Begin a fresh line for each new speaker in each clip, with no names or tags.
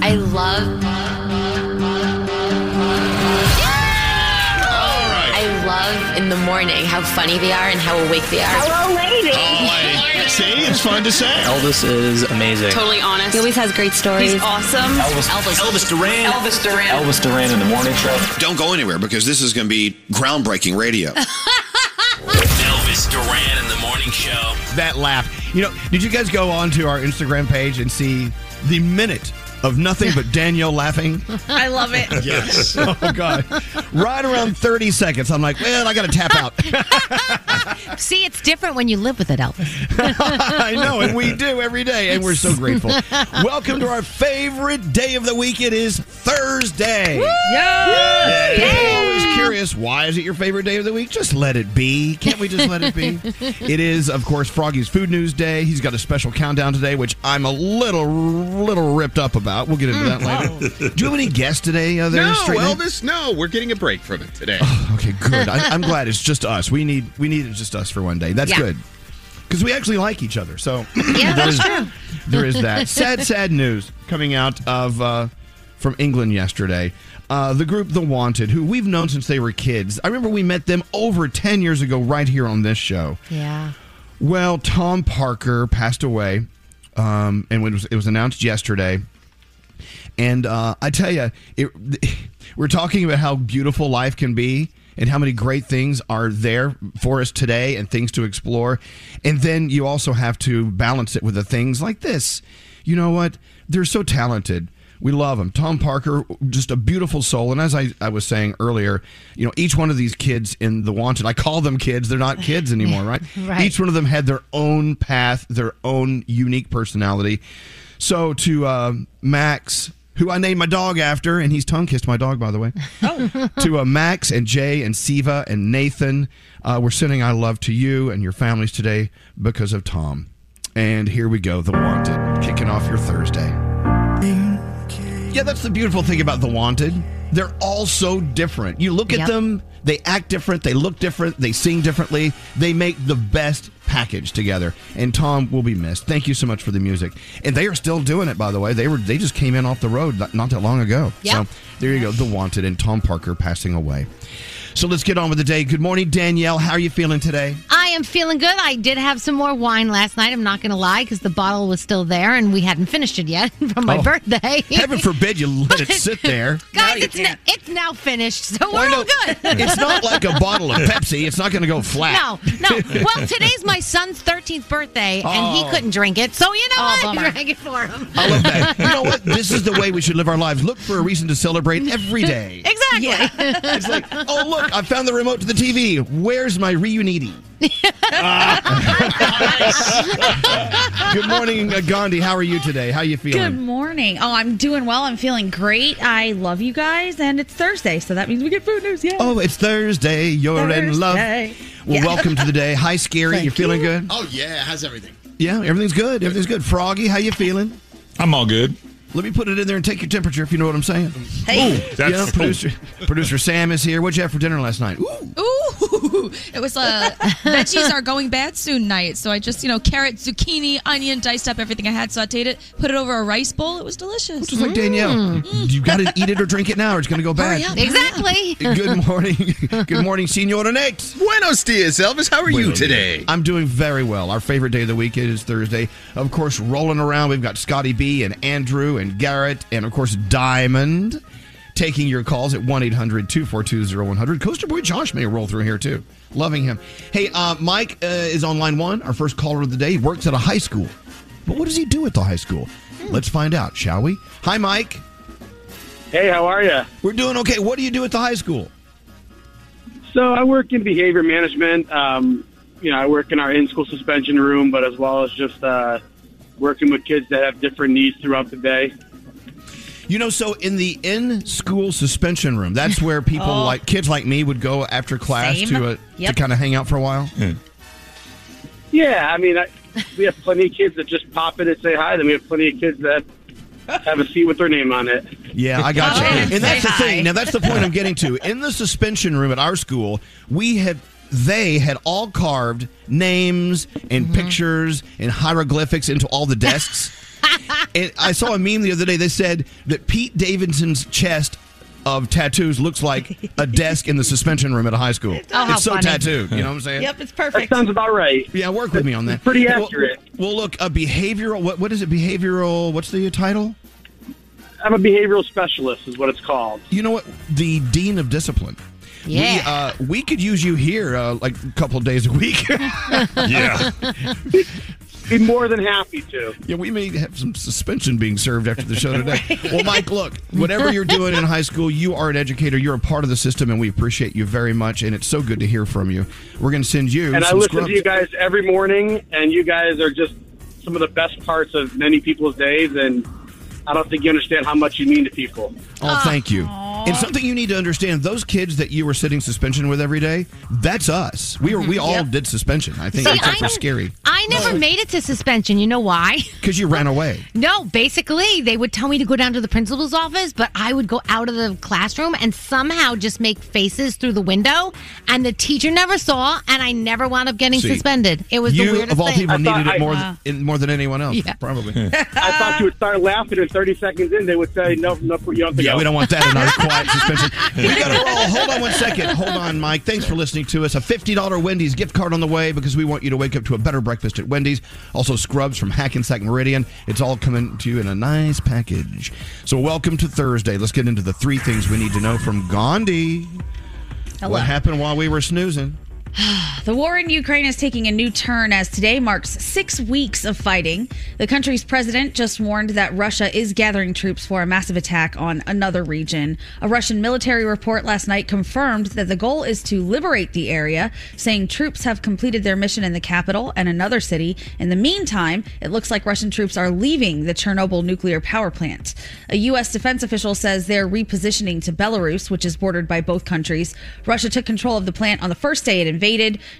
I love.
All right.
I love in the morning how funny they are and how awake they are.
Hello, lady.
All
Oh,
right. See, it's fun to say.
Elvis is amazing.
Totally honest.
He always has great stories.
He's awesome.
Elvis. Elvis Duran.
Elvis Duran.
Elvis Duran in the morning show.
Don't go anywhere because this is going to be groundbreaking radio.
Elvis Duran in the morning show.
that laugh. You know, did you guys go onto our Instagram page and see the minute of nothing but Danielle laughing?
I love it.
yes.
Oh God! Right around thirty seconds, I'm like, well, I got to tap out.
See, it's different when you live with it, Elvis.
I know, and we do every day, and we're so grateful. Welcome to our favorite day of the week. It is Thursday. Yeah. People are always curious, why is it your favorite day of the week? Just let it be. Can't we just let it be? it is, of course, Froggy's Food News Day. He's got a special countdown today, which I'm a little, little ripped up about. We'll get into that later. Do you have any guests today? uh, Other
No,
street name? Oh,
Elvis, no. We're getting a break from it today.
Okay, good. I, I'm glad it's just us. We need we need it just us for one day. That's
Yeah.
good because we actually like each other. So
Yeah,
there
that's
is- There is that sad, sad news coming out of uh, from England yesterday. Uh, the group The Wanted, who we've known since they were kids. I remember we met them over ten years ago, right here on this show.
Yeah.
Well, Tom Parker passed away, um, and it was, it was announced yesterday. And uh, I tell you, it, we're talking about how beautiful life can be and how many great things are there for us today and things to explore. And then you also have to balance it with the things like this. You know what? They're so talented. We love them. Tom Parker, just a beautiful soul. And as I, I was saying earlier, you know, each one of these kids in The Wanted, I call them kids. They're not kids anymore, right?
Right.
Each one of them had their own path, their own unique personality. So to uh, Max, who I named my dog after, and he's tongue kissed my dog, by the way. Oh. to uh, Max and Jay and Siva and Nathan, uh, we're sending our love to you and your families today because of Tom. And here we go, The Wanted, kicking off your Thursday. Yeah, that's the beautiful thing about The Wanted. They're all so different. You look at
Yep.
them, they act different, they look different, they sing differently. They make the best package together. And Tom will be missed. Thank you so much for the music. And they are still doing it, by the way. They were they just came in off the road not, not that long ago.
Yep.
So there you go, The Wanted and Tom Parker passing away. So let's get on with the day. Good morning, Danielle. How are you feeling today?
I am feeling good. I did have some more wine last night. I'm not going to lie because the bottle was still there and we hadn't finished it yet from my
Oh.
birthday.
Heaven forbid you let it sit there.
Guys,
you
it's, n-
can't.
it's now finished, so
Why
we're all
don't-
good.
It's not like a bottle of Pepsi. It's not going to go
No,
flat.
no. Well, today's my son's 13th birthday, and
Oh.
he couldn't drink it. So, you know
Oh,
what? I
bummer.
drank it for him.
I love that. You know what? This is the way we should live our lives. Look for a reason to celebrate every day.
Exactly.
It's like, oh look, I found the remote to the TV. Where's my reuniti? Good morning, uh, Gandhi. How are you today? How are you feeling?
Good morning. Oh, I'm doing well. I'm feeling great. I love you guys, and it's Thursday, so that means we get food news. Yeah.
Oh, it's Thursday. You're in love. Well,
Thursday. Yeah.
welcome to the day. Hi, Scary. you feeling good?
oh, yeah. How's everything?
Yeah, everything's good. Everything's good. Froggy, how you feeling?
I'm all good.
Let me put it in there and take your temperature if you know what I'm saying. Hey, yeah, producer, producer Sam is here. What'd you have for dinner last night? Ooh.
Ooh, it was uh, veggies are going bad soon night. So I just, you know, carrot, zucchini, onion, diced up everything I had, sauteed it, put it over a rice bowl. It was delicious.
Just like Danielle, you got to eat it or drink it now, or it's going to go bad.
Oh,
Hurry up.
Exactly.
Good morning, good morning, Senor Nate.
Buenos dias, Elvis. How are you
Wait,
today?
I'm doing very well. Our favorite day of the week is Thursday. Of course, rolling around, we've got Scotty B and Andrew and Garrett and, of course, Diamond taking your calls at 1 800 242 0100. Coaster Boy Josh may roll through here, too. Loving him. Hey, uh, Mike uh, is on line one, our first caller of the day. He works at a high school. But what does he do at the high school?
Hmm.
Let's find out, shall we? Hi, Mike.
Hey, how are
Uh.
you?
We're doing okay. What do you do at the high school?
So I work in behavior management. Um, you know, I work in our in-school suspension room, but as well as just uh, working with kids that have different needs throughout the day.
You know, so in the in-school suspension room, that's where people like kids like me would go after class
Oh. Same.
to uh,
Yep.
to kind of hang out for a while.
Yeah, I mean, I, we have plenty of kids that just pop in and say hi. Then we have plenty of kids that have a seat with their name on it.
Yeah, I got
Oh,
you.
and
And that's
say
the
hi.
thing. Now that's the point I'm getting to. In the suspension room at our school, we had they had all
Mm-hmm.
carved names and pictures and hieroglyphics into all the desks. and I saw a meme the other day that said that Pete Davidson's chest of tattoos looks like a desk in the suspension room at a high school.
Oh, how
it's so
funny.
tattooed. You know what I'm saying?
Yep, it's
That sounds about right.
Yeah, work with me on that.
Pretty
Well-
accurate.
Well, look, a behavioral. What what is it? Behavioral. What's the title?
I'm a behavioral specialist, is what it's called.
You know what? The dean of discipline. We,
Yeah.
uh, we could use you here uh, like a couple of days a week. yeah.
Be more than happy to.
Yeah, we may have some suspension being served after the show today. Well, Mike, look, whatever you're doing in high school, you are an educator. You're a part of the system, and we appreciate you very much. And it's so good to hear from you. We're going to send you.
and I
some
listen
scrubs.
to you guys every morning, and you guys are just some of the best parts of many people's days, and I don't think you understand how much you mean to people.
Ah.
Oh, thank you. And something you need to understand: those kids that you were sitting suspension with every day, that's us. We were, we
Mhm.
all
Yep.
did suspension. I think
See,
except
I
for
don't-
scary
I never
Oh.
made it to suspension. You know why?
because you ran away.
No, basically, they would tell me to go down to the principal's office, but I would go out of the classroom and somehow just make faces through the window, and the teacher never saw, and I never wound up getting
See,
suspended. It was
you
the weirdest
of all
thing.
people needed it more than, more than anyone else,
Yeah.
probably.
I thought you would start laughing, and 30 seconds in, they would say, "No, no, you don't."
Yeah, we don't want that in our quiet suspension. We got to roll. Hold on one second. Hold on, Mike. Thanks for listening to us. A $50 Wendy's gift card on the way because we want you to wake up to a better breakfast at Wendy's. Also, Scrubs from Hackensack Meridian. It's all coming to you in a nice package. So, welcome to Thursday. Let's get into the three things we need to know from Gandhi.
Hello.
What happened while we were snoozing?
The war in Ukraine is taking a new turn as today marks six weeks of fighting. The country's president just warned that Russia is gathering troops for a massive attack on another region. A Russian military report last night confirmed that the goal is to liberate the area, saying troops have completed their mission in the capital and another city. In the meantime, it looks like Russian troops are leaving the Chernobyl nuclear power plant. A U.S. defense official says they're repositioning to Belarus, which is bordered by both countries. Russia took control of the plant on the first day it invaded.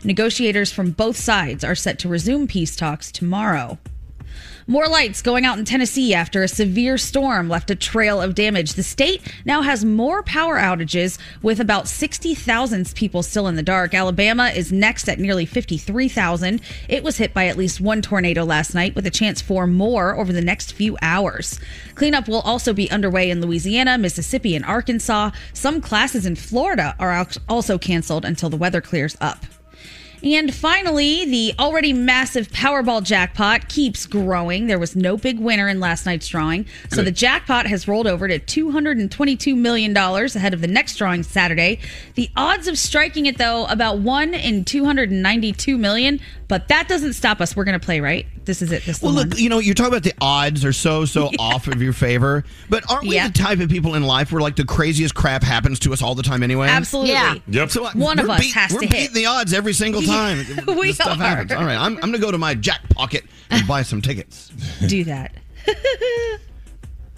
Negotiators from both sides are set to resume peace talks tomorrow. More lights going out in Tennessee after a severe storm left a trail of damage. The state now has more power outages with about 60,000 people still in the dark. Alabama is next at nearly 53,000. It was hit by at least one tornado last night with a chance for more over the next few hours. Cleanup will also be underway in Louisiana, Mississippi, and Arkansas. Some classes in Florida are al- also canceled until the weather clears up. And finally, the already massive Powerball jackpot keeps growing. There was no big winner in last night's drawing. So the jackpot has rolled over to $222 million ahead of the next drawing Saturday. The odds of striking it, though, about 1 in 292 million. But that doesn't stop us. We're going to play, right? This is it. This is
Well,
the
look,
one.
you know, you're talking about the odds are so, so off of your favor. But aren't we the type of people in life where, like, the craziest crap happens to us all the time anyway?
Absolutely. Yeah.
Yep. So, uh,
One of
we're
us
beat-
has
we're
to hit.
beating the odds every single time.
we
This stuff
are.
happens. All right, I'm, I'm going to go to my jack pocket and buy some tickets.
Do that.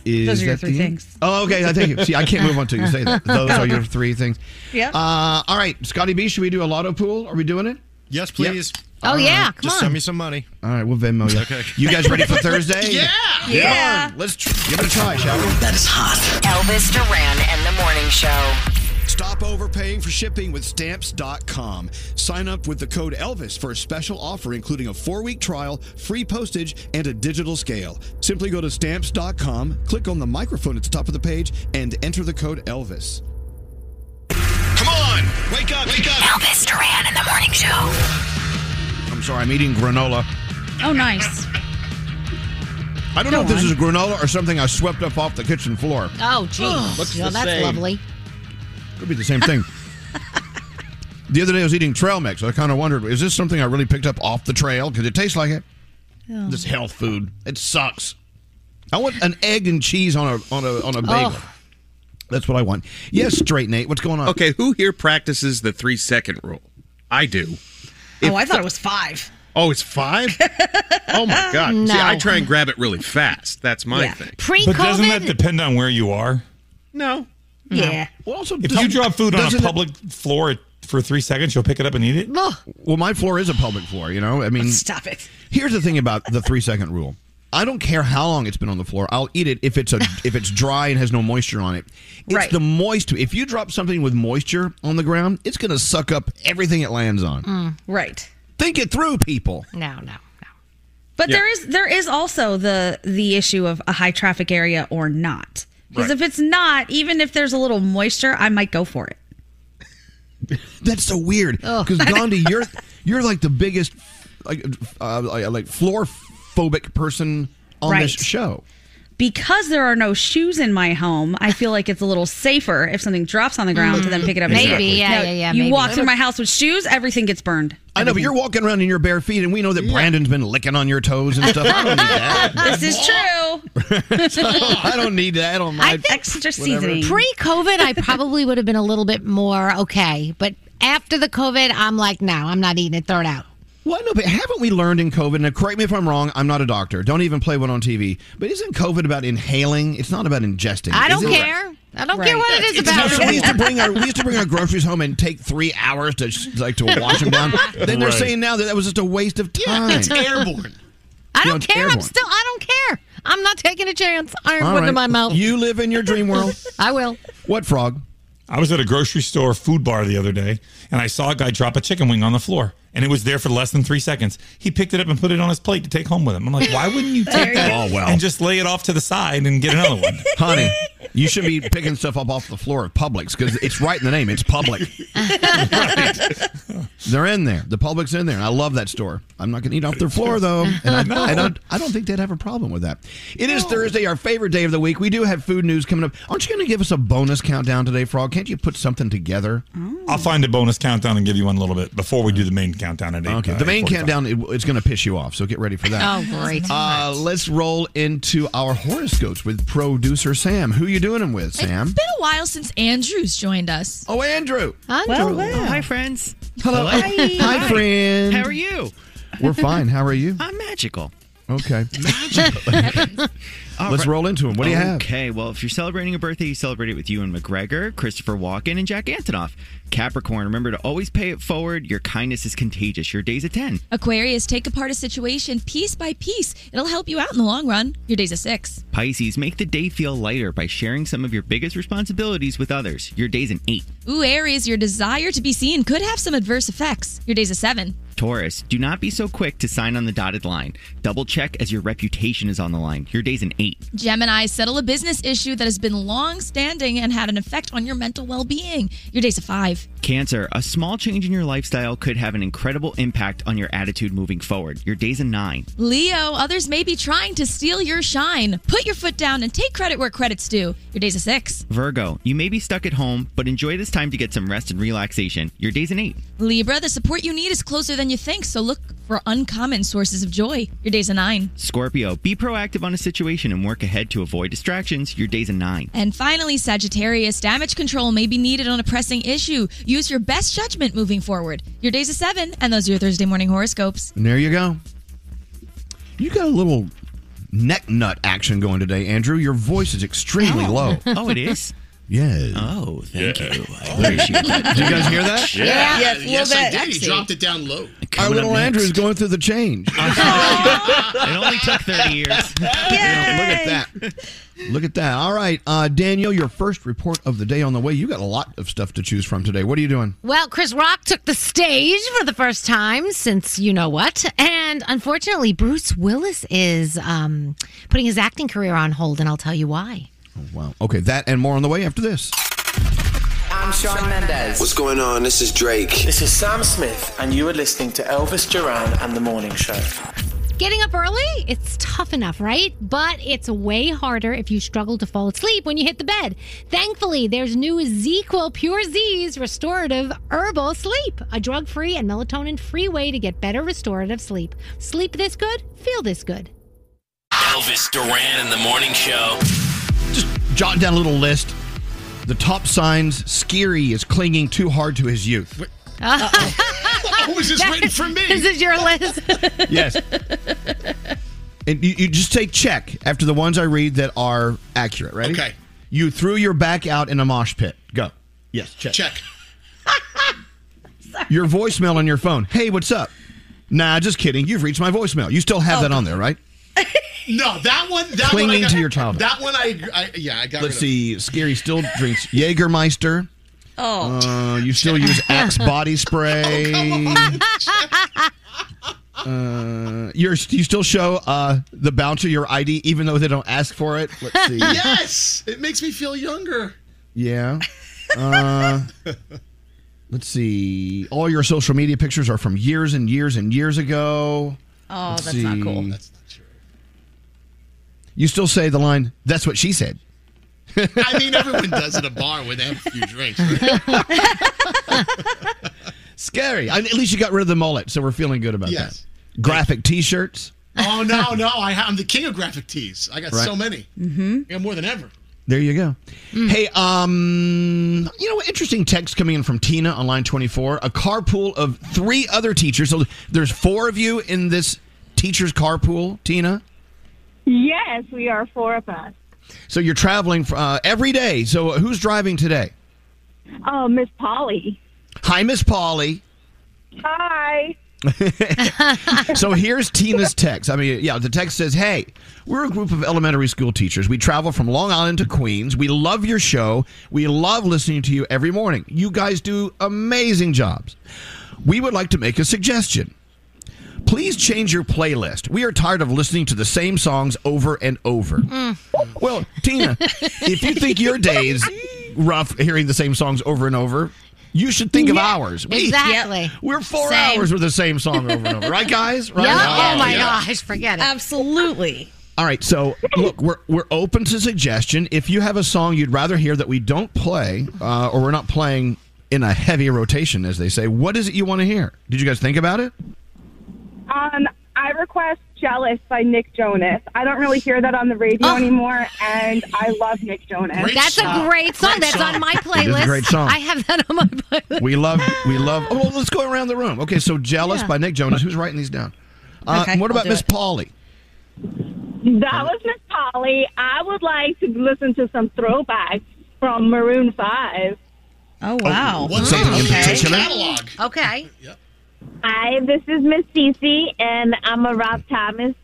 Is
Those are your
that
three
the end?
things.
Oh, okay. I thank you. See, I can't move on till you say that. Those are your three things.
Yep.
Uh, all right, Scotty B, should we do a lotto pool? Are we doing it?
Yes, please.
Oh, yeah, come
Just
on.
send me some money.
All right, we'll Venmo you.
Okay.
You guys ready for Thursday?
Yeah.
Come
Yeah.
on, let's tr- give it a try, shall we?
That is hot. Elvis Duran and the Morning Show.
Stop overpaying for shipping with stamps.com. Sign up with the code Elvis for a special offer including a 4-week trial, free postage, and a digital scale. Simply go to stamps.com, click on the microphone at the top of the page and enter the code Elvis.
Come on, wake up, wake up. Elvis Duran and the Morning Show.
I'm sorry, I'm eating granola.
Oh, nice.
I don't know if this is granola or something I swept up off the kitchen floor.
Oh, geez.
Oh, looks
well,
the
that's
same.
lovely.
Could be the same thing. the other day I was eating trail mix. I kind of wondered, is this something I really picked up off the trail? Because it tastes like it.
Mm.
This health food. It sucks. I want an egg and cheese on a on a on a bagel.
Oh.
That's what I want. Yes, straight Nate. What's going on?
Okay, who here practices the three second rule? I do.
oh, I thought it was five.
Oh, it's five? oh my god. See, I
No.
try and grab it really fast. That's my
Yeah.
thing.
Pre-COVID-
But doesn't that depend on where you are?
No.
No.
Yeah.
Well, also,
If you drop food on a
doesn't it-
public floor for three seconds, you'll pick it up and eat it.
Well, my floor is a public floor, you know? I mean,
Stop
it.
Here's the thing about the three second rule. I don't care how long it's been on the floor. I'll eat it if it's a if it's dry and has no moisture on it. It's
Right.
the moisture. If you drop something with moisture on the ground, it's going to suck up everything it lands on.
Right.
Think it through, people.
No, no.
But
Yeah.
there is there is also the the issue of a high traffic area or not. Because
Right.
if it's not, even if there's a little moisture, I might go for it.
That's so weird. Because Gandhi, you're you're like the biggest like uh, like floor phobic person on
Right.
this show.
Because there are no shoes in my home, I feel like it's a little safer if something drops on the ground to then pick it up. and
Maybe,
throw it.
yeah,
Now,
yeah, yeah,
You
maybe.
walk through my house with shoes, everything gets burned.
I know, but you're walking around in your bare feet, and we know that Brandon's been licking on your toes and stuff. I don't need that.
this is true.
So, I don't need that on Oh, my
extra
whatever.
Pre COVID, I probably would have been a little bit more okay. But after the COVID, I'm like, no, I'm not eating it. Throw it out.
Well, no, but haven't we learned in COVID? Now, correct me if I'm wrong. I'm not a doctor. Don't even play one on TV. But isn't COVID about inhaling? It's not about ingesting.
I
is
don't
it?
care. I don't care what it is about.
So we used to bring our we used to bring our groceries home and take three hours to like to wash them down. Then they're
Right.
saying now that that was just a waste of time.
it's airborne. I
You know,
don't
it's
care. I'm
airborne.
still. I don't care. I'm not taking a chance. Iron
All
put
right.
in my mouth.
You live in your dream world.
I will.
What frog?
I was at a grocery store food bar the other day, and I saw a guy drop a chicken wing on the floor, and it was there for less than three seconds. He picked it up and put it on his plate to take home with him. I'm like, why wouldn't you
There
take
you
that
go. Oh, well.
and just lay it off to the side and get another one?
Honey, you should be picking stuff up off the floor of Publix because it's right in the name. It's public. They're in there. The Publix in there. I love that store. I'm not going to eat off their floor though, and I,
No.
I don't. I don't think they'd have a problem with that. It is Thursday, our favorite day of the week. We do have food news coming up. Aren't you going to give us a bonus countdown today, Frog? Can't you put something together?
I'll find a bonus countdown and give you one a little bit before we do the main countdown at eight.
Okay. The main countdown it, it's going to piss you off, so get ready for that.
Oh, great.
Uh, let's roll into our horoscopes with producer Sam. Who you doing them with, Sam?
It's been a while since Andrew's joined us.
Oh, Andrew.
Andrew.
Well, well. Hi, friends.
Hello.
Hi.
Hi, friend.
How are you?
We're fine. How are you?
I'm magical.
Okay.
All
Let's roll into 'em. What do you have?
Okay, well, if you're celebrating a birthday, you celebrate it with Ewan McGregor, Christopher Walken, and Jack Antonoff. Capricorn, remember to always pay it forward. Your kindness is contagious. Your day's a 10.
Aquarius, take apart a situation piece by piece. It'll help you out in the long run. Your day's a six.
Pisces, make the day feel lighter by sharing some of your biggest responsibilities with others. Your day's an 8.
Ooh, Aries, your desire to be seen could have some adverse effects. Your day's a seven.
Taurus, do not be so quick to sign on the dotted line. Double check as your reputation is on the line. Your day's an 8.
Gemini, settle a business issue that has been long standing and had an effect on your mental well being. Your day's a five.
Cancer, a small change in your lifestyle could have an incredible impact on your attitude moving forward. Your day's a nine.
Leo, others may be trying to steal your shine. Put your foot down and take credit where credit's due. Your day's a six.
Virgo, you may be stuck at home, but enjoy this time to get some rest and relaxation. Your day's an eight.
Libra, the support you need is closer than you think, so look for uncommon sources of joy. Your day's a nine.
Scorpio, be proactive on a situation and work ahead to avoid distractions. Your day's a nine.
And finally, Sagittarius, damage control may be needed on a pressing issue. Use your best judgment moving forward. Your day's a seven, and those are your Thursday morning horoscopes.
And there you go. You got a little neck nut action going today, Andrew. Your voice is extremely low.
Oh, it is?
Yes.
Oh, thank you. I
appreciate that. Do you guys hear that?
Yeah.
Yeah,
Yes,
a
yes,
little
I
bit,
did.
actually.
You dropped it down low.
Our
Coming up
little
next.
Andrew is going through the change.
It only took 30 years.
Yeah, look at that. Look at that. All right, uh, Daniel, your first report of the day on the way. You got a lot of stuff to choose from today. What are you doing?
Well, Chris Rock took the stage for the first time since you know what. And unfortunately, Bruce Willis is um, putting his acting career on hold, and I'll tell you why.
Oh, wow. Okay, that and more on the way after this.
I'm Sean Mendez.
What's going on? This is Drake.
This is Sam Smith, and you are listening to Elvis Duran and The Morning Show.
Getting up early, it's tough enough, right? But it's way harder if you struggle to fall asleep when you hit the bed. Thankfully, there's new ZQL Pure Z's restorative herbal sleep, a drug free and melatonin free way to get better restorative sleep. Sleep this good, feel this good.
Elvis Duran and the Morning Show.
Jot down a little list. The top signs Skiri is clinging too hard to his youth.
oh,
was this written for me?
This is your list.
Yes. and you, you just take check after the ones I read that are accurate, right? Okay. You threw your back out in a mosh pit. Go. Yes, check.
Check.
Your voicemail on your phone. Hey, what's up? Nah, just kidding. You've reached my voicemail. You still have that on there, right?
No, that one. That one I
Clinging
got,
to your childhood.
That one I, I yeah, I got
Let's
rid of.
see. Scary still drinks Jägermeister.
Oh. Oh,
Uh, you still use Axe body spray. Uh, you're, you still show uh, the bouncer your ID even though they don't ask for it? Let's see.
yes, it makes me feel younger.
Yeah. Uh, let's see. All your social media pictures are from years and years and years ago.
Oh, that's not cool.
That's not true. You still say the line, that's what she said.
I mean, everyone does at a bar when they have a few drinks.
Scary. I, at least you got rid of the mullet, so we're feeling good about
Yes.
that. Graphic t shirts.
oh no, no! I, ha- I'm the king of graphic tees. I got
Right.
so many. Mm-hmm. Yeah, more than ever.
There you go. Hey, um, you know, interesting text coming in from Tina on line 24. A carpool of three other teachers. So there's four of you in this teacher's carpool, Tina.
Yes, we are four of us.
So you're traveling uh, every day. So who's driving today?
Oh, Miss Polly.
Hi, Miss Polly.
Hi.
so here's Tina's text. I mean, yeah, the text says, Hey, we're a group of elementary school teachers. We travel from Long Island to Queens. We love your show. We love listening to you every morning. You guys do amazing jobs. We would like to make a suggestion. Please change your playlist. We are tired of listening to the same songs over and over. Well, Tina, if you think your day is rough hearing the same songs over and over, you should think of ours. We-
exactly.
We're four hours with the same song over and over, right, guys? Right?
Yeah.
Wow.
Oh my
Yeah.
gosh, forget it.
Absolutely.
All right, so look, we're we're open to suggestion. If you have a song you'd rather hear that we don't play, uh, or we're not playing in a heavy rotation, as they say, what is it you want to hear? Did you guys think about it?
Um, I request Jealous by Nick Jonas. I don't really hear that on the radio anymore, and I love Nick Jonas.
Oh. That's a great song. That's on my
It
playlist.
is a great song.
I have that on my playlist.
We love we love. Oh, well, let's go around the room. Okay, so "Jealous"
Yeah.
by Nick Jonas. Who's writing these down? Uh,
Okay,
what
I'll
about
do
Miss
it.
Polly?
That was Miss Polly. I would like to listen to some throwbacks from Maroon 5.
Oh,
wow. what's Something in okay. particular?
Catalog.
Hmm. Okay.
Hi, this is Miss Cece, and I'm a Rob Thomas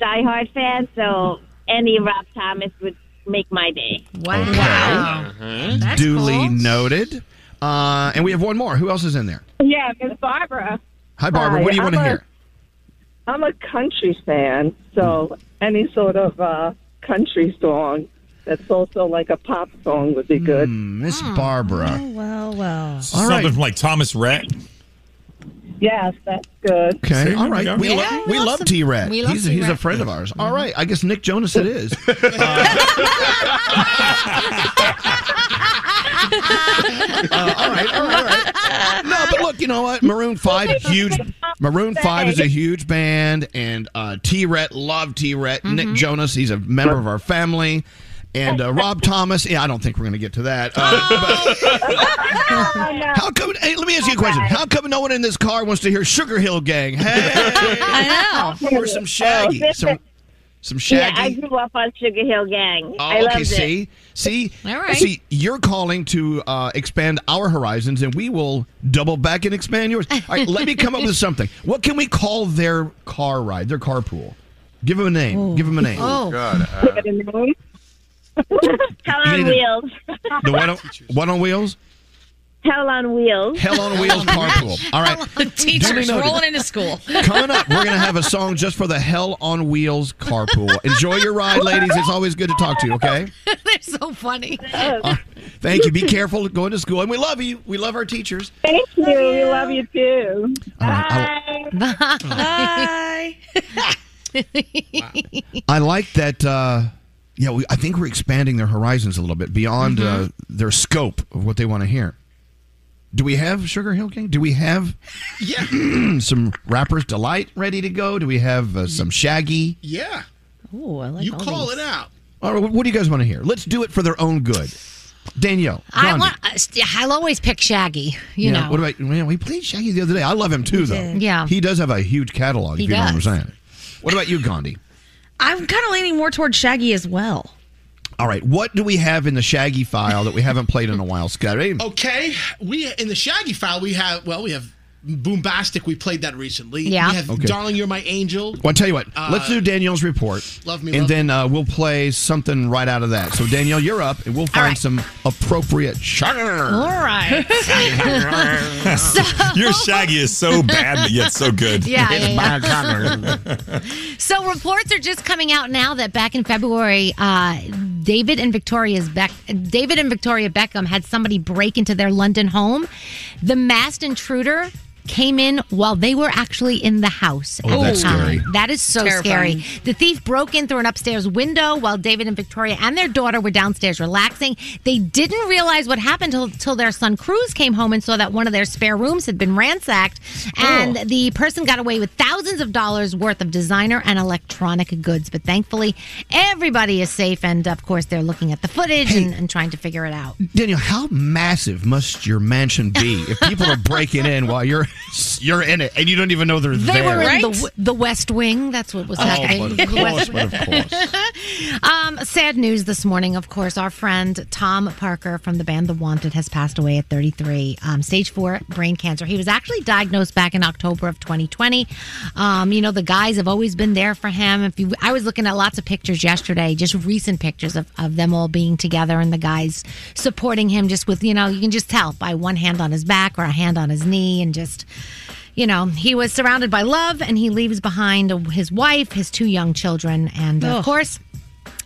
diehard fan, so any Rob Thomas would make my day.
Wow.
Duly noted. Uh, and we have one more. Who else is in there?
Yeah, Miss Barbara.
Hi, Barbara. what do you want to hear?
I'm a country fan, so any sort of uh, country song that's also like a pop song would be good.
Hmm, Miss Barbara.
Well, well.
Something from like Thomas Rhett.
Yes, that's good.
Okay.
There
All
you
right.
go.
We,
Yeah,
love
we
we
love
love
some-
T Rat.
we love
He's, he's a
T-Rat.
friend of ours. All right. I guess Nick Jonas it is. Uh, all right. All right. All right. No, but look, you know what? Maroon Five, huge. Maroon Five is a huge band, and uh, T Ret love T Ret.
Mm-hmm.
Nick Jonas, he's a member of our family, and uh, Rob Thomas. Yeah, I don't think we're going to get to that. Uh, but
Oh,
how come? Hey, let me ask you a question. How come no one in this car wants to hear Sugar Hill Gang? Hey,
I
know. Or some Shaggy,
Oh,
some some
yeah,
Shaggy.
I grew up on Sugar Hill Gang.
Oh,
I loved
okay.
it.
See, see,
All right.
see, you're calling to uh, expand our horizons, and we will double back and expand yours. All right, let me come up with something. What can we call their car ride, their carpool? Give them a name.
Oh.
Give them a name.
Oh.
uh,
God. Hell on wheels.
The one on, one on wheels,
Hell on wheels.
hell on wheels carpool. All right, Duly
Teachers
noted.
rolling into school.
Coming up, we're gonna have a song just for the hell on wheels carpool. Enjoy your ride, ladies. It's always good to talk to you. Okay.
They're so funny.
Oh,
Thank you. Be careful going to school, and we love you. We love our teachers.
Thank you. We love you too.
All right, I'll-
Bye.
I like that. Uh, yeah, we, I think we're expanding their horizons a little bit beyond uh, their scope of what they want to hear. Do we have Sugar Hill Gang? Do we have some Rapper's Delight ready to go? Do we have uh, some Shaggy?
Yeah.
Oh, I like
You
all
call
these.
it out.
All right, what do you guys want to hear? Let's do it for their own good. Danielle,
I
Gandhi,
want. uh, st- I'll always pick Shaggy. You
yeah,
know.
What about man? We played Shaggy the other day. I love him too, though.
did. Yeah.
he does have a huge catalog.
He
if you know
does.
what I'm saying. What about you, Gandhi?
I'm kind of leaning more toward Shaggy as well.
All right, what do we have in the Shaggy file that we haven't played in a while, Scott?
Okay, we in the Shaggy file we have well we have
Boombastic, we played that recently.
Yeah.
We have
Okay.
Darling, You're My Angel.
Well, I tell you what,
Uh,
let's do Danielle's report.
Love me,
And
love
then Uh, we'll play something right out of that. So, Danielle, you're up, and we'll find some appropriate sugar.
All right.
Your Shaggy is so bad, but yet so good.
Yeah, yeah, It's yeah. So reports are just coming out now that back in February, uh, David and Victoria's Beck, David and Victoria Beckham had somebody break into their London home. The masked intruder came in while they were actually in the house.
Oh,
at the
that's
time.
scary.
That is so
Terrifying.
scary. The thief broke in through an upstairs window while David and Victoria and their daughter were downstairs relaxing. They didn't realize what happened till, till their son Cruz came home and saw that one of their spare rooms had been ransacked. And the person got away with thousands of dollars worth of designer and electronic goods. But thankfully, everybody is safe. And of course, they're looking at the footage and, and trying to figure it out.
Daniel, how massive must your mansion be if people are breaking in while you're you're in it and you don't even know they're
They
there?
were in the, w- the West Wing. That's what was
Oh,
happening.
but of
The West
course, but of
Wing. um, sad news this morning, of course. Our friend Tom Parker from the band The Wanted has passed away at 33, um, stage four brain cancer. He was actually diagnosed back in October of 2020. Um, you know, the guys have always been there for him. If you, I was looking at lots of pictures yesterday, just recent pictures of, of them all being together and the guys supporting him just with, you know, you can just tell by one hand on his back or a hand on his knee and just you know, he was surrounded by love and he leaves behind his wife, his two young children, and of
Ugh.
course,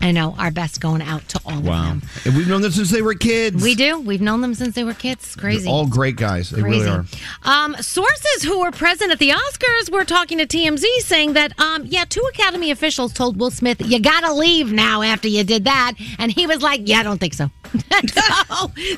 I know our best going out to all of
Wow.
them.
And we've known them since they were kids.
We do. We've known them since they were kids. It's
They're
crazy.
all great guys. They
Crazy.
really are.
Um, sources who were present at the Oscars were talking to TMZ saying that, um, yeah, two Academy officials told Will Smith, you gotta leave now after you did that. And he was like, yeah, I don't think so. so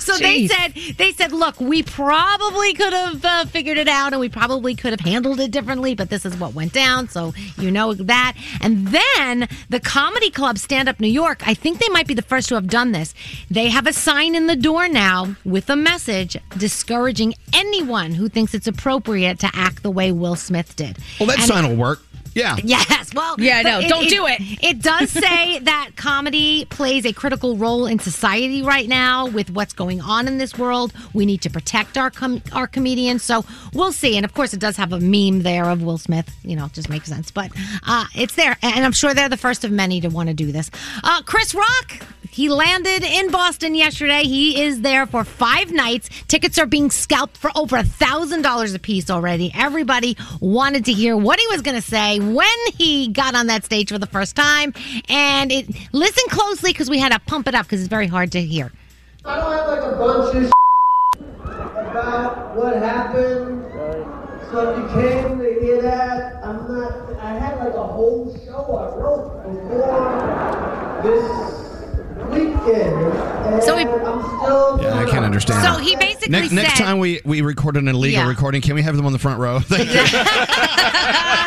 so they
Jeez.
said, they said, look, we probably could have uh, figured it out and we probably could have handled it differently, but this is what went down. So you know that. And then the comedy club Stand Up New York, I think they might be the first to have done this. They have a sign in the door now with a message discouraging anyone who thinks it's appropriate to act the way Will Smith did.
Well, that
And-
sign will work. Yeah.
Yes. Well,
Yeah,
but
no, don't do it.
It does say that comedy plays a critical role in society right now with what's going on in this world. We need to protect our com- our comedians. So we'll see. And of course, it does have a meme there of Will Smith. You know, it just makes sense. But uh, it's there. And I'm sure they're the first of many to want to do this. Uh, Chris Rock, he landed in Boston yesterday. He is there for five nights. Tickets are being scalped for over a thousand dollars a piece already. Everybody wanted to hear what he was going to say when he got on that stage for the first time. And it, listen closely because we had to pump it up because it's very hard to hear.
I don't have like a bunch of about what happened, stuff you came to get at. I'm not. I had like a whole show I wrote before this weekend, and
So we-
I'm still.
Yeah, I can't understand.
So he basically
next, next
said-
time we, we record an illegal
Yeah.
recording, can we have them on the front row?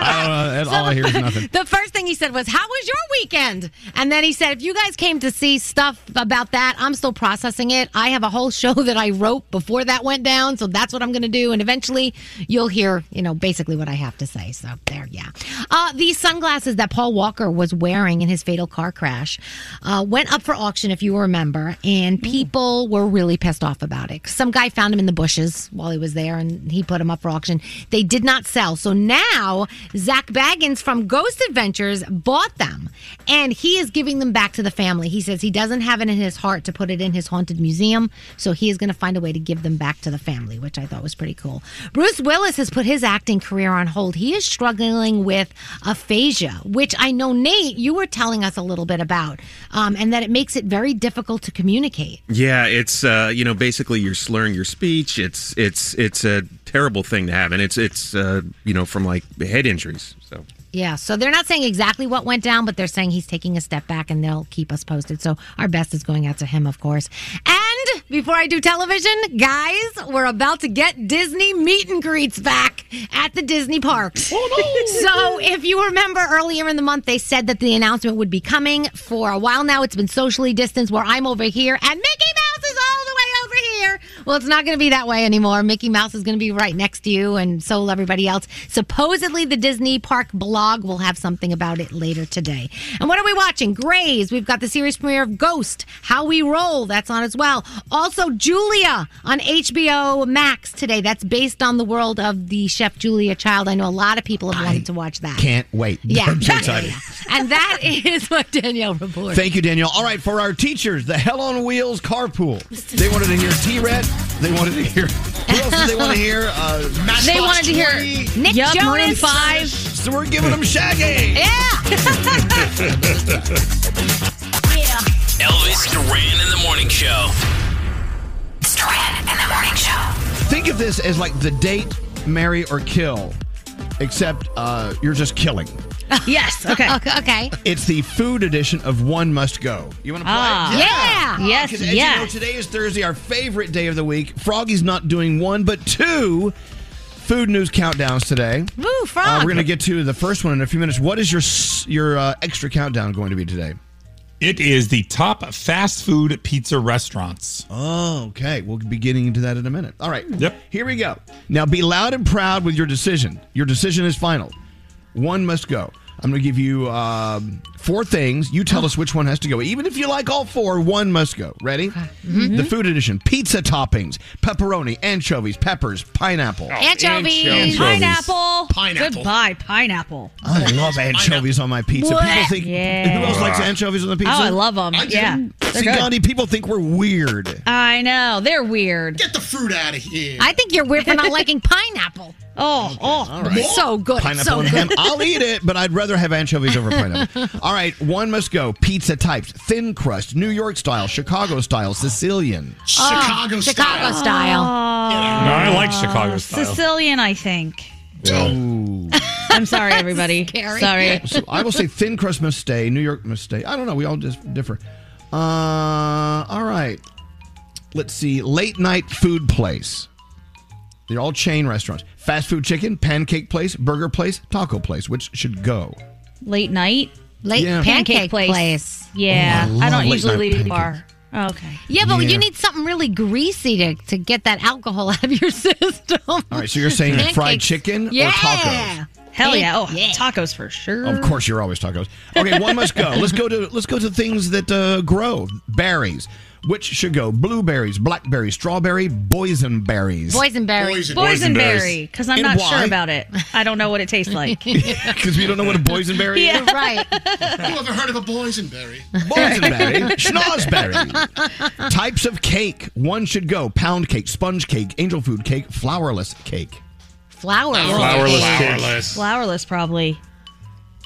I don't know. All I hear is nothing.
The first thing he said was, How was your weekend? And then he said, If you guys came to see stuff about that, I'm still processing it. I have a whole show that I wrote before that went down. So that's what I'm going to do. And eventually you'll hear, you know, basically what I have to say. So there, yeah. Uh, these sunglasses that Paul Walker was wearing in his fatal car crash uh, went up for auction, if you remember, and people were really pissed off about it. Some guy found him in the bushes while he was there and he put him up for auction. They did not sell. So now Zach Baggins from Ghost Adventures bought them and he is giving them back to the family. He says he doesn't have it in his heart to put it in his haunted museum. So he is going to find a way to give them back to the family, which I thought was pretty cool. Bruce Willis has put his acting career on hold. He is struggling with aphasia, which I know, Nate, you were telling us a little bit about, um, and that it makes it very difficult to communicate.
Yeah, it's uh, you know basically you're slurring your speech. It's it's it's a terrible thing to have, and it's it's uh, you know from like head injuries. So
Yeah, so they're not saying exactly what went down, but they're saying he's taking a step back and they'll keep us posted. So our best is going out to him, of course. And before I do television, guys, we're about to get Disney meet and greets back at the Disney parks. so if you remember earlier in the month, they said that the announcement would be coming. For a while now, it's been socially distanced where I'm over here and Mickey Mouse is all the way over here. Well, it's not going to be that way anymore. Mickey Mouse is going to be right next to you, and so will everybody else. Supposedly, the Disney Park blog will have something about it later today. And what are we watching? Grays. We've got the series premiere of Ghost, How We Roll. That's on as well. Also, Julia on HBO Max today. That's based on the world of the Chef Julia Child. I know a lot of people have wanted to watch that.
Can't wait.
Yeah.
I'm so excited.
And that is what Danielle reports.
Thank you, Danielle. All right, for our teachers, the Hell on Wheels carpool. They wanted to hear T Red. They wanted to hear. Who else did they want to hear? Uh,
They
Matchbox
wanted to hear
20.
Nick Yup, Jonas. Maroon five.
So we're giving them Shaggy.
Elvis Duran in the morning show.
Duran in the morning show.
Think of this as like the date, marry, or kill, except uh, you're just killing.
yes. Okay.
okay. Okay.
It's the food edition of One Must Go. You want to play?
Ah. Yeah. Yes,
'Cause as you
yes.
know, today is Thursday, our favorite day of the week. Froggy's not doing one, but two food news countdowns today.
Woo, frog.
Uh, we're going to get to the first one in a few minutes. What is your s- your uh, extra countdown going to be today?
It is the top fast food pizza restaurants.
Oh, okay. We'll be getting into that in a minute. All right.
Yep.
Here we go. Now be loud and proud with your decision. Your decision is final. One must go. I'm going to give you um, four things. You tell us which one has to go. Even if you like all four, one must go. Ready? Mm-hmm.
Mhm.
Mm-hmm.
The food edition pizza toppings, pepperoni, anchovies, peppers, pineapple.
Oh, Anchovies. Pineapple. Pineapple. Goodbye, pineapple.
I love anchovies on my pizza. People think,
Yeah.
Who else likes anchovies on the pizza?
Oh, I love 'em.
I do.
Yeah. They're
See,
good.
Gandhi, people think we're weird.
I know. They're weird. Get
the fruit out of here.
I think you're weird for not liking pineapple.
Oh, oh,
All right.
so good.
Pineapple
so
and
good.
ham. I'll eat it, but I'd rather have anchovies over pineapple. All right, one must go. Pizza types: thin crust, New York style, Chicago style, Sicilian.
Oh, Chicago
style. Chicago style.
No, I like Chicago
Oh,
style.
Oh, Sicilian, I think.
Oh.
I'm sorry, everybody. Sorry.
So I will say thin crust must stay. New York must stay. I don't know. We all just differ. Uh, all right. Let's see. Late night food place. They're all chain restaurants. Fast food chicken, pancake place, burger place, taco place. Which should go?
late night.
Late
Yeah.
pancake place.
Yeah.
Oh, I
I don't
love late
usually
night
leave the bar. Okay.
Yeah, but
Yeah.
you need something really greasy to, to get that alcohol out of your system. All
All right. So you're saying fried chicken
yeah.
or tacos?
Hell yeah. Oh, tacos for sure.
Of course, you're always tacos. Okay, one must go. Let's go to let's go to things that uh, grow. Berries, which should go blueberries, blackberries, strawberry, boysenberries.
Boysenberry.
Boysenberry. Because I'm
And
not
why?
sure about it. I don't know what it tastes like.
Because we don't know what a boysenberry is.
Yeah.
right.
you ever heard of a boysenberry?
Boysenberry, schnozberry. Types of cake. One should go. Pound cake, sponge cake, angel food cake, flourless cake.
Flourless.
Flourless cake. Flourless.
Flourless, probably.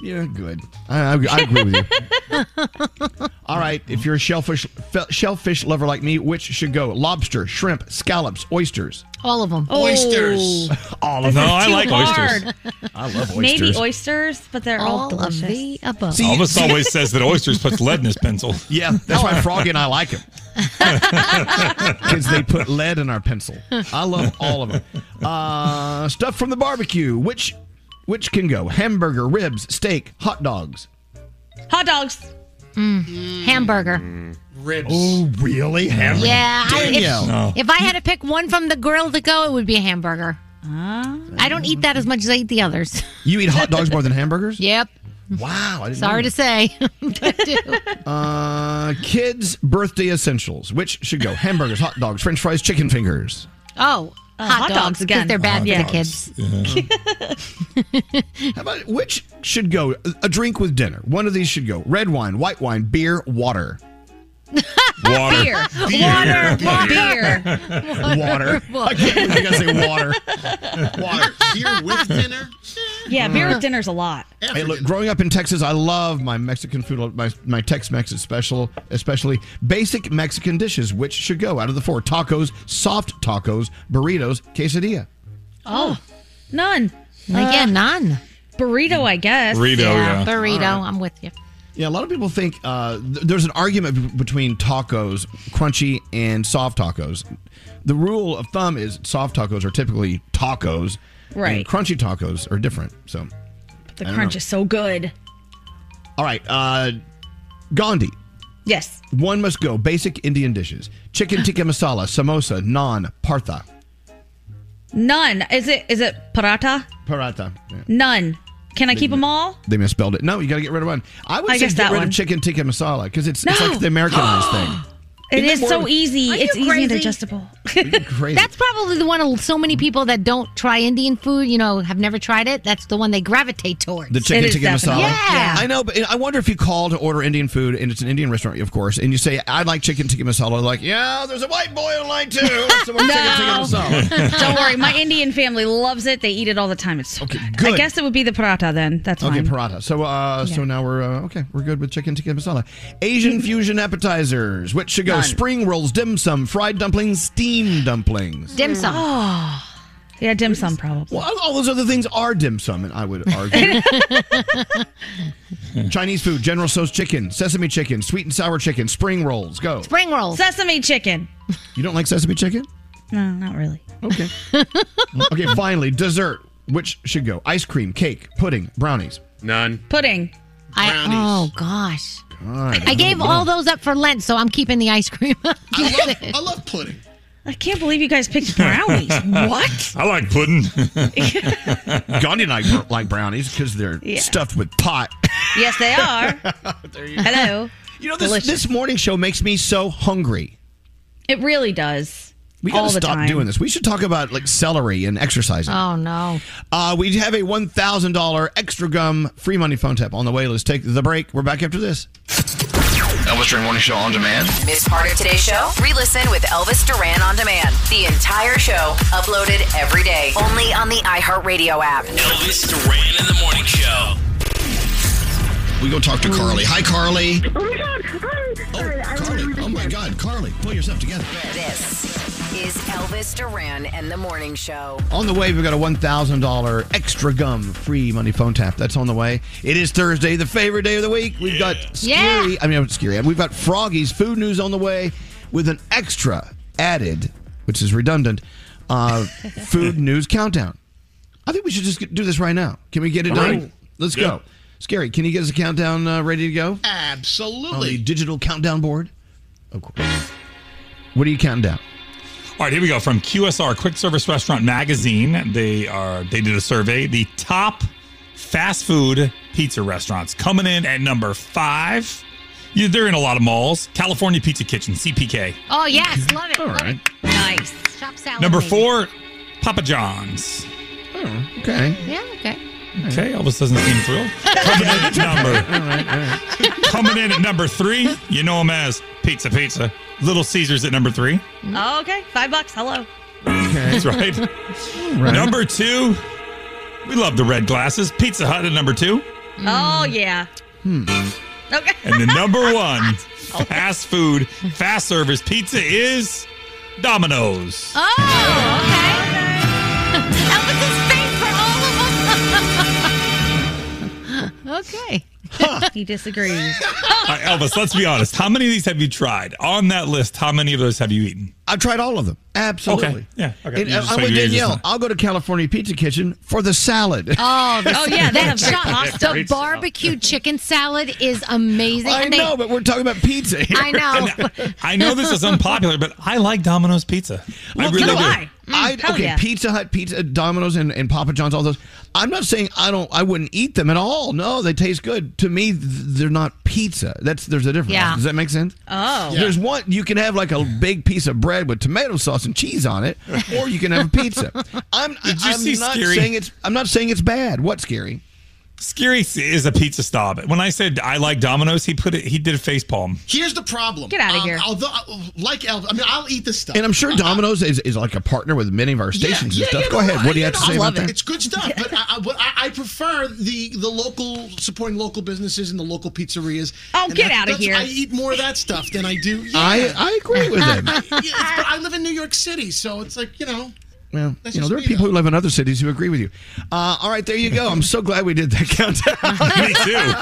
You're good. I, I, I agree with you. All right, if you're a shellfish fe- shellfish lover like me, which should go? Lobster, shrimp, scallops, oysters.
All of them.
Oysters.
All of
Oh. No,
them.
I like
Oh, hard.
oysters.
I love oysters.
Maybe oysters, but they're all,
All of
delicious.
the above.
All of us always says that oysters puts lead in his pencil.
Yeah, that's why Froggy and I like him. Because they put lead in our pencil. I love all of them. Uh, stuff from the barbecue. Which which can go? Hamburger, ribs, steak, hot dogs.
Hot dogs.
Mm,
Mm.
Hamburger.
Ribs.
Oh, really? Hamburger?
Yeah. I, if,
Danielle. No.
if I had to pick one from the grill to go, it would be a hamburger.
Ah.
I don't eat that as much as I eat the others.
You eat hot dogs more than hamburgers?
Yep.
Wow. I didn't know
Sorry to
that.
say.
Uh, kids' birthday essentials. Which should go? Hamburgers, hot dogs, french fries, chicken fingers.
Oh, hot,
hot
dogs,
dogs again.
'cause They're bad
Hot
for the
dogs.
kids.
Uh-huh. How about which should go? A drink with dinner. One of these should go. Red wine, white wine, beer, water. Water.
Beer.
Beer.
Water. Beer.
Water. I can't believe you guys say water. Water.
Beer with dinner? Yeah, beer
Uh-huh.
with dinner's a lot.
Hey, look, growing up in Texas, I love my Mexican food. My, my Tex-Mex is special, especially basic Mexican dishes, which should go out of the four: tacos, soft tacos, burritos, quesadilla.
Oh, none. Uh,
Again, none.
Burrito, I guess.
Burrito, Yeah, yeah.
Burrito.
All right.
I'm with you.
Yeah, a lot of people think uh, th- there's an argument b- between tacos, crunchy and soft tacos. The rule of thumb is soft tacos are typically tacos,
Right.
And crunchy tacos are different. So
The
I don't
crunch
know.
is so good.
All right, uh, Gandhi.
Yes.
One must go. Basic Indian dishes: chicken tikka masala, samosa, naan, partha,
None. Is it is it paratha?
paratha. Yeah.
None. Can I keep them all?
They misspelled it. No, you got to get rid of one. I would
I
say
guess
get
that
rid
one.
of chicken tikka masala because it's, it's
No.
like the Americanized thing.
It
Isn't
is
it
so
more-
easy.
Are
It's
you
easy and
crazy?
digestible.
Crazy.
That's probably the one of so many people that don't try Indian food, you know, have never tried it. That's the one they gravitate towards.
The chicken tikka masala.
Yeah.
I know, but I wonder if you call to order Indian food and it's an Indian restaurant, of course, and you say, "I'd like chicken tikka masala." They're Like, yeah, there's a white boy online too. Someone
no.
chicken tikka masala.
Don't worry. My Indian family loves it. They eat it all the time. It's so good. I
good.
guess it would be the paratha then. That's
Okay,
fine.
paratha. So, uh, so
Yeah.
now we're uh, okay. We're good with chicken tikka masala. Asian fusion appetizers, which should go
None.
spring rolls, dim sum, fried dumplings, steamed dumplings.
Dim sum. Yeah, dim sum probably.
Well, all those other things are dim sum, and I would argue. Chinese food, General Tso's chicken, sesame chicken, sweet and sour chicken, spring rolls. Go.
Spring rolls. Sesame chicken.
You don't like sesame chicken?
No, not really.
Okay. okay, finally, dessert, which should go ice cream, cake, pudding, brownies.
None.
Pudding.
I, oh gosh.
God.
I gave all those up for Lent, so I'm keeping the ice cream.
I love, I love pudding.
I can't believe you guys picked brownies. what?
I like pudding. Gandhi and I don't like brownies because they're
Yeah.
stuffed with pot.
Yes, they are. Hello.
You know, this, this morning show makes me so hungry.
It really does.
We
all
gotta
the
stop
time.
doing this. We should talk about like celery and exercising.
Oh no.
Uh, we have a one thousand dollar extra gum free money phone tap on the way. Let's take the break. We're back after this. Elvis Duran Morning Show on demand.
Miss part of today's show? Re-listen with Elvis Duran on demand. The entire show uploaded every day, only on the iHeartRadio app.
Elvis Duran in the morning show.
We go talk to Carly. Hi, Carly.
Oh my god!
Oh, Carly. Oh my God, Carly, pull yourself together.
This is Elvis Duran and the Morning Show.
On the way, we've got a $1,000 extra gum free money phone tap. That's on the way. It is Thursday, the favorite day of the week. We've got
Yeah.
scary, I mean, it's scary. We've got Froggy's food news on the way with an extra added, which is redundant, uh, food news countdown. I think we should just get- do this right now. Can we get it
All
done?
right.
Let's
Yeah.
go. Scary, can you get us a countdown uh, ready to go? On the
Absolutely.
digital countdown board? Of course. What are you counting down?
All right, here we go from QSR Quick Service Restaurant Magazine. They are they did a survey. The top fast food pizza restaurants coming in at number five. You, they're in a lot of malls. California Pizza Kitchen (CPK).
Oh yes, love it.
All right.
Nice. Chop salad.
Number
maybe.
four, Papa John's.
Oh, okay.
Yeah, okay.
Okay, Elvis doesn't seem thrilled. Coming in at number coming in at number three. You know him as Pizza Pizza. Little Caesars at number three.
Oh, okay. Five bucks. Hello.
That's right.
Right.
Number two, we love the red glasses. Pizza Hut at number two.
Oh yeah. Okay.
And the number one fast food, fast service pizza is Domino's.
Oh, okay. Elvis's face for all of us. okay.
He disagrees.
Uh, Elvis, let's be honest. How many of these have you tried? On that list, how many of those have you eaten?
I've tried all of them. Absolutely.
Okay. Yeah. Okay.
And
You just-
I'm
so
with
you- you're just
Danielle.
not-
I'll go to California Pizza Kitchen for the salad.
Oh, the,
Oh, yeah, they
that
have great
chop,
pasta.
the barbecue chicken salad is amazing.
I
and they-
know, but we're talking about pizza. Here.
I know.
I know this is unpopular, but I like Domino's pizza. I really do.
I,
hell
okay,
yeah.
Pizza Hut, Pizza Domino's, and, and Papa John's, all those. I'm not saying I don't. I wouldn't eat them at all. No, they taste good. To me, th- they're not pizza. That's there's a difference.
Yeah.
Does that make sense?
Oh.
There's one you can have like a big piece of bread with tomato sauce and cheese on it, or you can have a pizza. I'm,
Did you
I'm
see
not
Scary?
saying it's. I'm not saying it's bad. What's scary?
Scary is a pizza snob. When I said I like Domino's, he put it. He did a face palm.
Here's the problem.
Get outta here.
Although, uh, like Elvis, I mean, I'll eat this stuff.
And I'm sure Domino's is, is like a partner with many of our stations and stuff. Go
no,
ahead. What do you
I-
have to say
I
about
love
that?
it. It's good stuff, but I, I, but I- I prefer the the local supporting local businesses and the local pizzerias.
Oh,
And
get
that-
outta
that's-
here.
I eat more of that stuff than I do.
I- I agree with him.
I, yeah, it's- but I live in New York City, so it's like you know.
Well,
That's
you
just
know, there are
me,
people who live in other cities who agree with you. Uh, all right, there you go. I'm so glad we did that countdown.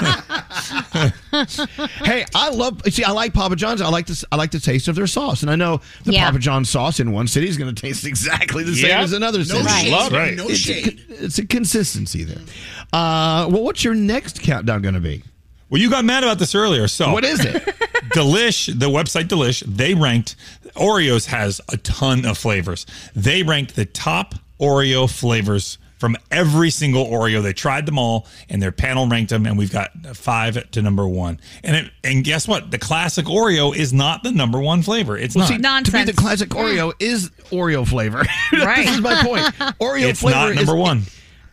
Me too. hey, I love. See, I like Papa John's. I like this. I like the taste of their sauce, and I know the
Yeah.
Papa John's sauce in one city is going to taste exactly the same
Yep.
as another
No
city.
shade, Love it. no
it's,
shade.
Uh, A, con- it's a consistency there. Uh, well, what's your next countdown going to be?
Well, you got mad about this earlier. So
What is it?
Delish, the website Delish, they ranked Oreos has a ton of flavors. They ranked the top Oreo flavors from every single Oreo. They tried them all, and their panel ranked them, and we've got five to number one. And it, and guess what? The classic Oreo is not the number one flavor. It's
Well,
not
see, Mm. To me, the classic Oreo is Oreo flavor.
Right.
this is my point. Oreo
It's
flavor
not
is-
number one.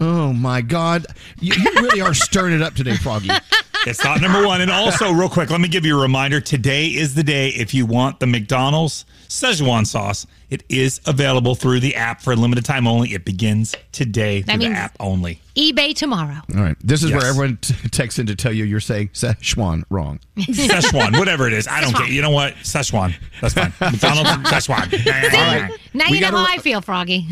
Oh my God, you, you really are stirring it up today, Froggy.
It's not number one. And also, real quick, let me give you a reminder. Today is the day if you want the McDonald's Szechuan sauce. It is available through the app for a limited time only. It begins today
That
through the
means-
app only.
eBay tomorrow.
All right, this is
Yes.
where everyone t- texts in to tell you you're saying Szechuan wrong.
Szechuan, whatever it is. I don't care. You know what? Szechuan. That's fine. McDonald's Szechuan.
Now
We
you know
gotta
how
re-
I feel, Froggy.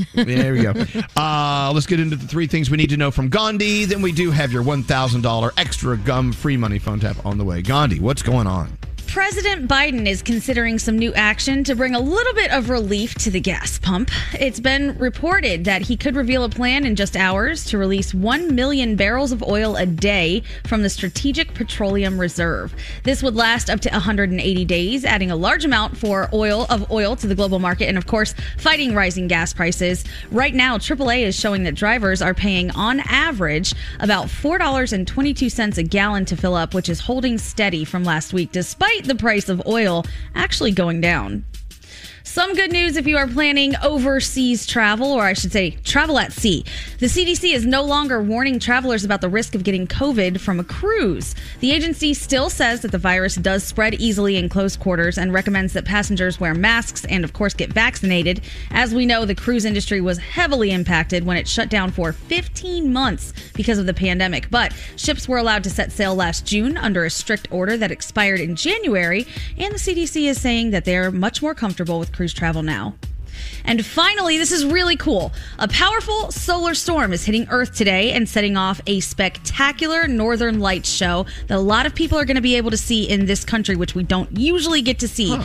There we go. Uh, let's get into the three things we need to know from Gandhi. Then we do have your $1,000 extra gum free money phone tap on the way. Gandhi, what's going on?
President Biden is considering some new action to bring a little bit of relief to the gas pump. It's been reported that he could reveal a plan in just hours to release 1 million barrels of oil a day from the Strategic Petroleum Reserve. This would last up to 180 days, adding a large amount for oil of oil to the global market and of course, fighting rising gas prices. Right now, AAA is showing that drivers are paying on average about $4.22 a gallon to fill up, which is holding steady from last week despite the price of oil actually going down. Some good news if you are planning overseas travel, or I should say, travel at sea. The CDC is no longer warning travelers about the risk of getting COVID from a cruise. The agency still says that the virus does spread easily in close quarters and recommends that passengers wear masks and, of course, get vaccinated. As we know, the cruise industry was heavily impacted when it shut down for 15 months because of the pandemic. But ships were allowed to set sail last June under a strict order that expired in January, and the CDC is saying that they're much more comfortable with cruise travel now. And finally, this is really cool. A powerful solar storm is hitting Earth today and setting off a spectacular northern lights show that a lot of people are going to be able to see in this country, which we don't usually get to see.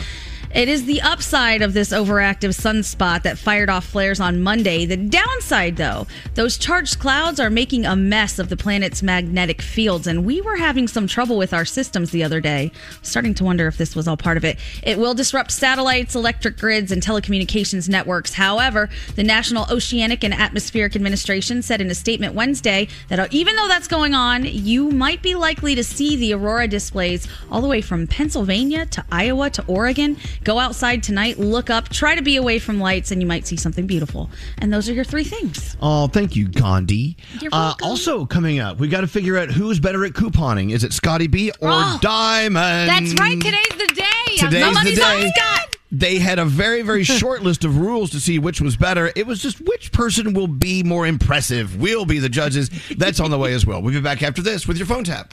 It is the upside of this overactive sunspot that fired off flares on Monday. The downside, though, those charged clouds are making a mess of the planet's magnetic fields, and we were having some trouble with our systems the other day. Starting to wonder if this was all part of it. It will disrupt satellites, electric grids, and telecommunications networks. However, the National Oceanic and Atmospheric Administration said in a statement Wednesday that even though that's going on, you might be likely to see the aurora displays all the way from Pennsylvania to Iowa to Oregon. Go outside tonight, look up, try to be away from lights, and you might see something beautiful. And those are your three things.
Oh, thank you, Gandhi.
You're
Uh, also coming up, we got to figure out who's better at couponing. Is it Scotty B or
Oh,
Diamond?
That's right. Today's the day.
Today's
Somebody's
the
on
day.
Scott.
They had a very, very short list of rules to see which was better. It was just which person will be more impressive. We'll be the judges. That's on the way as well. We'll be back after this with your phone tap.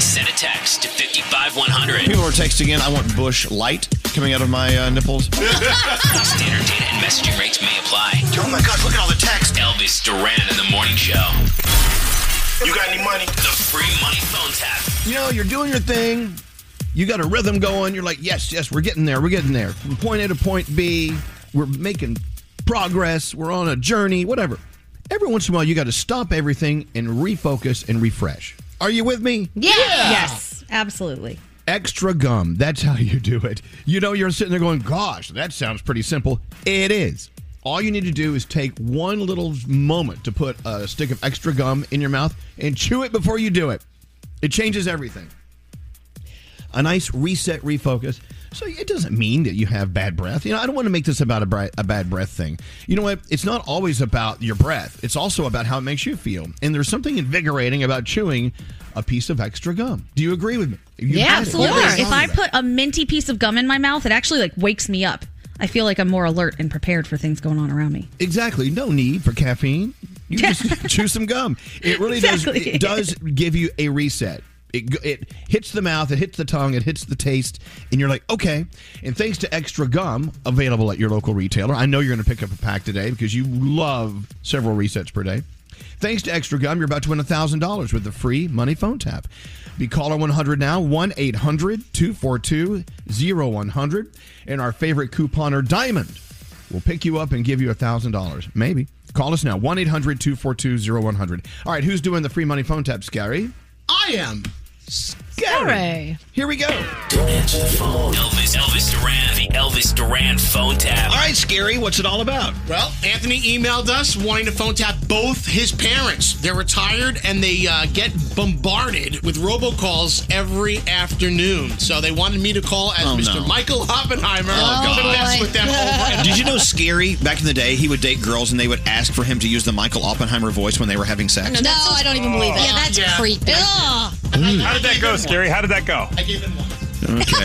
Send a text to 55100.
People were texting in, I want Bush light coming out of my uh, nipples.
Standard data and messaging rates may apply.
Oh my God, look at all the text.
Elvis Duran in the morning show.
You got any money?
The free money phone tap.
You know, you're doing your thing. You got a rhythm going. You're like, yes, yes, we're getting there. We're getting there. From point A to point B, we're making progress. We're on a journey, whatever. Every once in a while, you got to stop everything and refocus and refresh. Are you with me?
Yes, absolutely.
Extra gum. That's how you do it. You know, you're sitting there going, gosh, that sounds pretty simple. It is. All you need to do is take one little moment to put a stick of extra gum in your mouth and chew it before you do it. It changes everything. A nice reset, refocus. So it doesn't mean that you have bad breath. You know, I don't want to make this about a, bri- a bad breath thing. You know what? It's not always about your breath, it's also about how it makes you feel. And there's something invigorating about chewing a piece of extra gum. Do you agree with me? You had it.
absolutely.
What are you
If I
talking about?
put a minty piece of gum in my mouth, it actually like wakes me up. I feel like I'm more alert and prepared for things going on around me.
Exactly. No need for caffeine. You just chew some gum. It really
Exactly.
does. It does give you a reset. It, g- it hits the mouth, it hits the tongue, it hits the taste, and you're like, okay. And thanks to extra gum available at your local retailer, I know you're going to pick up a pack today because you love several resets per day. Thanks to extra gum, you're about to win $1,000 with the free money phone tap. Be caller 100 now, 1 800 242 0100. And our favorite couponer, Diamond, We'll pick you up and give you $1,000. Maybe. Call us now, 1 800 242 0100. All right, who's doing the free money phone tap, Scary?
I am.
Scary.
Here we go.
Don't answer the phone. Elvis, Elvis Duran, the Elvis Duran phone tap.
All right, Scary, what's it all about?
Well, Anthony emailed us wanting to phone tap both his parents. They're retired and they uh, get bombarded with robocalls every afternoon. So they wanted me to call as
Oh,
Mr.
no.
Michael Oppenheimer
Oh,
to
God.
mess with them over and
Did you know Scary, back in the day, he would date girls and they would ask for him to use the Michael Oppenheimer voice when they were having sex?
No, I don't even believe it.
Yeah, that's
Yeah.
creepy.
How did that go, Scary? How did that go?
I gave him one.
Okay.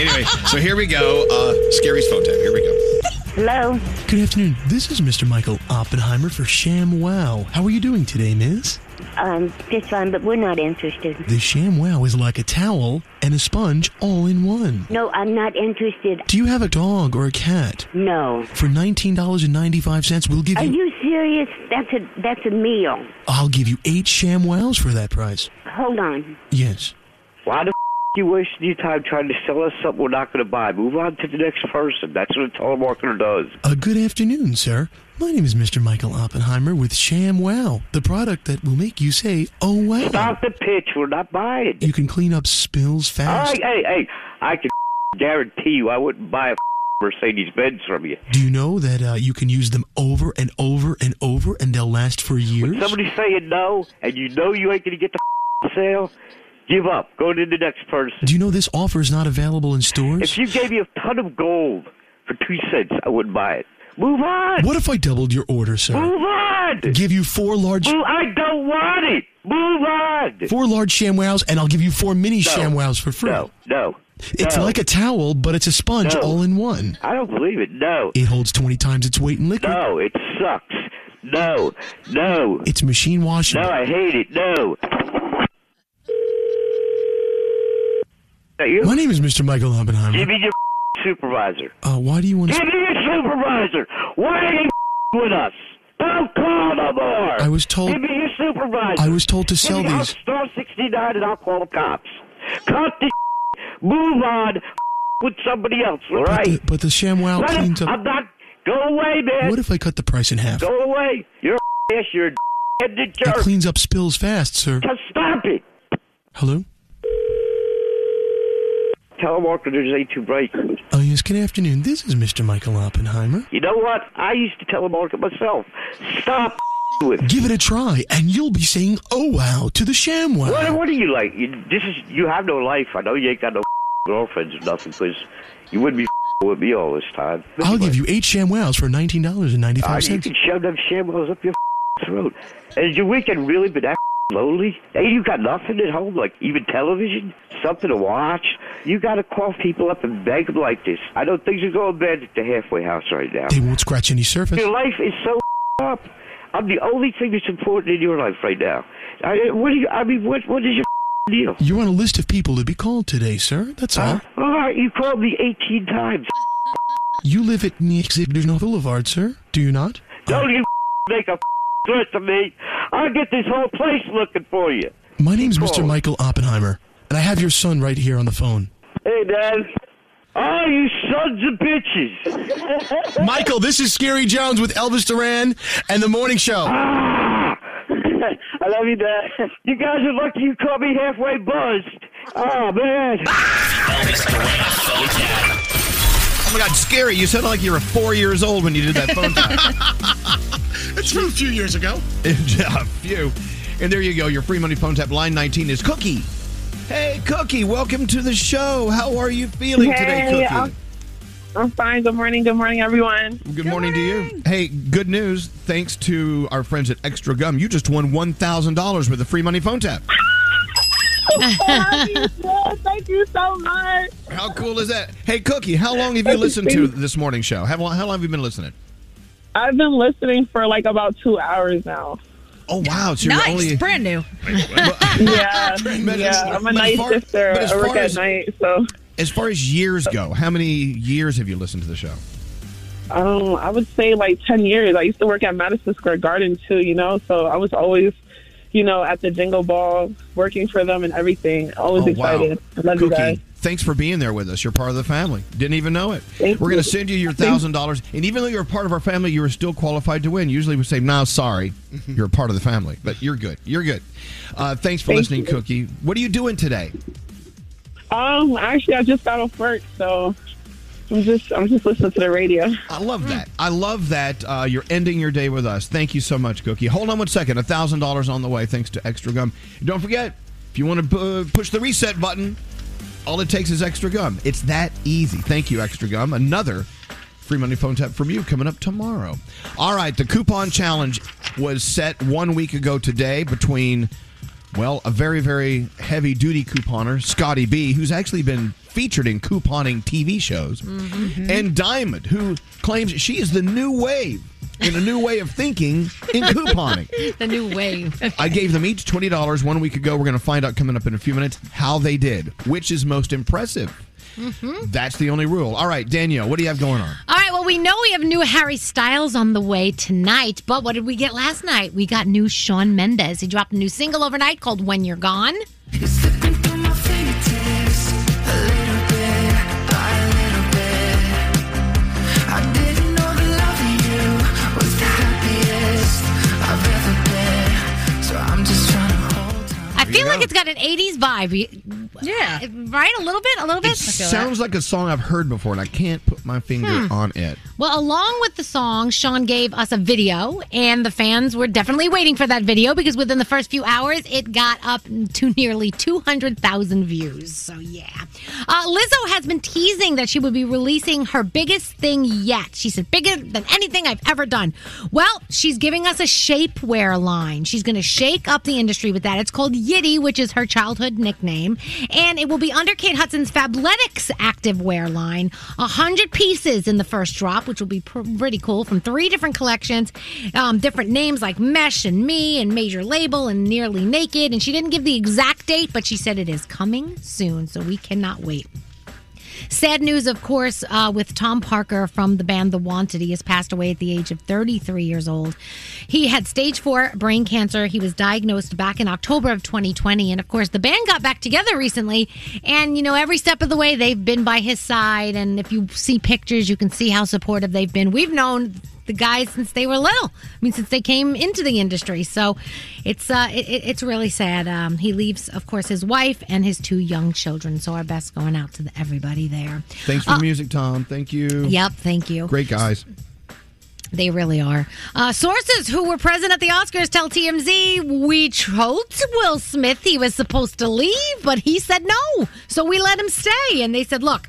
anyway, so here we go. Uh, Scary's phone tap. Here we go.
Hello. Good afternoon. This is Mr. Michael Oppenheimer for Sham Wow. How are you doing today, miss?
Um, just fine, but we're not interested.
The Sham Wow is like a towel and a sponge all in one.
No, I'm not interested.
Do you have a dog or a cat?
No.
For $19.95, we'll give
Are
you,
you serious? That's a that's a meal.
I'll give you eight Sham Wows for that price.
Hold on.
Yes.
Why the f- you wasting your time trying to sell us something we're not going to buy? Move on to the next person. That's what a telemarketer does.
A good afternoon, sir. My name is Mr. Michael Oppenheimer with Sham Wow, the product that will make you say, oh wow.
Stop the pitch. We're not buying it.
You can clean up spills fast.
Hey, hey, hey! I can f- guarantee you, I wouldn't buy a f- Mercedes Benz from you.
Do you know that uh, you can use them over and over and over and they'll last for years?
Somebody saying no, and you know you ain't going to get the f- sale. Give up. Go to the next person.
Do you know this offer is not available in stores?
If you gave me a ton of gold for two cents, I wouldn't buy it. Move on.
What if I doubled your order, sir?
Move on.
Give you four large.
Move, I don't want it. Move on.
Four large ShamWows, and I'll give you four mini
No.
ShamWows for free.
No, no.
It's
no.
like a towel, but it's a sponge
No.
all in one.
I don't believe it. No.
It holds 20 times its weight in liquid.
No, it sucks. No. No.
It's machine washing.
No, I hate it. No. That you?
My name is Mr. Michael
Give
Oppenheimer.
me your supervisor.
Uh, why do you want
Give me
to.
your supervisor. Why are you with us? Don't call no more.
I was told-
Give me your supervisor.
I was told to
Give
sell
me- I'll
these.
star sixty nine and I'll call the cops. Cut the. Move on. With somebody else. All
But
right.
the, but the ShamWow
Let him-
cleans up.
I'm not. Go away, man.
What if I cut the price in half?
Go away. You're a ass. You're a headed
It
jerk.
cleans up spills fast, sir.
Just stop it.
Hello?
Telemarketers ain't too bright.
Oh, yes, good afternoon. This is Mr. Michael Oppenheimer.
You know what? I used to telemarket myself. Stop with.
Give it a try, and you'll be saying, oh wow, to the sham wow.
What, what are you like? You, this is you have no life. I know you ain't got no girlfriends or nothing because you wouldn't be with me all this time.
I'll give you eight sham wows for
Uh, you
$19.95.
can shove them shambles up your throat. And your weekend really been that lonely? Hey, you got nothing at home, like even television, something to watch. You got to call people up and beg them like this. I know things are going bad at the halfway house right now.
They won't scratch any surface.
Your life is so up. I'm the only thing that's important in your life right now. I, what do you? I mean, what? What is your deal?
You're on a list of people to be called today, sir. That's all.
All right, you called me 18 times.
You live at Nixigdernal Boulevard, sir, do you not?
Don't you make a threat to me. I'll get this whole place looking for you.
My name's Mr. Michael Oppenheimer, and I have your son right here on the phone.
Hey, Dad. Oh, you sons of bitches.
Michael, this is Scary Jones with Elvis Duran and The Morning Show.
I love you, Dad. You guys are lucky you caught me halfway buzzed. Oh, man.
Oh my God, Scary, you sounded like you were four years old when you did that phone tap.
It's from a few years ago.
yeah, phew. And there you go. Your free money phone tap line 19 is Cookie. Hey, Cookie, welcome to the show. How are you feeling today,
Hey,
Cookie?
I'm, I'm fine. Good morning. Good morning, everyone.
Good, morning, to you. Hey, good news. Thanks to our friends at Extra Gum, you just won $1,000 with a free money phone tap.
Thank you so much.
How cool is that? Hey, Cookie, how long have you listened to this morning show? How long, how long have you been listening?
I've been listening for like about two hours now.
Oh, wow. So you're Nice. only-
brand new. yeah, yeah. I'm a night shifter. I work at night, so
As far as years go, how many years have you listened to the show?
um, I would say like ten years. I used to work at Madison Square Garden too, you know. So I was always, you know, at the Jingle Ball, working for them and everything. Always
Oh, wow.
excited. I love you
Cookie,
guys.
Thanks for being there with us. You're part of the family. Didn't even know it. we're going to send you your thousand dollars, and even though you're a part of our family, you are still qualified to win. Usually we say, "No, sorry, you're a part of the family," but you're good. You're good. Uh, thanks for
Thank
listening,
you.
Cookie. What are you doing today?
Um, actually, I just got off work, so I'm just I'm just listening to the radio.
I love that. I love that uh, you're ending your day with us. Thank you so much, Cookie. Hold on one second. A thousand dollars on the way, thanks to Extra Gum. And don't forget, if you want to uh, push the reset button, all it takes is Extra Gum. It's that easy. Thank you, Extra Gum. Another free money phone tap from you coming up tomorrow. All right, the coupon challenge was set one week ago today between. Well, a very, very heavy duty couponer, Scotty B, who's actually been featured in couponing TV shows and Diamond, who claims she is the new wave in a new way of thinking in couponing.
the new wave.
I gave them each twenty dollars one week ago. We're going to find out coming up in a few minutes how they did, which is most impressive.
Mhm.
That's the only rule. All right, Danielle, what do you have going on?
All right, well, we know we have new Harry Styles on the way tonight, but what did we get last night? We got new Sean Mendez. He dropped a new single overnight called When You're Gone. I feel like it's got an 80s vibe. Yeah. Right? A little bit? A little bit?
Sounds like a song I've heard before, and I can't put my finger
Hmm.
on it.
Well, along with the song, Sean gave us a video, and the fans were definitely waiting for that video because within the first few hours, it got up to nearly 200,000 views. So, yeah. Uh, Lizzo has been teasing that she would be releasing her biggest thing yet. She said, bigger than anything I've ever done. Well, she's giving us a shapewear line. She's going to shake up the industry with that. It's called Yitty, which is her childhood nickname, and it will be under Kate Hudson's Fabletics active wear line. A hundred pieces in the first drop, which will be pr- pretty cool from three different collections, um, different names like Mesh and Me and Major Label and Nearly Naked. And she didn't give the exact date, but she said it is coming soon, so we cannot wait. Sad news, of course, uh, with Tom Parker from the band The Wanted. He has passed away at the age of 33 years old. He had stage four brain cancer. He was diagnosed back in October of 2020. And of course, the band got back together recently. And, you know, every step of the way, they've been by his side. And if you see pictures, you can see how supportive they've been. We've known the guys since they were little. I mean, since they came into the industry. So it's uh, it, it- it's really sad. Um, he leaves, of course, his wife and his two young children. So our best going out to the, everybody there.
Thanks for the music, Tom. Thank you.
Uh, Yep, thank you.
Great guys.
They really are. Uh, sources who were present at the Oscars tell TMZ we told Will Smith he was supposed to leave, but he said no. So we let him stay. And they said, look,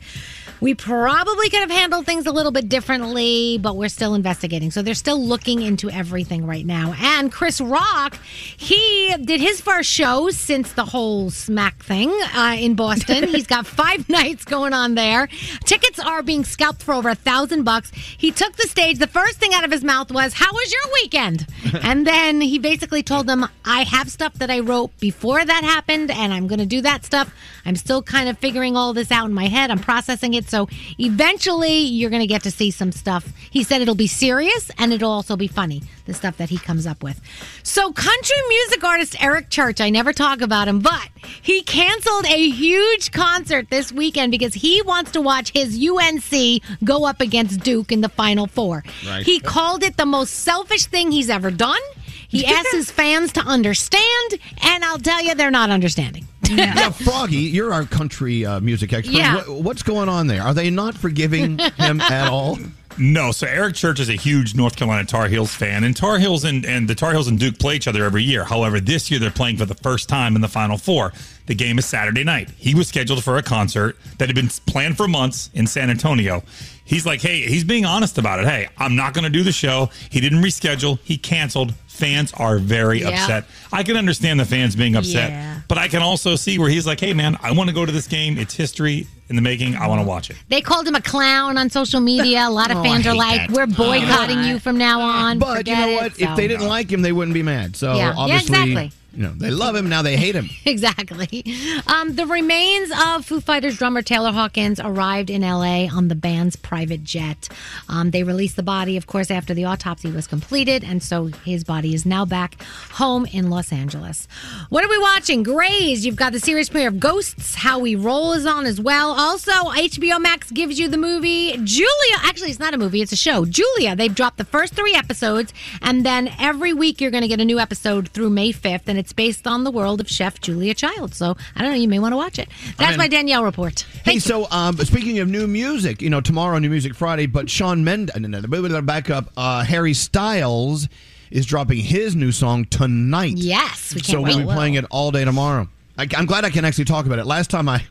we probably could have handled things a little bit differently, but we're still investigating. So they're still looking into everything right now. And Chris Rock, he did his first show since the whole smack thing uh, in Boston. He's got five nights going on there. Tickets are being scalped for over a thousand bucks. He took the stage. The first thing out of his mouth was, "How was your weekend?" and then he basically told them, "I have stuff that I wrote before that happened, and I'm going to do that stuff. I'm still kind of figuring all this out in my head. I'm processing it. So eventually, you're going to get to see some stuff." He said it'll be serious and it'll also be funny. The stuff that he comes up with. So country music artist Eric Church, I never talk about him, but he canceled a huge concert this weekend because he wants to watch his UNC go up against Duke in the Final Four.
Right.
He called it the most selfish thing he's ever done. He asked his fans to understand, and I'll tell you, they're not understanding.
Yeah, Froggy, you're our country uh, music expert.
Yeah.
What, what's going on there? Are they not forgiving him at all?
No, so Eric Church is a huge North Carolina Tar Heels fan, and Tar Heels and, and the Tar Heels and Duke play each other every year. However, this year they're playing for the first time in the Final Four. The game is Saturday night. He was scheduled for a concert that had been planned for months in San Antonio. He's like, hey, he's being honest about it. Hey, I'm not going to do the show. He didn't reschedule, he canceled. Fans are very
Yeah.
upset. I can understand the fans being upset,
Yeah.
but I can also see where he's like, hey, man, I want to go to this game. It's history in the making. I want to watch it.
They called him a clown on social media. A lot of
Oh,
fans
I
are
hate
like,
that.
"We're boycotting
Oh.
you from now on."
But you know what? If they didn't like him, they wouldn't be mad. So
Yeah. Yeah,
obviously,
exactly.
You know, they love him now. They hate him.
exactly. Um, the remains of Foo Fighters drummer Taylor Hawkins arrived in LA on the band's private jet. Um, they released the body, of course, after the autopsy was completed, and so his body is now back home in Los Angeles. What are we watching? Grays. You've got the series premiere of Ghosts. How We Roll is on as well. Also, HBO Max gives you the movie Julia. Actually, it's not a movie; it's a show. Julia. They've dropped the first three episodes, and then every week you're going to get a new episode through May fifth, and it's based on the world of Chef Julia Child. So I don't know. You may want to watch it. That's
in.
my Danielle report.
Hey, so um, speaking of new music, you know, tomorrow New Music Friday, but Sean Mendes, no, no, no, back up, uh, Harry Styles is dropping his new song tonight.
Yes, we can't
So we'll be
wait.
playing it all day tomorrow. I, I'm glad I can actually talk about it. Last time I,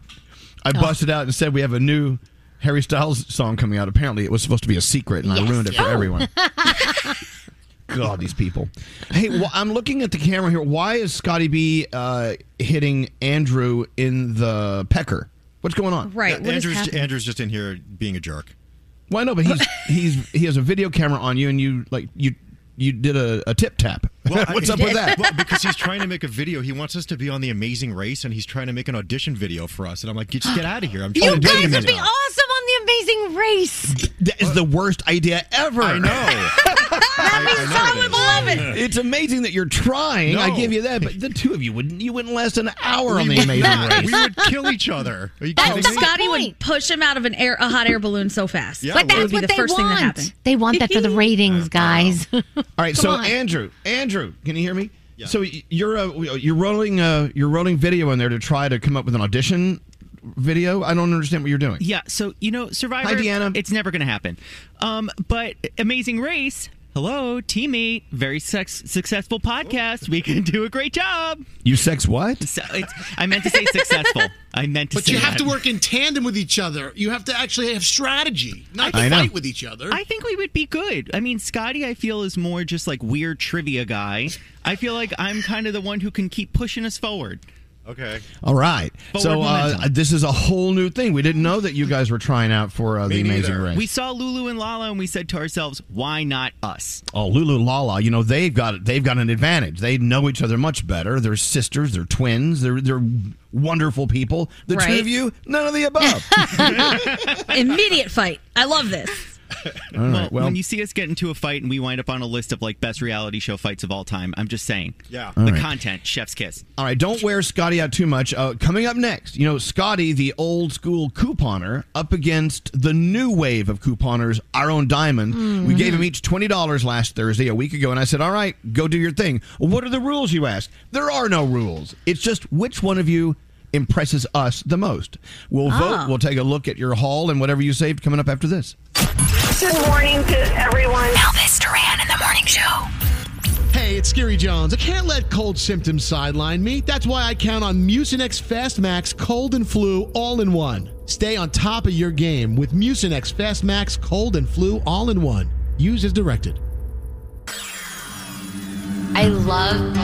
I
Oh.
busted out and said we have a new Harry Styles song coming out. Apparently, it was supposed to be a secret, and I ruined
Oh.
it for everyone. God, these people. Hey, well, I'm looking at the camera here. Why is Scotty B uh, hitting Andrew in the pecker? What's going on?
Right, what is
Andrew's,
happening?
Andrew's just in here being a jerk.
Well, I know, but he's he's he has a video camera on you, and you like you you did a, a tip tap. What's
I-
up with that?
Well, because he's trying to make a video. He wants us to be on the Amazing Race, and he's trying to make an audition video for us. And I'm like, just get out of here. I'm trying
you
to date
guys
him
would be awesome
now.
on the Amazing Race.
That is the worst idea ever. I know.
I would love it.
It's amazing that you're trying. I
No.
give you that, but the two of you wouldn't. You wouldn't last an hour on
We
the
would
Amazing
not.
Race.
We would kill each other. Are you kidding me?
Oh, Scotty would push him out of an air, a hot air balloon so fast.
Yeah,
but
That would
that's
be
what
the
they
first thing that
want.
happened.
they want that for the ratings, guys. All
All right, so Andrew, Andrew, can you hear me? So y- you're uh, you're rolling uh, you're rolling video in there to try to come up with an audition video. I don't understand what you're doing.
Yeah, so you know, Survivor.
Hi, Deanna.
It's never going to happen. Um, but Amazing Race. Hello, teammate. Very sex- successful podcast. We can do a great job.
You sex what?
So it's, I meant to say successful. I meant to.
But
say
you have
that.
to work in tandem with each other. You have to actually have strategy, not to
I know.
fight with each other.
I think we would be good. I mean, Scotty, I feel is more just like weird trivia guy. I feel like I'm kind of the one who can keep pushing us forward.
Okay.
All right.
Forward
so uh,
momentum.
this is a whole new thing. We didn't know that you guys were trying out for uh, the Amazing Race.
We saw Lulu and Lala, and we said to ourselves, "Why not us?"
Oh, Lulu Lala, you know they've got they've got an advantage. They know each other much better. They're sisters. They're twins. They're they're wonderful people. The two
Right.
of you, none of the above.
Immediate fight. I love this.
All right, well-
when you see us get into a fight and we wind up on a list of like best reality show fights of all time, I'm just saying.
Yeah. All
The
right.
content, Chef's Kiss.
All right, don't wear Scotty out too much. Uh, coming up next, you know Scotty, the old school couponer, up against the new wave of couponers. Our own Diamond. We
Mhm.
gave him each twenty dollars last Thursday, a week ago, and I said, "All right, go do your thing." What are the rules? You ask. There are no rules. It's just which one of you impresses us the most. We'll
Ah.
vote. We'll take a look at your haul and whatever you saved. Coming up after this.
Good morning to everyone. Elvis Duran in the morning show.
Hey, it's Scary Jones. I can't let cold symptoms sideline me. That's why I count on Mucinex Fast Max Cold and Flu All in One. Stay on top of your game with Mucinex Fast Max Cold and Flu All in One. Use as directed.
I love.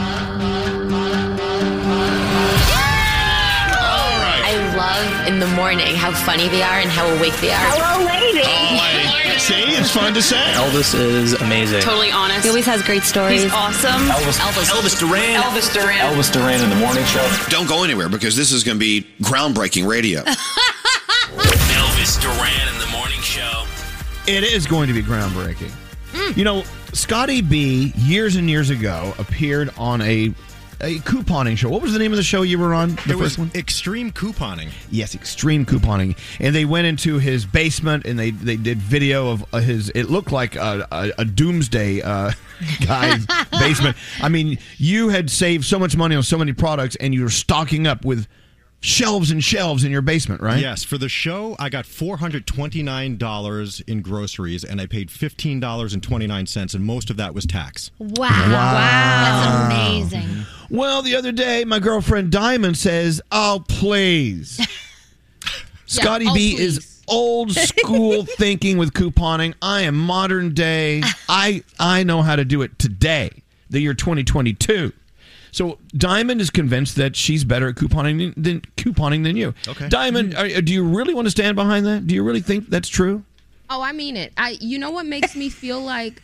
I love in the morning how funny they are and how awake they are.
Hello, ladies.
Oh,
ladies.
See, it's fun to say. Elvis is amazing.
honest. He always has great stories. He's awesome.
Elvis- Elvis. Elvis Duran. Elvis Duran. Elvis Duran in the morning show.
Don't go anywhere because this is going to be groundbreaking radio.
Elvis Duran in the morning show.
It is going to be groundbreaking. You know, Scotty B years and years ago appeared on a a couponing show. What was the name of the show you were on? The
It was
first one?
extreme couponing.
Yes, extreme couponing. And they went into his basement and they they did video of uh, his. It looked like a, a, a doomsday uh, guy's basement. I mean, you had saved so much money on so many products, and you were stocking up with shelves and shelves in your basement, right?
Yes, for the show, I got four hundred twenty-nine dollars in groceries, and I paid fifteen dollars and twenty-nine cents, and most of that was tax.
Wow.
Wow.
That's amazing.
Um, Well, the other day, my girlfriend Diamond says, "Oh, please." Scotty
oh,
B is old school thinking with couponing. I am modern day. I I know how to do it today, the year 2022. So Diamond is convinced that she's better at couponing than couponing than you.
Okay.
Diamond, are, do you really want to stand behind that? Do you really think that's true?
Oh, I mean it. I you know what makes me feel like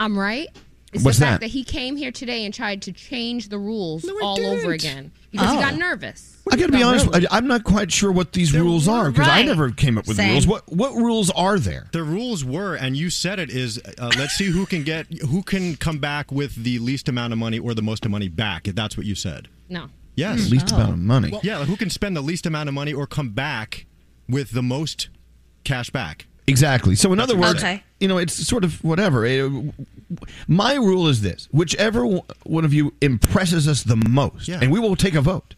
I'm right? It's
What's
the fact
that?
that? he came here today and tried to change the rules all over again because
Oh.
he got nervous.
I got to be honest. I, I'm not quite sure what these rules are because I
right.
never came up with the
Same.
rules. What what rules are there?
The rules were, and you said it is. Uh, let's see who can get who can come back with the least amount of money or the most money back. If that's what you said.
No.
Yes.
Hmm. Least amount of
Oh.
money.
yeah, like, who can spend the least amount of money or come back with the most cash back?
Exactly. So, in
That's
other
what
words,
I'm saying.
you know, it's sort of whatever. It- my rule is this: whichever one of you impresses us the most, and we will take a vote,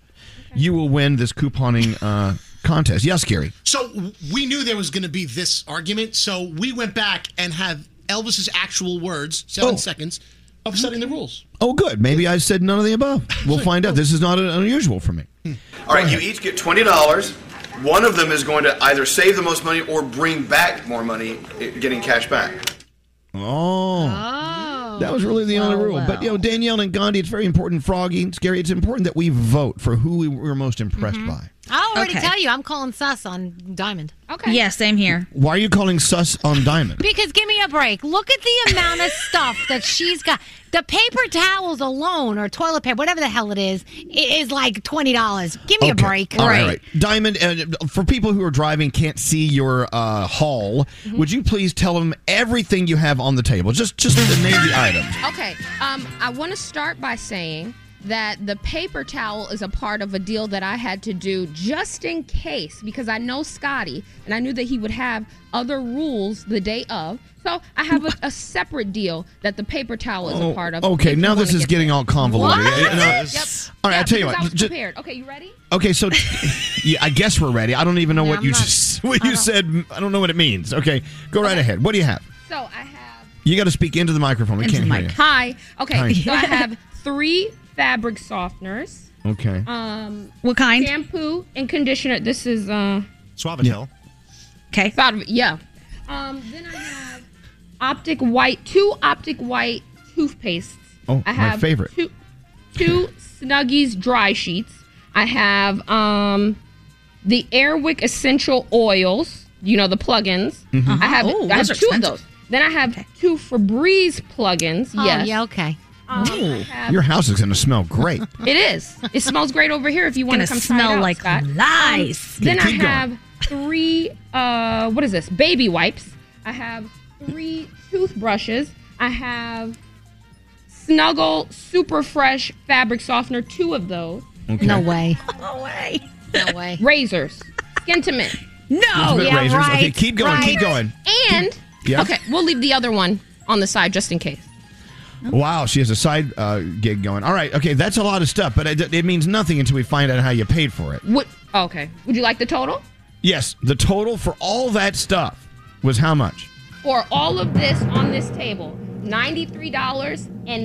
you will win this couponing uh, contest. Yes, Gary.
So w- we knew there was going to be this argument, so we went back and have Elvis's actual words,
Oh.
seven seconds, of setting the rules.
Oh, good. Maybe I said none of the above. We'll find out. This is not unusual for me.
Hmm. All right, you each get twenty dollars. One of them is going to either save the most money or bring back more money, eh, getting cash back.
Oh. That was really the only rule. But, you know, Danielle and Gandhi, it's very important. Froggy, Scary, it's important that we vote for who we were most impressed by.
I already
Okay.
tell you, I'm calling sus on Diamond. Okay.
Yeah, same here.
Why are you calling sus on Diamond?
Because give me a break. Look at the amount of stuff that she's got. The paper towels alone, or toilet paper, whatever the hell it is, it is like twenty dollars. Give me
Okay.
a break.
All right, all right. Diamond, uh, for people who are driving can't see your uh, haul, would you please tell them everything you have on the table? Just just the name the item.
Okay. Um, I want to start by saying that the paper towel is a part of a deal that I had to do just in case because I know Scotty and I knew that he would have other rules the day of. So I have a, a separate deal that the paper towel is
Oh,
a part of.
okay,
if you
now this
wanna
is
get
getting all convoluted.
What?
Yeah,
Yep.
no, All right,
Yeah,
I'll tell
because
you what.
I was
ju-
prepared. Okay, you ready?
okay, so yeah, I guess we're ready. I don't even know what you just what you said. I don't know what it means. Okay, go right ahead. What do you have?
So I have.
You got to speak into the microphone. We can't hear
Hi. Okay,
Hi.
so I have three fabric softeners.
you. Okay.
Um,
what kind?
Shampoo and conditioner. This is uh.
Suavitel.
Okay.
yeah. Um, then I have optic white, two optic white toothpastes.
Oh,
I
my
have
favorite.
Two, two Snuggies dry sheets. I have um, the Airwick essential oils. You know the plugins.
Mm-hmm.
Mhm.
I have
Uh-huh. Oh,
I have
those
two
are expensive.
of those. Then I have two Febreze plugins.
Oh,
yes.
yeah, okay.
Um, I have-
Your house is going to smell great.
it is. It smells great over here. If you want to
Gonna
come try it
smell
out,
like
Scott.
lies.
Um, then
Keep
I
going.
have three. Uh, what is this? Baby wipes. I have three toothbrushes. I have Snuggle Super Fresh Fabric Softener. Two of those.
Okay. No
way.
No way.
No way.
Razors. Skintimate. No.
Intimate razors. okay, keep going. Keep going.
And
Yeah.
okay, we'll leave the other one on the side just in case.
Wow, she has a side uh, gig going. All right, okay, that's a lot of stuff, but it, it means nothing until we find out how you paid for it.
What? Okay. Would you like the total?
Yes, the total for all that stuff was how much?
for all of this on this table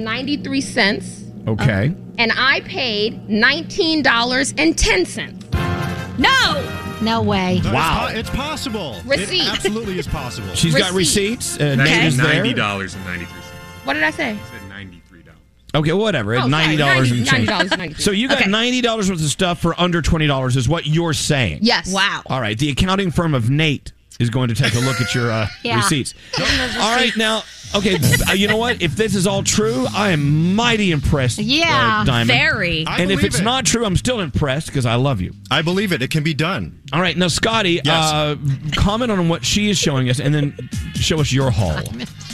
$93.93
Okay.
and i paid $19.10 no
no way
No, it's
Wow.
po- Uh, it's, possible.
Receipt.
It absolutely is possible.
She's got receipts. Uh, Nate is there.
ninety dollars and ninety three cents.
what did i say
Okay, whatever.
Oh, sorry,
Ninety dollars and change.
$90.93.
So you got
Okay.
ninety dollars worth of stuff for under twenty dollars, is what you're saying?
Yes. Wow.
All right. The accounting firm of Nate is going to take a look at your uh,
Yeah.
receipts. All right, now, okay, uh, you know what? If this is all true, I am mighty impressed.
Yeah,
uh, Diamond.
very. I
And if
believe
it's
it.
not true, I'm still impressed because I love you.
I believe it. It can be done.
All right, now, Scotty, uh, comment on what she is showing us, and then show us your haul.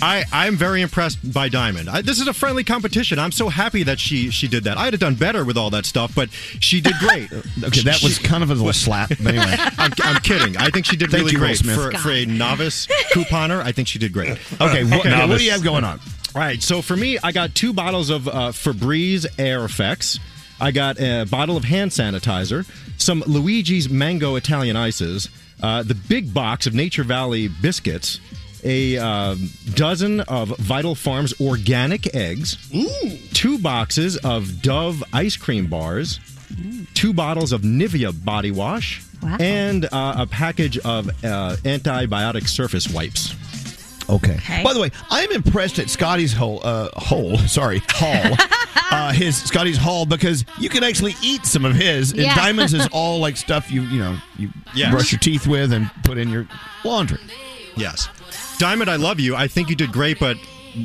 I, I'm very impressed by Diamond. I, this is a friendly competition. I'm so happy that she she did that. I'd have done better with all that stuff, but she did great.
Okay, that was kind of a little slap. But anyway,
I'm, I'm kidding. I think she did
Thank
really
you, Will
great
Smith.
for, for a novice couponer. I think she did great.
Okay, what- now, what do you have going on?
All right, so for me, I got two bottles of uh, Febreze Air Effects. I got a bottle of hand sanitizer, some Luigi's Mango Italian Ices, uh, the big box of Nature Valley biscuits, a um dozen of Vital Farms organic eggs, two boxes of Dove ice cream bars, two bottles of Nivea body wash, and uh, a package of uh, antibiotic surface wipes.
Okay. By the way, I'm impressed at Scotty's hole, uh, hole, sorry, haul, uh, his Scotty's haul because you can actually eat some of his. And
Yeah.
diamonds is all like stuff you you know you
Yes.
brush your teeth with and put in your laundry.
Yes. Diamond, I love you. I think you did great, but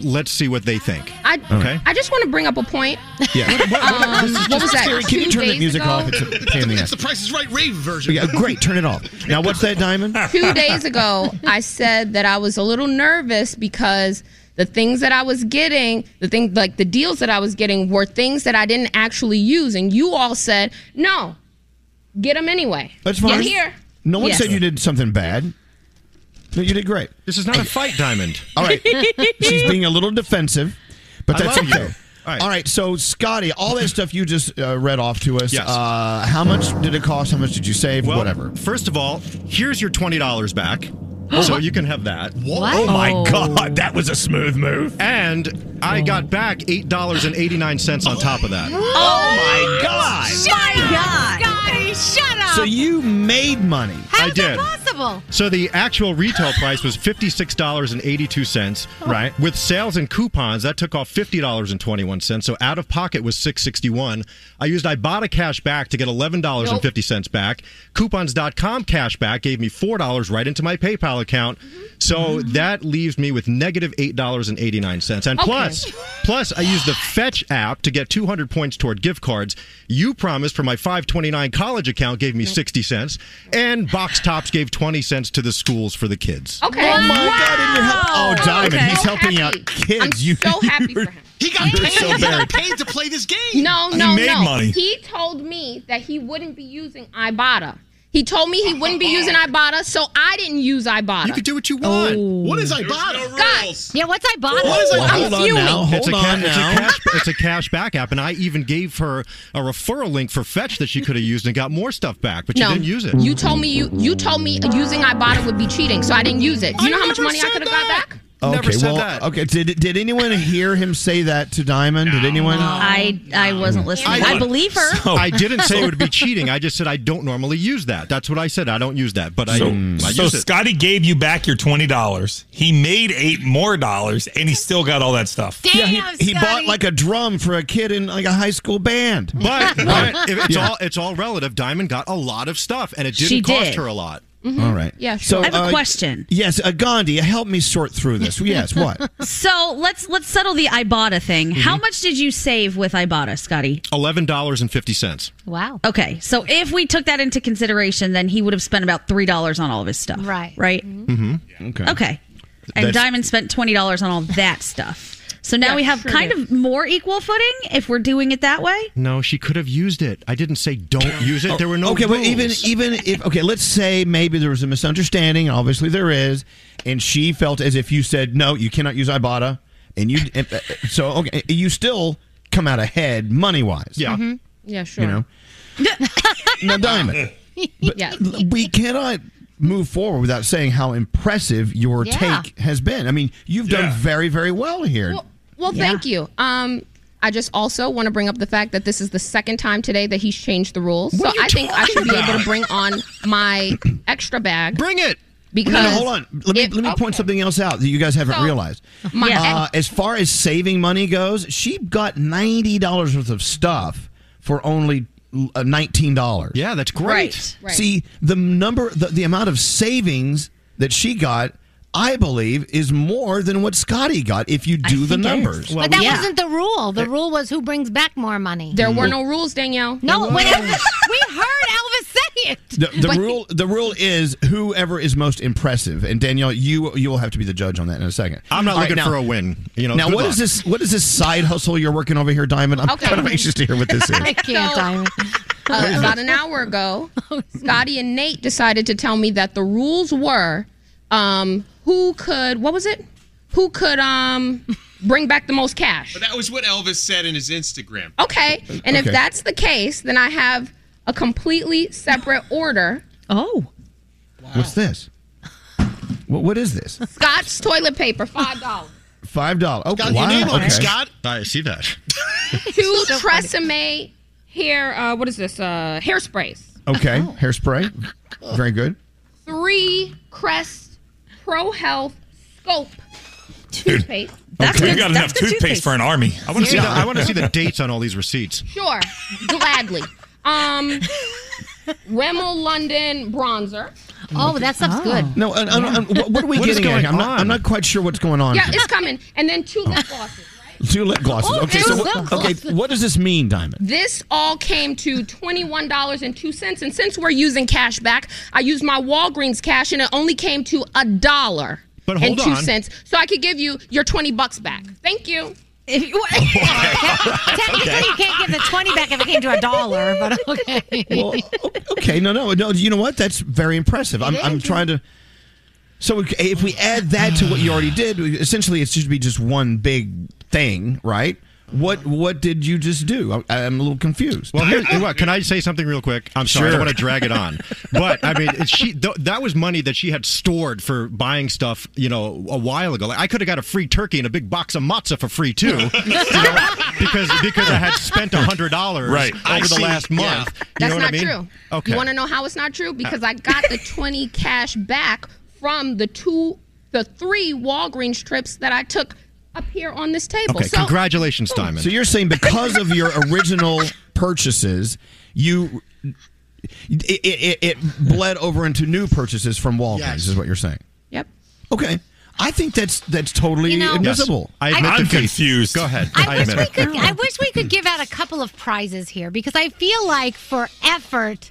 let's see what they think.
I
Okay.
I just want to bring up a point.
Yeah. What- what- what-
Um,
this is
what was
just
that?
scary. Can you
two
turn that
days
music
ago?
off?
It's
a pain in the
It's
ass.
the Price is Right rave version.
Yeah, great. Turn it off. Now, what's that, Diamond?
two days ago, I said that I was a little nervous because the things that I was getting, the thing like the deals that I was getting were things that I didn't actually use, and you all said no, get them anyway.
That's fine.
Get here.
No one
Yes.
said you did something bad. No, you did great.
This is not a fight, Diamond.
All right. She's being a little defensive, but
I
that's
love
okay.
you.
All right. so Scotty, all that stuff you just uh, read off to us. Uh, how much did it cost? How much did you save?
Well,
Whatever.
First of all, here's your twenty dollars back. So you can have that.
What? Oh my God,
that was a smooth move. And I got back eight dollars and eighty nine cents on top of that.
Oh my God!
My
God. Scotty, shut up.
So you made money.
I did.
Possible.
So the actual retail price was fifty six dollars and eighty two cents. Right. With sales and coupons, that took off fifty dollars and twenty one cents. So out of pocket was six sixty one. I used Ibotta cash back to get eleven dollars and fifty cents back. Coupons.com cash back gave me four dollars right into my PayPal account. So that leaves me with negative eight dollars and eighty nine cents. And
Okay.
plus plus I used the Fetch app to get two hundred points toward gift cards. You promised for my five twenty nine college account gave me sixty cents. And Box Tops gave twenty cents to the schools for the kids.
Okay.
Oh my God! And you're helping. Oh, Diamond,
Okay.
he's
So
helping
happy.
out kids.
I'm
you,
so happy for him.
He got
You're
paid.
so
he
bad.
got paid to play this game.
No, no, no. He told me that he wouldn't be using Ibotta. He told me he wouldn't be using
Oh.
Ibotta, so I didn't use Ibotta. You could
do what you
want.
Oh.
What is Ibotta?
Guys,
yeah, what's Ibotta?
What is it?
I'm
Hold on
fuming.
now. Hold it's a
on
ca- It's
now.
a, cash, it's a cash back app, and I even gave her a referral link for Fetch that she could have used and got more stuff back, but she
no,
didn't use it.
You told me you you told me using Ibotta would be cheating, so I didn't use it. Do you know how much money I could have got back?
Okay,
Never said
well,
that.
okay. Did did anyone hear him say that to Diamond? Did anyone?
I I wasn't listening. I, believe her.
I didn't say it would be cheating. I just said I don't normally use that. That's what I said. I don't use that, but I,
So,
I
so
use it.
Scotty gave you back your twenty dollars. He made eight more dollars, and he still got all that stuff.
yeah, he, he bought like a drum for a kid in like a high school band.
Mm.
But, but if it's
Yeah.
all it's all relative. Diamond got a lot of stuff, and it didn't
She
cost
did.
her a lot.
All right.
I have a
uh,
question.
Yes, uh, Gandhi, help me sort through this. Yes, what?
So let's let's settle the Ibotta thing.
Mm-hmm.
How much did you save with Ibotta, Scotty?
Eleven dollars and fifty cents.
Wow.
Okay, so if we took that into consideration, then he would have spent about three dollars on all of his stuff. Right. Right.
Mm-hmm. Okay.
Okay. And
That's-
Diamond spent twenty dollars on all that stuff. So now
Yeah,
we have
sure
kind
did.
of more equal footing if we're doing it that way.
No, she could have used it. I didn't say don't use it. There were no
Oh, okay, but even e-
rules.
even if okay, let's say maybe there was a misunderstanding. Obviously, there is, and she felt as if you said no, you cannot use Ibotta, and you and, uh, so okay, you still come out ahead money wise. Yeah,
Yeah, Mm-hmm. sure.
you know. now, Diamond,
yeah.
l- we cannot move forward without saying how impressive your
Yeah.
take has been. I mean, you've done very very well here.
Well, thank you. Um, I just also want to bring up the fact that this is the second time today that he's changed the rules.
What are
so
you
I think I should be
talking
able
about?
to bring on my extra bag.
Bring it.
Because
no, no, hold on. Let me
if-
let me point something else out that you guys haven't
So,
realized.
my-
uh, as far as saving money goes, she got ninety dollars worth of stuff for only uh, nineteen dollars.
Yeah, that's great.
Right.
Right.
See the number, the, the amount of savings that she got. I believe is more than what Scotty got if you do the numbers.
but that wasn't the rule. The rule was who brings back more money.
There
Mm.
were no rules, Danielle.
No,
There
we
were
we heard Elvis say it.
The, the rule the rule is whoever is most impressive, and Danielle, you you will have to be the judge on that in a second.
I'm not
All right,
looking
now-
for a win. You know.
now
good
what
luck.
is this? What is this side hustle you're working over here, Diamond? I'm
Okay.
kind of anxious to hear what this is.
can't, Diamond. Oh,
Uh, about an hour ago, Scotty and Nate decided to tell me that the rules were um, who could, what was it? Who could um, bring back the most cash?
But that was what Elvis said in his Instagram.
Okay. And if
Okay.
that's the case, then I have a completely separate order.
Oh.
What's this? What what is this?
Scott's toilet paper, five dollars.
Five dollars. Oh,
Got your
wow.
name on it,
okay.
Scott.
I see that.
Two Tresemme hair. Uh, what is this? Uh, hairsprays.
Okay, hairspray. Very good.
Three Crest Pro Health Scope toothpaste.
That's We've good- got that's enough good toothpaste toothpaste. for an army.
I want to see.
Yeah.
The, I want to see the dates on all these receipts.
Sure, gladly. Um, Rimmel London bronzer.
Oh, that stuff's good.
No, uh, uh, uh, what, what are we
What is
getting at?
going
here? I'm not,
on?
I'm not quite sure what's going on.
Yeah,
here.
it's coming. And then two lip glosses.
Two lip glosses.
Oh,
okay,
there's
so what,
lip
okay,
glosses.
what does this mean, Diamond?
This all came to $21.02. And since we're using cash back, I used my Walgreens cash and it only came to a dollar.
But
and
hold
two
on.
cents. So I could give you your 20 bucks back. Thank you.
Technically, you can't give the 20 back if it came to a dollar, but okay.
Well, Okay, no, no, no. You know what? That's very impressive. I'm, I'm trying to. So if we add that to what you already did, essentially it should be just one big thing, right? What What did you just do? I, I'm a little confused.
Well, here's, what, can I say something real quick? I'm sorry, I
Sure.
don't want to drag it on, but I mean, it- she th- that was money that she had stored for buying stuff, you know, a while ago. Like, I could have got a free turkey and a big box of matzah for free too, you know, because because I had spent hundred dollars
Right.
over
I
the
see.
last month.
Yeah.
You
That's
know what
not
I mean?
true.
Okay.
You want to know how it's not true? Because I got the 20 cash back from the two, the three Walgreens trips that I took up here on this table.
Okay,
so
congratulations,
Hmm.
Diamond.
So you're saying because of your original purchases, you it, it, it bled over into new purchases from Walgreens,
Yes.
is what you're saying?
Yep.
Okay, I think that's that's totally
You know-
admissible.
Yes. I admit
I'm confused.
Go ahead.
I, wish we could. I wish we could give out a couple of prizes here because I feel like for effort,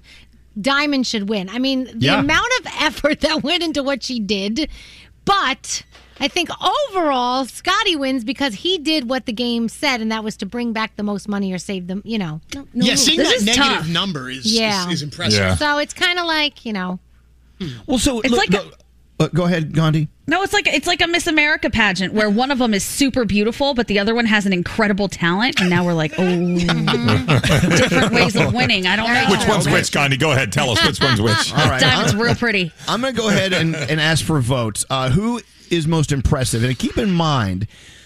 Diamond should win. I mean, the
Yeah.
amount of effort that went into what she did, but I think overall Scotty wins because he did what the game said, and that was to bring back the most money or save them. You know.
yeah, seeing that negative
tough.
number is,
yeah.
is, is impressive.
So it's kind of like you know.
Well, so
It's like a-
Uh, go ahead, Gandhi.
No, it's like it's like a Miss America pageant where one of them is super beautiful, but the other one has an incredible talent, and now we're like, oh, different ways of winning. I don't know.
Which one's which, Gandhi? Go ahead. Tell us which one's which.
All right.
Diamond's real pretty.
I'm going to go ahead and, and ask for votes. Uh, who is most impressive? And keep in mind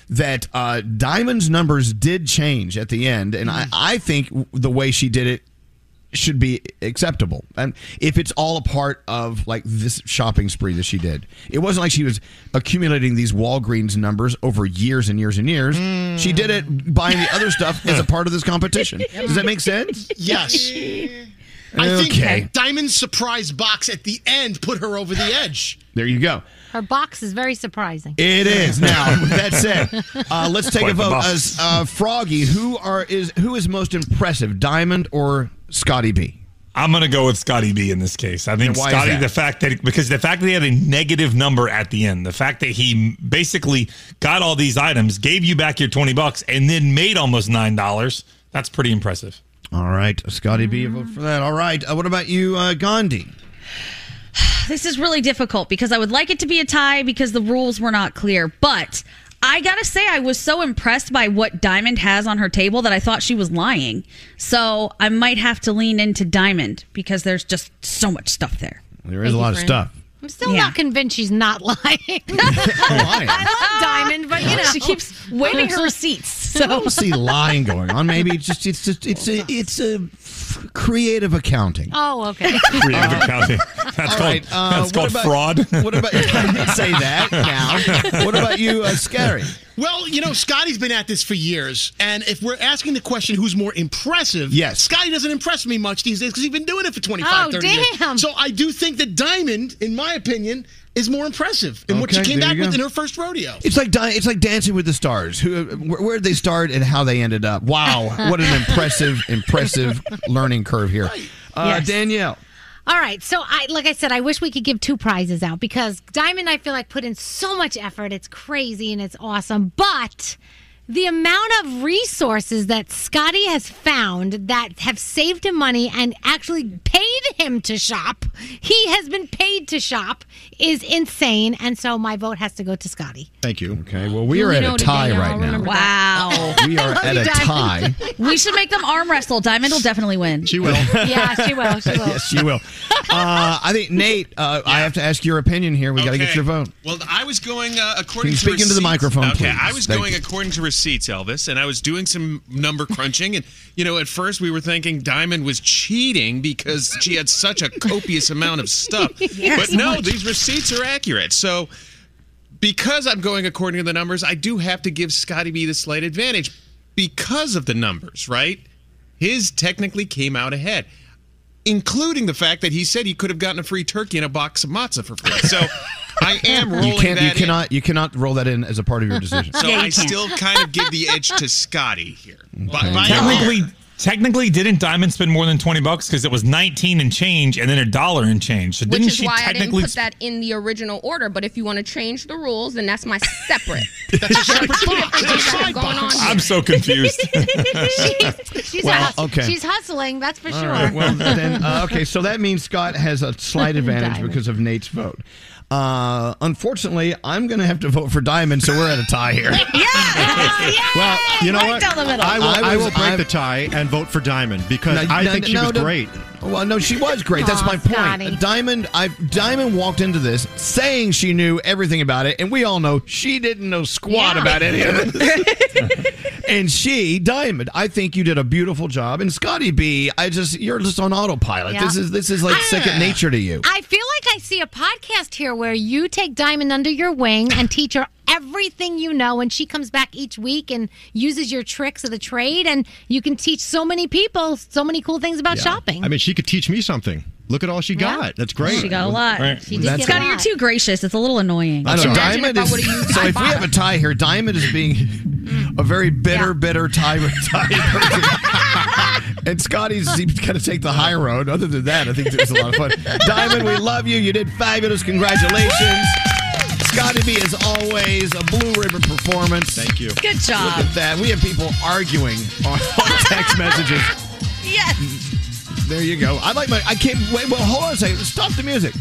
that uh, Diamond's numbers did change at the end, and I, I think the way she did it should be acceptable. And if it's all a part of like this shopping spree that she did, it wasn't like she was accumulating these Walgreens numbers over years and years and years. She did it buying the other stuff as a part of this competition. Does that make sense?
Yes. I think
Okay.
Diamond's surprise box at the end put her over the edge.
There you go.
Her box is very surprising.
It is now. With that said, uh, let's take
Quite
a
the
vote. Uh,
bus.
uh, Froggy, who are is who is most impressive, Diamond or Scotty B?
I'm gonna go with Scotty B in this case. I think
And why is
Scotty,
that?
the fact that because the fact that he had a negative number at the end, the fact that he basically got all these items, gave you back your twenty bucks, and then made almost nine dollars. That's pretty impressive.
All right, Scotty B, a vote for that. All right, uh, what about you, uh, Gandhi?
This is really difficult because I would like it to be a tie because the rules were not clear. But I gotta say, I was so impressed by what Diamond has on her table that I thought she was lying. So I might have to lean into Diamond because there's just so much stuff there.
There
Thank you, friend. I'm still
Yeah.
not convinced she's not lying. I love Diamond, but you know
She keeps waving her receipts. So
I don't see lying going on. Maybe it's just it's just it's a it's a f- creative accounting. Uh,
Oh, okay.
Creative accounting. That's
All
called
right, uh,
that's
what
called
about-
fraud.
What about say that now? What about you, uh, Scary?
Well, you know, Scotty's been at this for years, and if we're asking the question who's more impressive,
Yes.
Scotty doesn't impress me much these days because he's been doing it for 25,
Oh,
30
damn.
years. So I do think that Diamond, in my opinion, is more impressive in what she
Okay,
came
there
back
you go.
with in her first rodeo.
It's like di- it's like Dancing with the Stars. Who, where, where did they start and how they ended up? Wow, what an impressive, impressive learning curve here. Uh,
Yes.
Danielle,
All right. So I like I said, I wish we could give two prizes out because Diamond I feel like put in so much effort. It's crazy and it's awesome. But the amount of resources that Scotty has found that have saved him money and actually paid him to shop, he has been paid to shop, is insane. And so my vote has to go to Scotty.
Thank you.
Okay, well we are at a tie right now.
Wow.
We are at a tie.
We should make them arm wrestle. Diamond will definitely win.
She will.
Yeah, she will. She will.
yes, you will. Uh, I think Nate. Uh, I have to ask your opinion here. We got to get
Okay.
your vote.
Well, I was going uh, according
Can you
to
speak into the
receipts.
microphone,
Okay,
please?
I was
Thank
going
you.
according to receipts, Elvis, and I was doing some number crunching. And you know, at first we were thinking Diamond was cheating because she had such a copious amount of stuff.
Yes.
but no, these receipts are accurate. So. Because I'm going according to the numbers, I do have to give Scotty B the slight advantage because of the numbers, right? His technically came out ahead. including the fact that he said he could have gotten a free turkey and a box of matzah for free. So I am rolling
You can't.
that
You
in.
cannot. You cannot roll that in as a part of your decision.
So I still kind of give the edge to Scotty here. By, by a hair.
Technically, technically, didn't Diamond spend more than twenty bucks because it was nineteen and change, and then a dollar and change. So
Which
didn't
is
she
why I didn't
technically?
put that in the original order. But if you want to change the rules, then that's my separate.
I'm so confused.
She's,
Well,
hustling.
okay.
she's hustling, that's for
All
sure.
right, well, then, uh, okay, so that means Scott has a slight advantage
Diamond.
because of Nate's vote. Uh, unfortunately, I'm going to have to vote for Diamond, so we're at a tie here.
Well, you know
Right
what?
down the middle.
I will,
I
I will
was-
break
I-
the tie and vote for Diamond because
No,
I
no,
think she
no,
was
no.
great.
Well, no, she was great. That's
Aw,
my point.
Scotty.
Diamond, I Diamond walked into this saying she knew everything about it, and we all know she didn't know squat
Yeah.
about any of it. and she, Diamond, I think you did a beautiful job. And Scotty B, I just you're just on autopilot.
Yeah.
Uh,
Ah,
This is this is like second nature to you.
I feel like I see a podcast here where you take Diamond under your wing and teach her everything you know, and she comes back each week and uses your tricks of the trade, and you can teach so many people so many cool things about shopping.
I mean, she could teach me something. Look at all she
Yeah.
got. That's great.
She got a lot.
She did
Scotty,
get a
you're too gracious. It's a little annoying.
I know, Diamond is, so if we have a tie here, Diamond is being a very bitter, bitter tie, tie person. and Scotty's going to take the high road. Other than that, I think it was a lot of fun. Diamond, we love you. You did fabulous. Congratulations. Scotty B, as always, a blue ribbon performance. Thank
you.
Good job.
Look at that. We have people arguing on, on text messages.
Yes.
There you go. I like my. I can't wait. Well, hold on a second. Stop the music.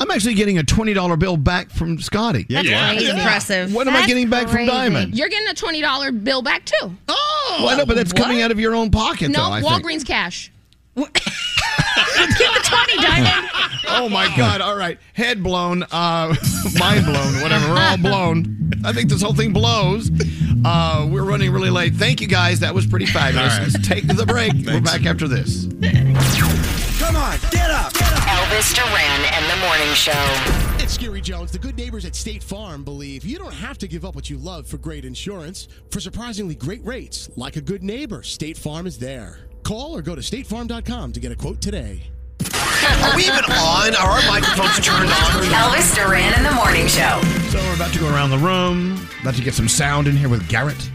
I'm actually getting a twenty dollar bill back from Scotty.
That's Yeah. crazy. impressive.
What am I
That's
getting back from Diamond?
You're getting a twenty dollar bill back too. Oh,
Well, I know, but that's coming out of your own pocket,
no
though. I think.
Walgreens cash.
Give a twenty, Diamond.
Oh my God! All right, head blown, uh, mind blown, whatever. We're all blown. I think this whole thing blows. Uh, we're running really late. Thank you guys. That was pretty fabulous.
All right.
Let's take the break. We're back after this.
Come on, get up, get up.
Elvis Duran and the Morning Show.
At Scary Jones, the good neighbors at State Farm believe you don't have to give up what you love for great insurance. For surprisingly great rates, like a good neighbor, State Farm is there. Call or go to statefarm.com to get a quote today.
Are we even on? Are our microphones turned on?
Elvis Duran and the Morning Show.
So we're about to go around the room. About to get some sound in here with Garrett.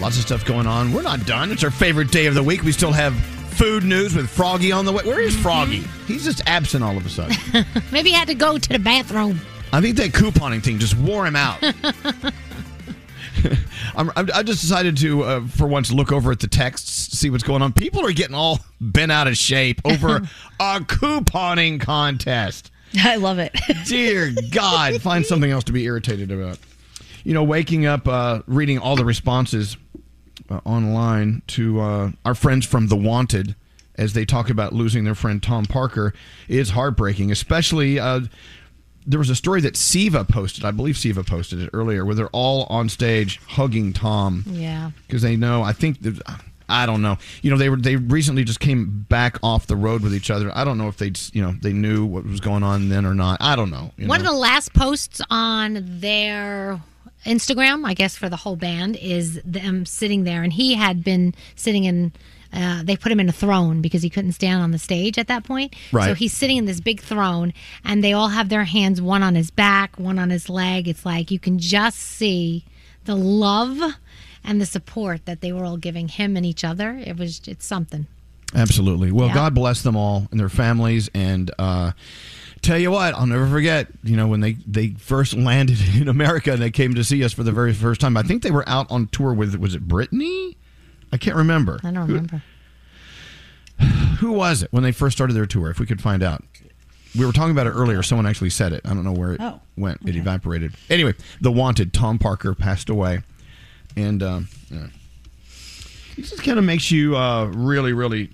Lots of stuff going on. We're not done. It's our favorite day of the week. We still have food news with Froggy on the way. Where is Froggy? He's just absent all of a sudden.
Maybe you had to go to the bathroom.
I think that couponing thing just wore him out. I'm, I'm, I just decided to, uh, for once, look over at the texts, see what's going on. People are getting all bent out of shape over a couponing contest.
I love it.
Dear God, find something else to be irritated about. You know, waking up, uh, reading all the responses uh, online to uh, our friends from The Wanted as they talk about losing their friend Tom Parker is heartbreaking, especially. Uh, there was a story that Siva posted. I believe Siva posted it earlier, where they're all on stage hugging Tom
Yeah.
because they know. I think that- I don't know. You know, they were they recently just came back off the road with each other. I don't know if they would you know they knew what was going on then or not. I don't know. you
One
know.
of the last posts on their Instagram, I guess, for the whole band is them sitting there, and he had been sitting in. Uh, they put him in a throne because he couldn't stand on the stage at that point. So
Right.
he's sitting in this big throne, and they all have their hands one on his back, one on his leg. It's like you can just see the love and the support that they were all giving him and each other. It was it's something.
Absolutely. Well,
Yeah.
God bless them all and their families. And uh, tell you what, I'll never forget. You know, when they they first landed in America and they came to see us for the very first time. I think they were out on tour with was it Brittany? I can't remember.
I don't remember.
Who was it when they first started their tour? If we could find out. We were talking about it earlier. Someone actually said it. I don't know where it
Oh,
went. It evaporated. Anyway, the wanted Tom Parker passed away, and um, yeah. it just kind of makes you uh, really, really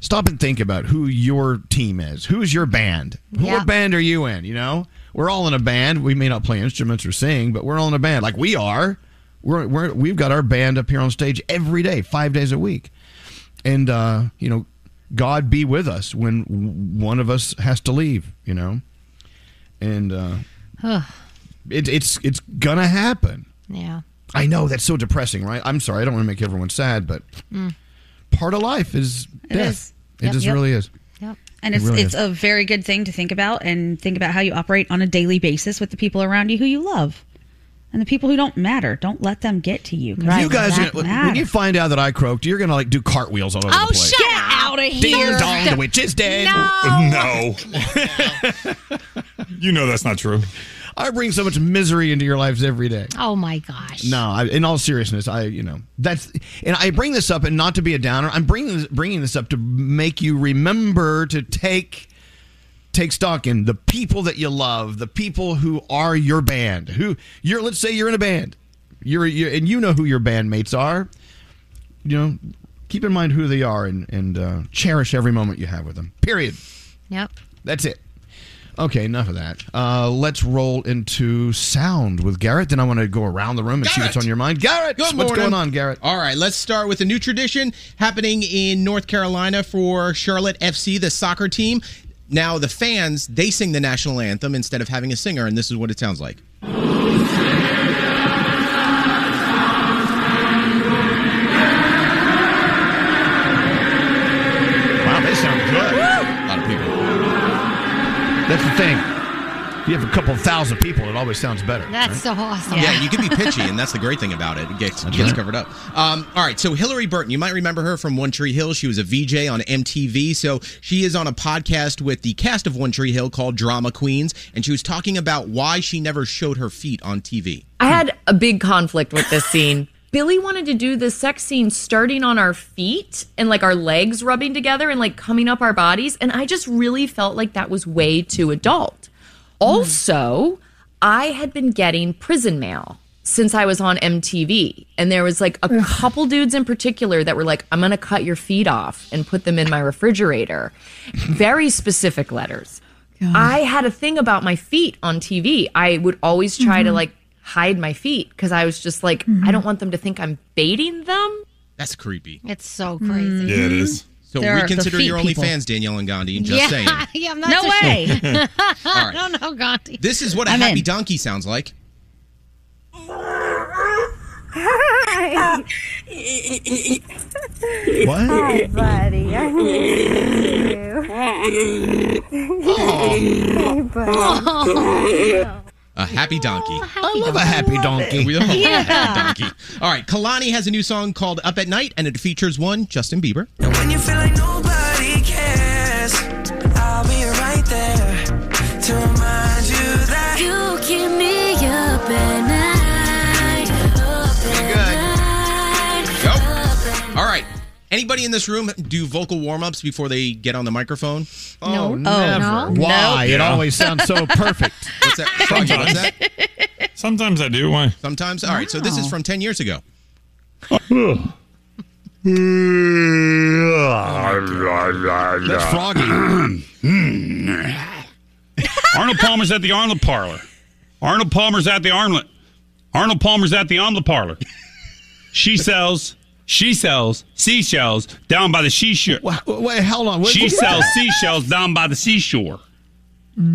stop and think about who your team is. Who's your band?
Yeah.
What band are you in? You know, we're all in a band. We may not play instruments or sing, but we're all in a band. Like we are. We're, we're we've got our band up here on stage every day, five days a week, and uh, you know, God be with us when w- one of us has to leave. You know, and uh,
Ugh.
it, it's it's gonna happen.
Yeah.
I know that's so depressing, right? I'm sorry, I don't want to make everyone sad, but
Mm.
part of life is
It
death.
is.
It just really is.
Yep. And
It
it's
really
it's
is.
a very good thing to think about and think about how you operate on a daily basis with the people around you who you love. And the people who don't matter, don't let them get to you. 'cause
You guys,
that
when
matters.
you find out that I croaked, you're gonna like do cartwheels all over
Oh,
the place.
shut Get out of
Ding
here.
dong, the witch is dead.
No. you know that's not true.
I bring so much misery into your lives every day.
Oh my gosh.
No, I, in all seriousness, I you know that's and I bring this up and not to be a downer. I'm bringing this, bringing this up to make you remember to take take stock in the people that you love, the people who are your band. Who you're? Let's say you're in a band, you're, you're and you know who your bandmates are. You know, keep in mind who they are and and uh, cherish every moment you have with them. Period.
Yep.
That's it. Okay, enough of that. Uh, let's roll into sound with Garrett. Then I want to go around the room and see what's on your mind. Garrett,
Good
what's
morning.
going on, Garrett?
All right, let's start with a new tradition happening in North Carolina for Charlotte FC, the soccer team. Now, the fans, they sing the national anthem instead of having a singer, and this is what it sounds like.
Wow, they sound good.
A lot of people.
That's the thing. If you have a couple thousand people, it always sounds better.
That's so awesome.
Yeah, you can be pitchy, and that's the great thing about it. It gets, gets covered up. Um, all right, so Hillary Burton, you might remember her from One Tree Hill. She was a VJ on MTV. So she is on a podcast with the cast of One Tree Hill called Drama Queens, and she was talking about why she never showed her feet on TV.
I had a big conflict with this scene. Billy wanted to do the sex scene starting on our feet and like our legs rubbing together and like coming up our bodies. And I just really felt like that was way too adult. Also, I had been getting prison mail since I was on MTV. And there was like a couple dudes in particular that were like, I'm going to cut your feet off and put them in my refrigerator. Very specific letters. I had a thing about my feet on TV. I would always try to
Mhm.
like hide my feet because I was just like, I don't want them to think I'm baiting them.
That's creepy.
It's so crazy.
So
There are-
reconsider
the feet
your
people.
OnlyFans, Danielle and Gandhi. Just
yeah,
saying.
yeah, I'm not
No
so
way.
Sure.
All
I
right.
don't know, Gandhi.
This is what a happy donkey sounds like.
What? Hi, buddy. I need you. Oh. Hey, buddy.
A happy donkey.
I love a happy donkey.
We love a
Yeah.
happy donkey. All right, Kalani has a new song called Up at Night, and it features one Justin Bieber.
When you feel like nobody cares, I'll be right there to remind you that you keep me up at night.
All right. Anybody in this room do vocal warm ups before they get on the microphone?
No. Oh, never. no. Why? It always sounds so
perfect. What's that? Froggy, what's that?
Sometimes I do. Why?
Sometimes. All right. So this is from 10 years ago.
That's
Froggy. Arnold Palmer's at the Arnold Parlor. Arnold Palmer's at the Armlet. Arnold Palmer's at the Omelet Parlor. She sells. She sells seashells down by the seashore.
Wait, hold on. What-
she
what-
sells seashells down by the seashore.
Okay,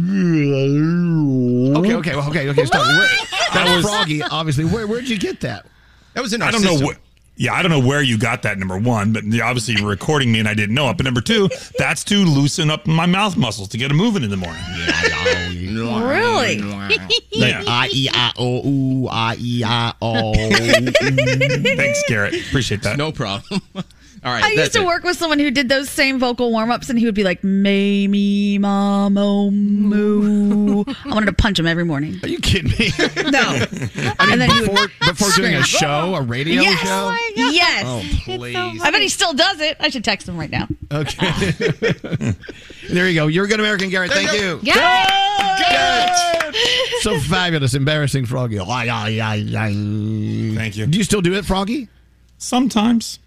okay, well, okay, okay. Stop. Where, that was froggy, obviously. Where, where'd you get that?
That was in
I don't know. Wh- yeah, I don't know where you got that number one, but you- obviously you're recording me and I didn't know it. But number two, that's to loosen up my mouth muscles to get them moving in the morning.
Really?
Yeah.
I e i o u i e i o.
Thanks, Garrett. Appreciate that.
No problem. All right.
I used
that's
to
it.
work with someone who did those same vocal warm ups, and he would be like, "Mamie, mom, oh, moo." I wanted to punch him every morning. Are
you kidding me?
No.
I mean,
And then you-
before, before doing a
Scream.
show, a radio
Yes.
show?
Oh, my God. Yes.
Oh,
It's
please.
I bet he still does it. I should text him right now.
Okay. there you go. You're a good American, Garrett. Thank you. So fabulous, embarrassing, Froggy. Thank
you.
Do you still do it, Froggy?
Sometimes.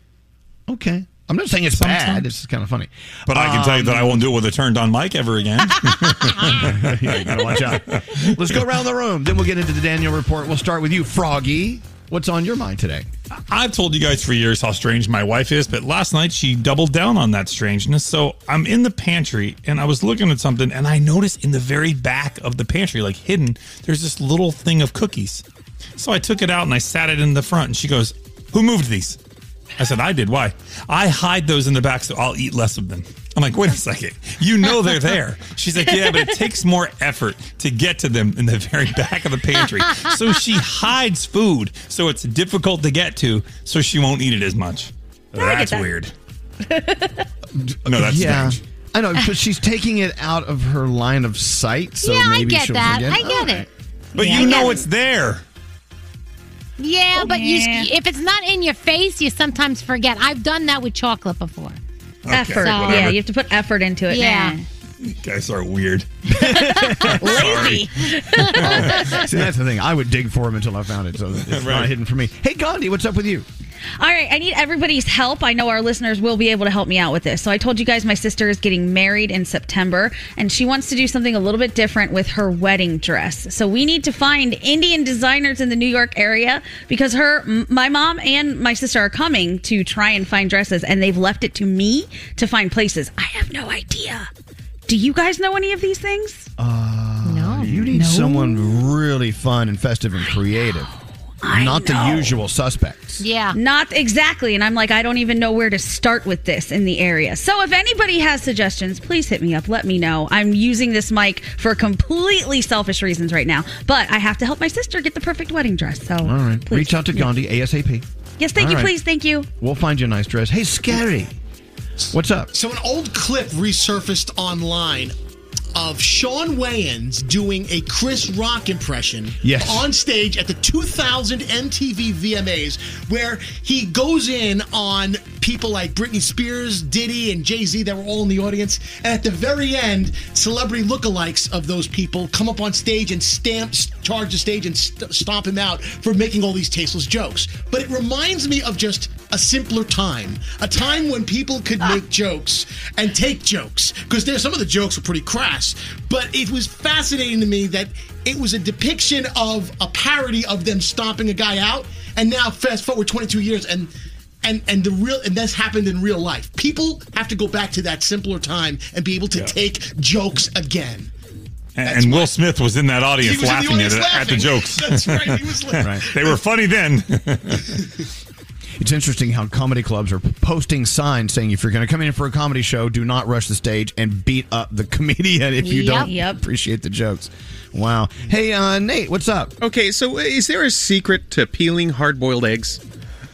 Okay. I'm not saying it's bad. It's just kind of funny.
But I can tell you that I won't do it with a turned on mic ever again.
you gotta watch out. Let's go around the room. Then we'll get into the Daniel report. We'll start with you, Froggy. What's on your mind today?
I've told you guys for years how strange my wife is, but last night she doubled down on that strangeness. So I'm in the pantry and I was looking at something and I noticed in the very back of the pantry, like hidden, there's this little thing of cookies. So I took it out and I sat it in the front and she goes, Who moved these? I said, I did. Why? I hide those in the back so I'll eat less of them. I'm like, wait a second. You know they're there. She's like, yeah, but it takes more effort to get to them in the very back of the pantry. So she hides food, so it's difficult to get to, so she won't eat it as much.
I get
That's
that.
weird. no, that's
yeah.
strange.
I know because she's taking it out of her line of sight, so
yeah, I
maybe
get
she'll
that.
forget.
I get it.
But
Yeah,
you
I get
know
it.
it's there.
Yeah, but you
yeah.
if it's not in your face, you sometimes forget. I've done that with chocolate before.
Okay,
effort.
whatever.
Yeah, you have to put effort into it.
Yeah.
man.
You guys are weird.
Lazy.
See, that's the thing. I would dig for him until I found it, so it's not hidden from me. Hey, Gandhi, what's up with you?
All right, I need everybody's help. I know our listeners will be able to help me out with this. So I told you guys my sister is getting married in September and she wants to do something a little bit different with her wedding dress. So we need to find Indian designers in the New York area because her m- my mom and my sister are coming to try and find dresses and they've left it to me to find places. I have no idea. Do you guys know any of these things?
no, Uh, you need someone really fun and festive and creative,
I
not
know.
the usual suspects.
Yeah.
Not exactly. And I'm like, I don't even know where to start with this in the area. So if anybody has suggestions, please hit me up. Let me know. I'm using this mic for completely selfish reasons right now, but I have to help my sister get the perfect wedding dress. So,
All right,
Oh, please.
reach out to Gandhi ASAP.
Yes, thank
All
you.
right.
Please, thank you.
We'll find you a nice dress. Hey, Scary, what's up?
So an old clip resurfaced online of Sean Wayans doing a Chris Rock impression
Yes.
on stage at the 2000 MTV VMAs, where he goes in on people like Britney Spears, Diddy, and Jay Z that were all in the audience. And at the very end, celebrity lookalikes of those people come up on stage and stamp, charge the stage and st- stomp him out for making all these tasteless jokes. But it reminds me of just a simpler time, a time when people could
Ah.
make jokes and take jokes because there's some of the jokes were pretty crass. But it was fascinating to me that it was a depiction of a parody of them stomping a guy out. And now fast forward 22 years and and and the real and that's happened in real life. People have to go back to that simpler time and be able to take jokes again.
And, and Will Smith was in that audience
He was in the
laughing,
audience
at, at the
laughing.
jokes.
That's right, he was laughing. Right.
They were funny then.
It's interesting how comedy clubs are posting signs saying if you're going to come in for a comedy show, do not rush the stage and beat up the comedian if you
Yep.
don't
Yep.
appreciate the jokes. Wow. Hey, uh, Nate, what's up?
Okay, so uh, is there a secret to peeling hard boiled eggs?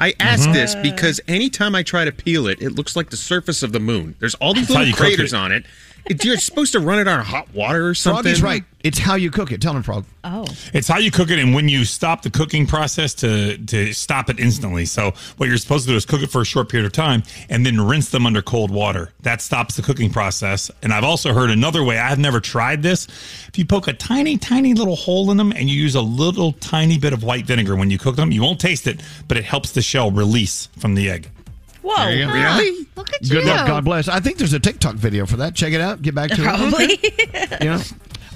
I ask
Mhm.
this because anytime I try to peel it, it looks like the surface of the moon. There's all these
That's how
little
you cook
craters
it.
on it. It- You're supposed to run it on hot water or something.
Froggy's right. It's how you cook it. Tell him, Frog.
Oh.
It's how you cook it, and when you stop the cooking process to to stop it instantly. So what you're supposed to do is cook it for a short period of time, and then rinse them under cold water. That stops the cooking process. And I've also heard another way. I've never tried this. If you poke a tiny, tiny little hole in them, and you use a little tiny bit of white vinegar when you cook them, you won't taste it, but it helps the shell release from the egg.
Oh,
Whoa.
There you go. Really?
Look
at
Good
you.
luck. God bless. I think there's a TikTok video for that. Check it out. Get back to
Probably.
it. You know?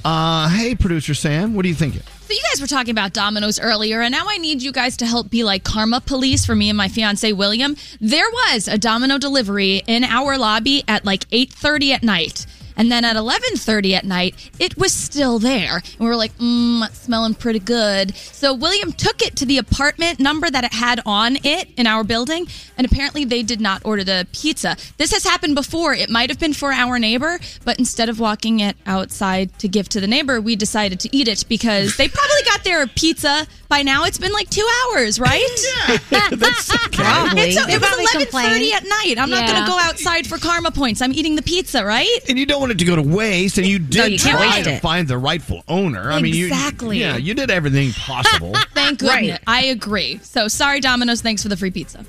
uh, hey, producer Sam, what do you thinking?
So you guys were talking about dominoes earlier, and now I need you guys to help be like karma police for me and my fiance William. There was a domino delivery in our lobby at like 8:30 at night. And then at 11:30 at night, it was still there, and we were like, "Mmm, smelling pretty good." So William took it to the apartment number that it had on it in our building, and apparently they did not order the pizza. This has happened before. It might have been for our neighbor, but instead of walking it outside to give to the neighbor, we decided to eat it because they probably got their pizza by now. It's been like two hours, right?
Probably.
And so
They
it was
probably
eleven
complained.
thirty at night. I'm not
Yeah.
going to go outside for karma points. I'm eating the pizza, right?
And you don't want it to go to waste, and you did
No, you can't
try
waste
to
it.
find the rightful owner. I mean, you,
Exactly.
Yeah, you did everything possible.
Thank goodness. I agree. So sorry, Domino's. Thanks for the free pizza.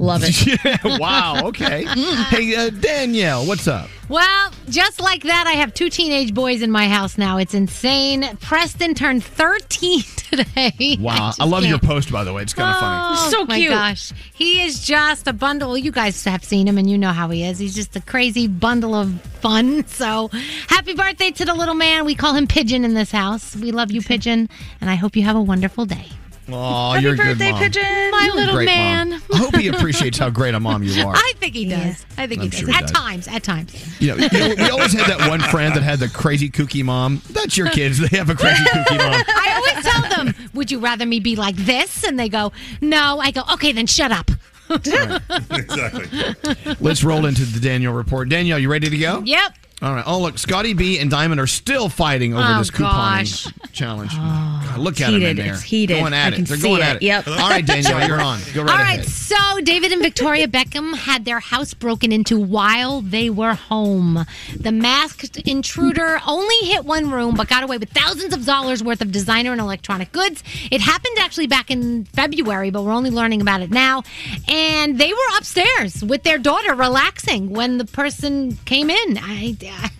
Love
it. yeah, wow. Okay. hey, uh, Danielle, what's up?
Well, just like that, I have two teenage boys in my house now. It's insane. Preston turned 13 today.
Wow. I,
just
love your
can't.
post, by the way. It's kind of funny.
Oh, my gosh. He is just a bundle. You guys have seen him and you know how he is. He's just a crazy bundle of fun. So happy birthday to the little man. We call him Pigeon in this house. We love you, Pigeon. And I hope you have a wonderful day.
Oh, you're a good mom.
My
You're a
little
great
man.
mom. I hope he appreciates how great a mom you are.
I think he does. I think
I'm
he
sure
does. at
he does.
times. At times.
You know, you know, we always had that one friend that had the crazy kooky mom. That's your kids. They have a crazy kooky mom.
I always tell them, "Would you rather me be like this?" And they go, "No." I go, "Okay, then shut up."
exactly.
Let's roll into the Daniel report. Danielle, you ready to go?
Yep.
All right. Oh, look, Scotty B and Diamond are still fighting over
Oh,
this couponing
gosh.
challenge. God, look
it's
at them in
heated.
there.
It's heated.
Going at
I can
it. They're
see
going at
it.
it.
Yep.
All right, Danielle, you're on. Go right
All
ahead.
right, so David and Victoria Beckham had their house broken into while they were home. The masked intruder only hit one room but got away with thousands of dollars worth of designer and electronic goods. It happened actually back in February, but we're only learning about it now. And they were upstairs with their daughter relaxing when the person came in. I,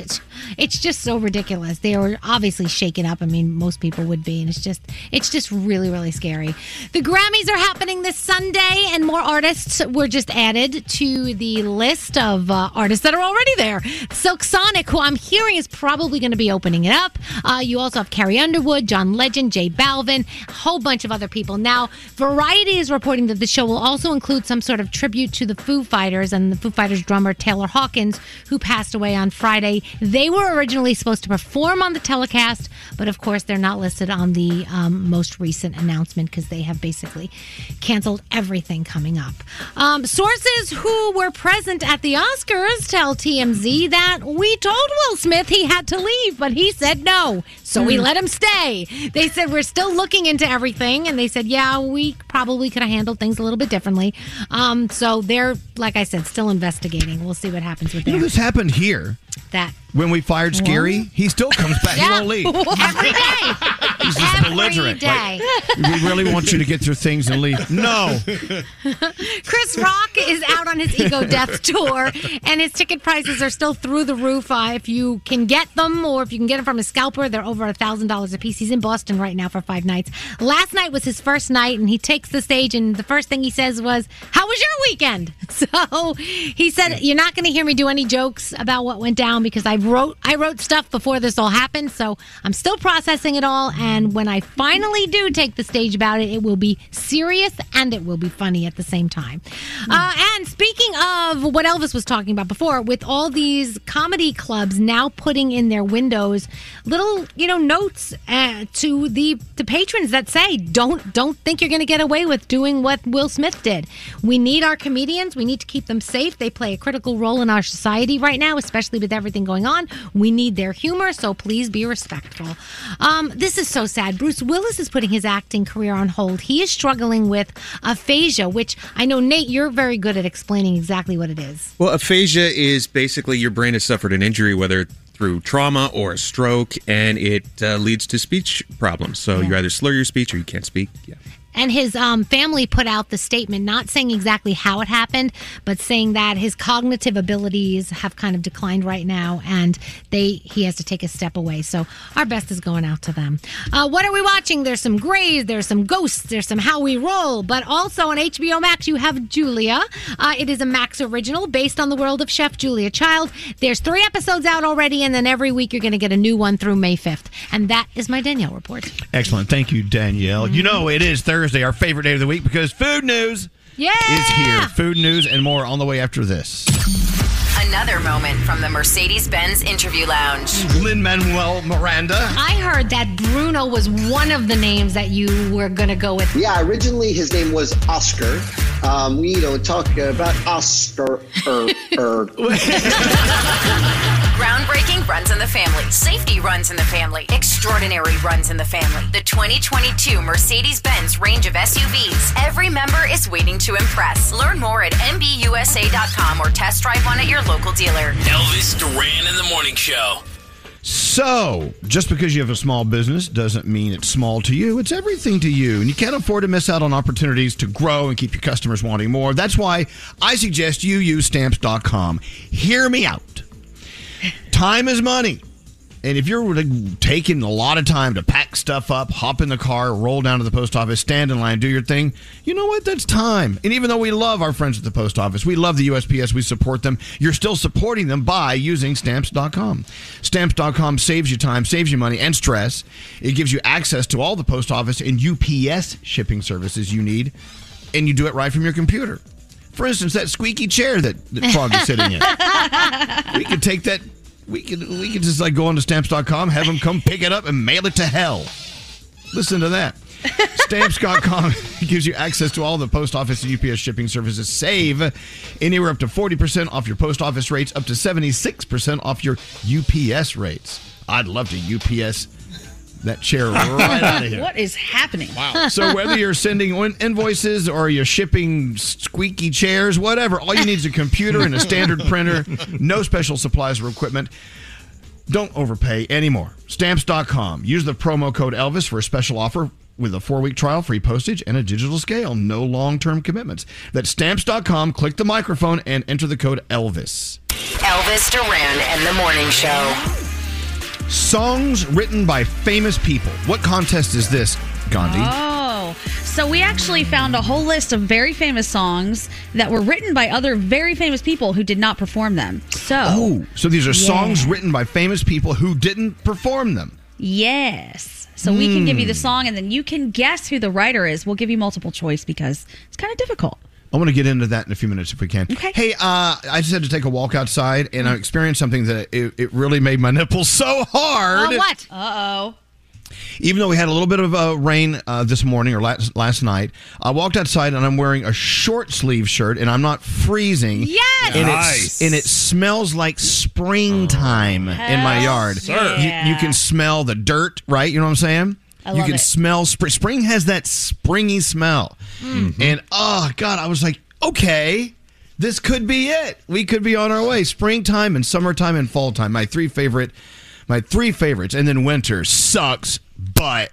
it's just so ridiculous. They were obviously shaken up. I mean, most people would be, and it's just it's just really really scary. The Grammys are happening this Sunday, and more artists were just added to the list of uh, artists that are already there. Silk Sonic, who I'm hearing is probably going to be opening it up. Uh, you also have Carrie Underwood, John Legend, Jay Balvin, a whole bunch of other people. Now, Variety is reporting that the show will also include some sort of tribute to the Foo Fighters and the Foo Fighters drummer Taylor Hawkins, who passed away on Friday. They were originally supposed to perform on the telecast, but of course, they're not listed on the um, most recent announcement because they have basically canceled everything coming up. Um, sources who were present at the Oscars tell TMZ that we told Will Smith he had to leave, but he said no. So we
Hmm.
let him stay. They said we're still looking into everything, and they said, yeah, we probably could have handled things a little bit differently. Um, so they're, like I said, still investigating. We'll see what happens with
You know,
that.
this happened here
that.
when we fired Scary. He still comes back. He won't leave.
Every day.
He's just belligerent.
day.
Like, we really want you to get your things and leave. No.
Chris Rock is out on his Ego Death tour, and his ticket prices are still through the roof. Uh, if you can get them, or if you can get them from a scalper, they're over a thousand dollars a piece. He's in Boston right now for five nights. Last night was his first night, and he takes the stage, and the first thing he says was, "How was your weekend?" So he said, "You're not going to hear me do any jokes about what went down because I wrote I wrote stuff before this all happened, so I'm still processing it all. And when I finally do take the stage about it, it will be serious and it will be funny at the same time." Uh, and speaking of what Elvis was talking about before, with all these comedy clubs now putting in their windows little, you know, notes uh, to the to patrons that say, "Don't don't think you're going to get away with doing what Will Smith did. We need our comedians. We need to keep them safe. They play a critical role in our society right now, especially with everything going on. We need their humor, so please be respectful." Um, this is so sad. Bruce Willis is putting his acting career on hold. He is struggling with aphasia, which I know, Nate, you're very good at explaining exactly what it is.
Well, aphasia is basically your brain has suffered an injury, whether through trauma or a stroke, and it uh, leads to speech problems. So you either slur your speech or you can't speak. Yeah.
And his um, family put out the statement, not saying exactly how it happened, but saying that his cognitive abilities have kind of declined right now, and they he has to take a step away. So our best is going out to them. Uh, what are we watching? There's some Grays, there's some Ghosts, there's some How We Roll, but also on HBO Max you have Julia. Uh, it is a Max original based on the world of Chef Julia Child. There's three episodes out already, and then every week you're going to get a new one through May 5th. And that is my Danielle report.
Excellent. Thank you, Danielle. You know it is Thursday, our favorite day of the week, because food news
Yeah.
is here. Food news and more on the way after this.
Another moment from the Mercedes Benz interview lounge.
Lynn Manuel Miranda.
I heard that Bruno was one of the names that you were going to go with.
Yeah, originally his name was Oscar. Um, we don't talk about Oscar. Er, er.
Groundbreaking runs in the family. Safety runs in the family. Extraordinary runs in the family. The 2022 Mercedes Benz range of SUVs. Every member is waiting to impress. Learn more at MBUSA.com or test drive one at your local dealer.
Elvis Duran in the morning show.
So, just because you have a small business doesn't mean it's small to you. It's everything to you, and you can't afford to miss out on opportunities to grow and keep your customers wanting more. That's why I suggest you use stamps.com. Hear me out. Time is money. And if you're like, taking a lot of time to pack stuff up, hop in the car, roll down to the post office, stand in line, do your thing, you know what? That's time. And even though we love our friends at the post office, we love the USPS, we support them, you're still supporting them by using stamps.com. Stamps.com saves you time, saves you money, and stress. It gives you access to all the post office and UPS shipping services you need, and you do it right from your computer. For instance, that squeaky chair that, that Frog is sitting in we could take that. We could we could just like go onto stamps.com, have them come pick it up and mail it to hell. Listen to that. Stamps.com gives you access to all the post office and UPS shipping services. Save anywhere up to 40% off your post office rates, up to 76% off your UPS rates. I'd love to UPS that chair right out of here.
What is happening?
Wow. So whether you're sending in- invoices or you're shipping squeaky chairs, whatever, all you need is a computer and a standard printer. No special supplies or equipment. Don't overpay anymore. Stamps.com. Use the promo code Elvis for a special offer with a four-week trial, free postage, and a digital scale. No long-term commitments. That's stamps.com. Click the microphone and enter the code Elvis.
Elvis Duran and the Morning Show.
Songs written by famous people. What contest is this, Gandhi?
Oh, so we actually found a whole list of very famous songs that were written by other very famous people who did not perform them. So,
Oh, so these are
Yeah.
songs written by famous people who didn't perform them.
yes. So we can give you the
Hmm.
song and then you can guess who the writer is. We'll give you multiple choice because it's kind of difficult.
I want to get into that in a few minutes if we can.
Okay.
Hey, uh, I just had to take a walk outside and I experienced something that it, it really made my nipples so hard.
what? Uh oh.
Even though we had a little bit of uh, rain uh, this morning or last, last night, I walked outside and I'm wearing a short sleeve shirt and I'm not freezing.
Yes!
And,
Nice.
it's, and it smells like springtime in my
Oh, Hell
yard.
sir.
You, you can smell the dirt, right? You know what I'm saying?
I
you
love
can
it.
smell spring. Spring has that springy smell.
Mhm.
And oh, God, I was like, okay, this could be it. We could be on our way. Springtime and summertime and fall time. My three favorite, my three favorites. And then winter sucks, but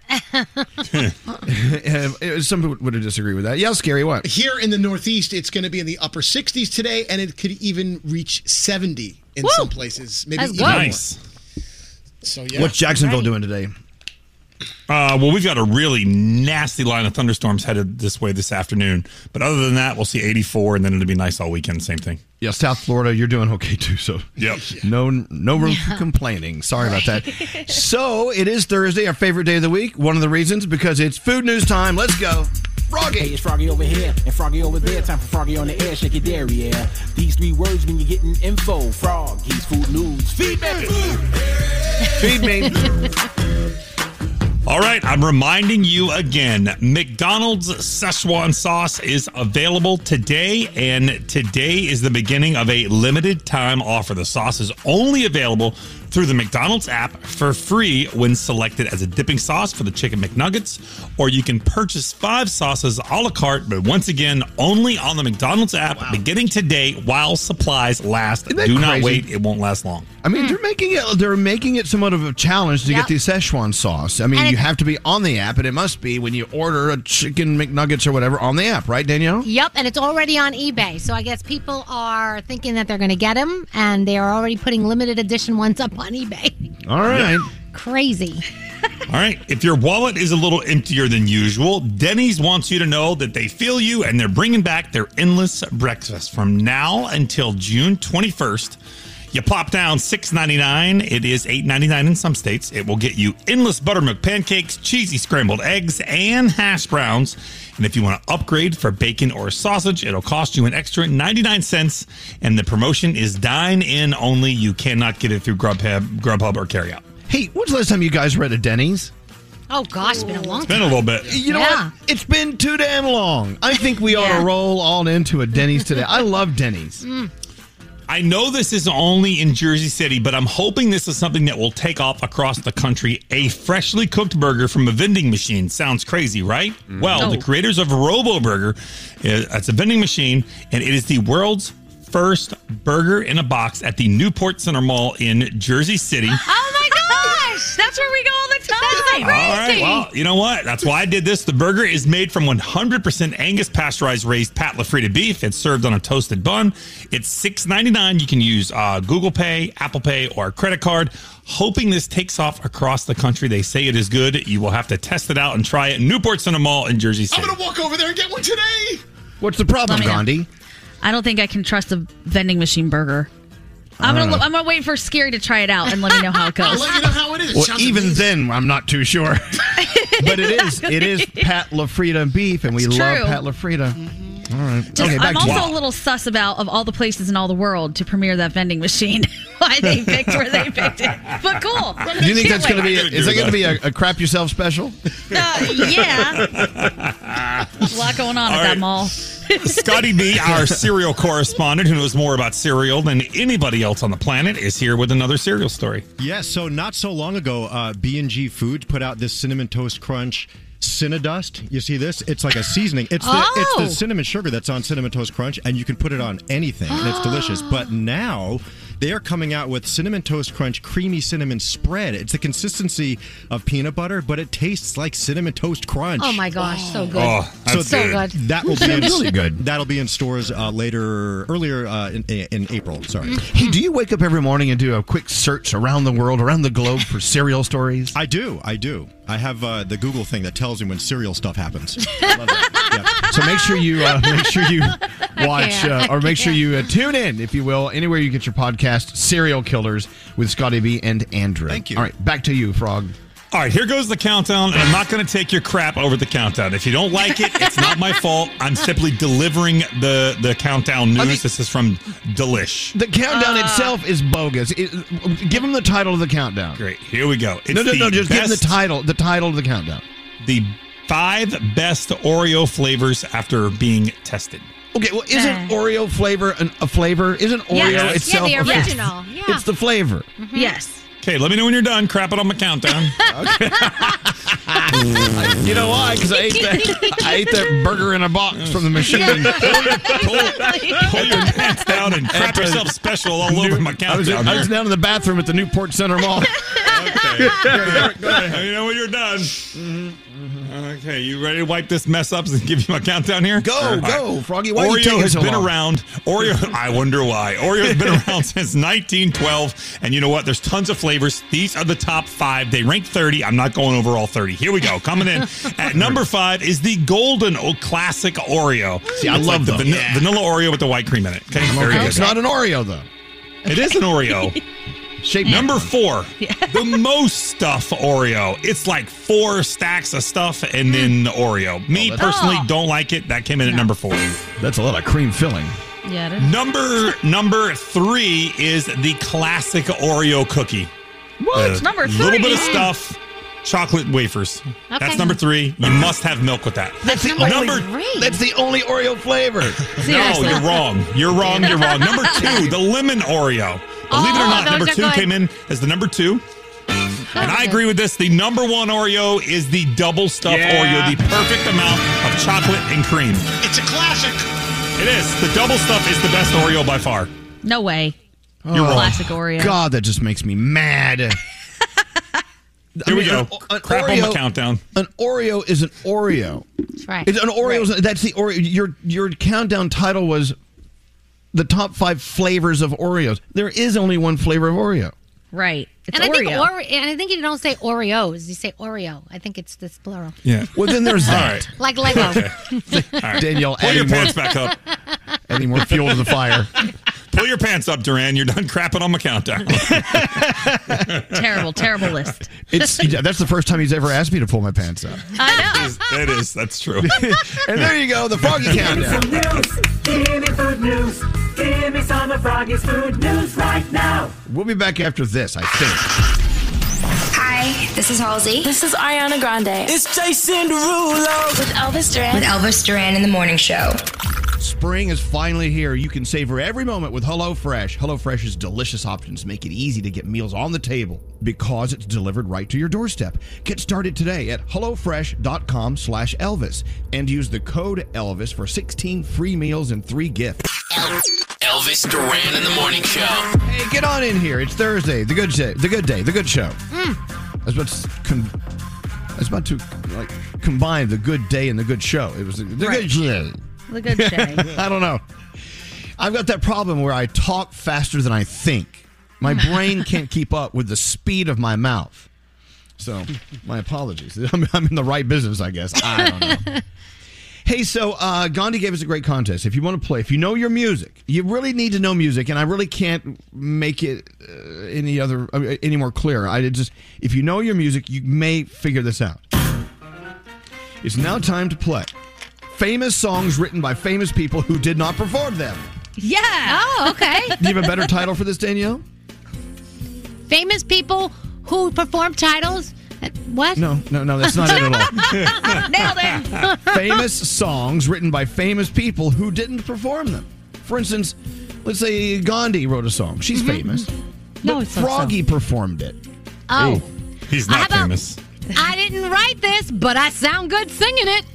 some people would disagree with that. Yeah, scary. What?
Here in the Northeast, it's going to be in the upper 60s today, and it could even reach 70 in
Woo!
some places. Maybe
That's
even
good.
more.
Nice.
So yeah,
What's
Jacksonville doing today?
Uh, well, we've got a really nasty line of thunderstorms headed this way this afternoon. But other than that, we'll see 84, and then it'll be nice all weekend. Same thing.
Yeah, South Florida, you're doing okay too. So
Yep.
no no room for complaining. Sorry about that. so it is Thursday, our favorite day of the week. One of the reasons because it's food news time. Let's go. Froggy.
Hey, it's Froggy over here and Froggy over there. Time for Froggy on the air. Shake your dairy, yeah. These three words mean you're getting info. Froggy's food news. Feedback.
Feed me.
All right, I'm reminding you again McDonald's Szechuan sauce is available today, and today is the beginning of a limited time offer. The sauce is only available through the McDonald's app for free when selected as a dipping sauce for the Chicken McNuggets, or you can purchase five sauces a la carte, but once again, only on the McDonald's app beginning today while supplies last. Do
that
not
crazy?
wait, it won't last long.
I
Hmm.
mean, they're making it. They're making it somewhat of a challenge to
Yep.
get the Szechuan sauce. I mean,
And
you
it-
have to be on the app, and it must be when you order a chicken McNuggets or whatever on the app, right, Danielle?
Yep, and it's already on eBay. So I guess people are thinking that they're going to get them, and they are already putting limited edition ones up on eBay.
All right.
Crazy.
All right. If your wallet is a little emptier than usual, Denny's wants you to know that they feel you and they're bringing back their endless breakfast from now until June 21st. You plop down $6.99. It is $8.99 in some states. It will get you endless buttermilk pancakes, cheesy scrambled eggs, and hash browns. And if you want to upgrade for bacon or sausage, it'll cost you an extra 99 cents. And the promotion is dine in only. You cannot get it through Grubhub, Grubhub or carryout.
Hey, when's the last time you guys were at a Denny's?
Oh, gosh, been a long
It's been a little bit.
You know what? It's been too damn long. I think we ought
Yeah.
to roll on into a Denny's today. I love Denny's.
Mm. I know this is only in Jersey City, but I'm hoping this is something that will take off across the country. A freshly cooked burger from a vending machine sounds crazy, right? Well,
No.
the creators of Robo Burger, it's a vending machine, and it is the world's first burger in a box at the Newport Center Mall in Jersey City.
Oh my gosh. That's where we go all the time.
All right. Well, you know what? That's why I did this. The burger is made from 100% Angus pasteurized raised pat Lafrida beef. It's served on a toasted bun. It's $6.99. You can use uh, Google Pay, Apple Pay, or a credit card. Hoping this takes off across the country. They say it is good. You will have to test it out and try it. Newport Center Mall in Jersey City.
I'm gonna walk over there and get one today.
What's the problem,
Let me know.
Gandhi?
I don't think I can trust a vending machine burger. I'm gonna
Ah.
look, I'm gonna wait for Scary to try it out and let me know how it goes.
I'll let you know how it is.
Well, e- even then, I'm not too sure. but it is it is Pat LaFrida beef, and we
It's
love
true. Mm-hmm.
Pat LaFrida. All right.
Just,
okay,
I'm
back
also
to
a little sus about of all the places in all the world to premiere that vending machine. Why they picked where they picked it, but cool.
Do you think
Can't
that's going to
wait.
be? A, is that going to be a, a crap yourself special?
a
lot going on
All
at that
right.
mall?
Scotty B, our cereal correspondent who knows more about cereal than anybody else on the planet, is here with another cereal story.
Yes, so not so long ago, uh, B&G Foods put out this cinnamon toast crunch Cinnadust. You see this? It's like a seasoning. It's the it's
Oh.
the cinnamon sugar that's on cinnamon toast crunch, and you can put it on anything, and it's delicious. But now. They are coming out with cinnamon toast crunch creamy cinnamon spread. It's the consistency of peanut butter, but it tastes like cinnamon toast crunch.
Oh my gosh, so good.
Oh, that's
so
good.
good.
That will be in,
Really good.
That'll be in stores uh, later, earlier uh, in, in April. Sorry.
Mm-hmm.
Hey, do you wake up every morning and do a quick search around the world, around the globe for cereal stories?
I do. I do. I have uh, the Google thing that tells you when serial stuff happens.
So make sure you uh, make sure you watch uh, or make sure you uh, tune in, if you will, anywhere you get your podcast, Serial Killers with Scotty B and Andrew. Thank you. All right, back to you, Frog.
All right, here goes the countdown, and I'm not going to take your crap over the countdown. If you don't like it, it's not my fault. I'm simply delivering the, the countdown news. this is from Delish.
The
Ah.
countdown itself is bogus. It- give them the title of the countdown.
Great. Here we go. It's
no, no,
the
no. Just give them the
best-
title. The title of the countdown.
The five best Oreo flavors after being tested.
Okay. Well, isn't Oreo flavor an, a flavor? Isn't Oreo
Yeah, the
itself a flavor?
original. Mm-hmm.
It's the flavor.
Mm-hmm.
Yes.
Okay, let me know when you're done. Crap it on my countdown.
you know why? Because I ate that. I ate that burger in a box from the machine.
Pull your pants down and crap yourself special all over my
I was,
countdown.
I was down in the bathroom at the Newport Center Mall.
Go ahead. You know when you're done.
Mm-hmm.
Okay, you ready to wipe this mess up and give you my countdown here?
Go,
All
go, Froggy. Why are you
Oreo
taking
has
so
been
long?
around. Oreo. I wonder why. Oreo has been around since 1912, and you know what? There's tons of flavors. These are the top five. They rank 30. I'm not going over all 30. Here we go. Coming in at number five is the Golden O Classic Oreo.
See, I
It's
love
the
them.
vanilla, vanilla Oreo with the white cream in it. Okay, very good.
It's not an Oreo though.
It is an Oreo.
Shape
number four, the most stuff Oreo. It's like four stacks of stuff and then the Oreo. Me
that's-
personally
Oh.
don't like it. That came in at number four.
That's a lot of cream filling.
Yeah. it is.
Number number three is the classic Oreo cookie. Uh,
What? Number
Little bit
three?
of stuff, chocolate wafers.
Okay.
That's number three. You must have milk with that.
That's the only. That's the only Oreo flavor.
No, you're wrong. You're wrong. You're wrong. Number two, the lemon Oreo. Believe it
Oh,
or not,
those
number
are
two
good.
came in as the number two. And I agree with this. The number one Oreo is the double stuffed
Yeah.
Oreo, the perfect amount of chocolate and cream.
It's a classic.
It is. The double stuff is the best Oreo by far.
No way.
You're wrong.
Classic Oreo.
Oh. God, that just makes me mad. Here
Here we go. Crap on my countdown.
An Oreo is an Oreo.
That's right.
It's an Oreo's. That's the Oreo. Your your countdown title was the top five flavors of Oreos. There is only one flavor of Oreo.
Right.
and I think
Oreo.
Ore- and I think you don't say Oreos, you say Oreo. I think it's this plural.
Yeah.
Well, then there's that.
Like Lego.
Danielle,
pull your
adding more-
pants back up.
Adding more fuel to the fire.
Pull your pants up, Duran. You're done crapping on my countdown.
terrible, terrible list.
It's yeah, that's the first time he's ever asked me to pull my pants up.
It is. It is. That's true.
and there you go, the froggy countdown.
Give me some news. Give me food news. Give me some of Froggy's food news right now.
We'll be back after this, I think.
Hi, this is Halsey. This is Ariana Grande. It's Jason Derulo with Elvis Duran. With Elvis Duran in the morning show.
Spring is finally here. You can savor every moment with HelloFresh. HelloFresh's delicious options make it easy to get meals on the table because it's delivered right to your doorstep. Get started today at HelloFresh.com slash Elvis and use the code Elvis for 16 free meals and three gifts.
Elvis Duran in the morning show.
Hey, get on in here. It's Thursday. The good day. The good day. The good show. I was about to, com- I was about to like combine the good day and the good show. It was the, the good day.
The good day.
I don't know. I've got that problem where I talk faster than I think. My brain can't keep up with the speed of my mouth. So, my apologies. I'm, I'm in the right business, I guess. I don't know. Hey, so uh, Gandhi gave us a great contest. If you want to play, if you know your music, you really need to know music, and I really can't make it uh, any other uh, any more clear. I just, if you know your music, you may figure this out. It's now time to play famous songs written by famous people who did not perform them.
Yeah. Oh,
okay.
Do you have a better title for this, Danielle?
Famous people who perform titles. Uh, What?
No, no, no, that's not it at
Nailed it.
all. famous songs written by famous people who didn't perform them. For instance, let's say Gandhi wrote a song. She's famous.
Mm-hmm. No,
but
it's not so.
Froggy performed it.
Oh.
He's
How
not
about-
famous.
I didn't write this, but I sound good singing it.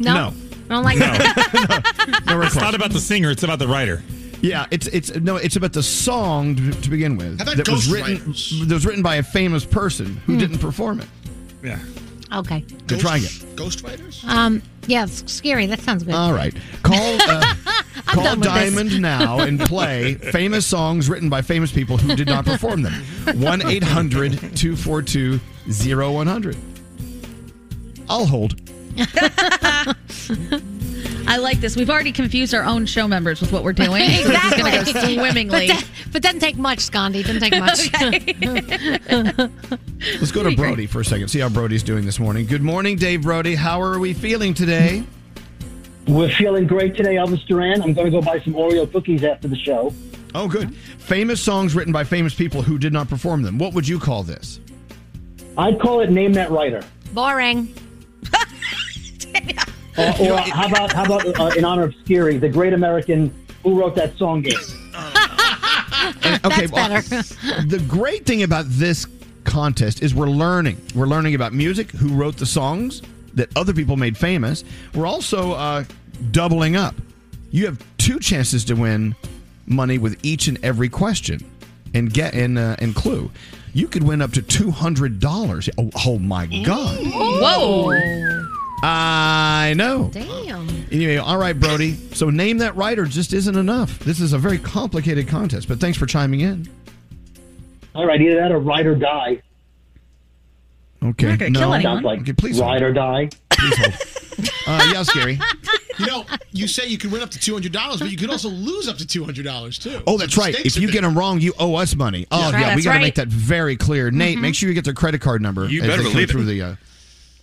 no.
No.
I don't like that.
it's not about the singer, it's about the writer.
Yeah, it's it's no, it's about the song to, to begin with
How about
that was
Ghost
written that was written by a famous person
Hmm.
who didn't perform it.
Yeah,
Okay.
Good try again.
Ghostwriters?
Um. Yeah, it's scary. That sounds good.
All right, call uh, call
done with this.
Diamond now and play famous songs written by famous people who did not perform them. 1 800 242 0100. I'll hold.
I like this. We've already confused our own show members with what we're doing. So This is going to go
Exactly. But,
swimmingly.
that, but doesn't take much, Gandhi. Doesn't take much.
Let's go to Brody for a second, see how Brody's doing this morning. Good morning, Dave Brody. How are we feeling today?
We're feeling great today, Elvis Duran. I'm going to go buy some Oreo cookies after the show.
Oh, good. Famous songs written by famous people who did not perform them. What would you call this?
I'd call it Name That Writer.
Boring.
Or, or how about how about uh, in honor of Scary, the great American who wrote that song? Game.
okay, the great thing about this contest is we're learning. We're learning about music, who wrote the songs that other people made famous. We're also uh, doubling up. You have two chances to win money with each and every question, and get and uh, and clue. You could win up to two hundred dollars. Oh, oh my god!
Whoa.
I know.
Damn.
Anyway, all right, Brody. So name that writer just isn't enough. This is a very complicated contest, but thanks for chiming in.
All right, either that or Ride or Die.
Okay.
You're not gonna
no.
kill anyone. Sounds like
okay, please
ride
or die. Please hold. uh, yeah, scary.
You know, you say you can win up to two hundred dollars, but you could also lose up to two hundred dollars too.
Oh, that's
So the
right.
stakes
If
are
you
big.
get them wrong, you owe us money. Oh,
That's
yeah.
right,
We
that's
got to
right.
make that very clear. Nate,
Mhm.
make sure you get their credit card number.
You
as
better
they come
believe it.
through the. Uh,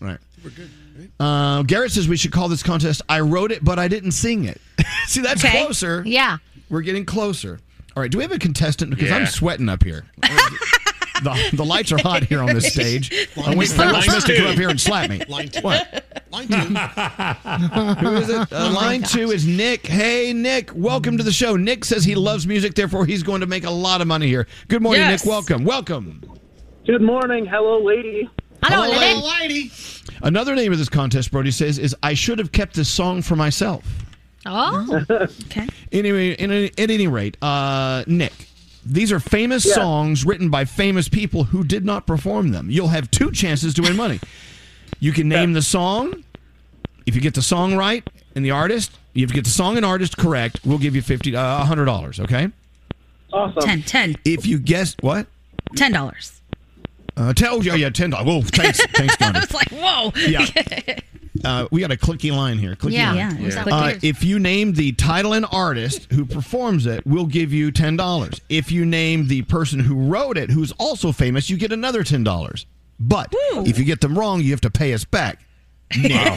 right. We're good. Uh, Garrett says we should call this contest "I wrote it, but I didn't sing it." See, that's closer.
Yeah.
We're getting closer. All right. Do we have a contestant? Because I'm
Yeah.
sweating up here. the, the lights are hot here on this stage. I'm waiting for Will Smith to come up here and slap me.
Line two.
What?
Line two.
Who is it? Uh,
Oh my
line
gosh.
two is Nick. Hey, Nick, welcome to the show. Nick says he loves music, therefore he's going to make a lot of money here. Good morning,
Yes.
Nick. Welcome. Welcome.
Good morning, hello, lady.
Hello, Hello, lady.
lady.
Another name of this contest, Brody says, is I should have kept this song for myself.
Oh.
okay.
Anyway, in, at any rate, uh, Nick, these are famous
Yeah.
songs written by famous people who did not perform them. You'll have two chances to win money. You can name the song. If you get the song right and the artist, if you get the song and artist correct, we'll give you fifty, uh, hundred dollars. Okay.
Awesome.
Ten, ten.
If you guess what?
Ten dollars.
Uh, tell you, oh yeah, ten dollars. Whoa, thanks, thanks,
I
Donna.
was like, whoa.
Yeah. Uh, we got a clicky line here. Clicky
Yeah,
line.
yeah, it was Yeah.
Uh,
clicky.
if you name the title and artist who performs it, we'll give you ten dollars. If you name the person who wrote it, who's also famous, you get another ten dollars. But if you get them wrong, you have to pay us back.
Wow.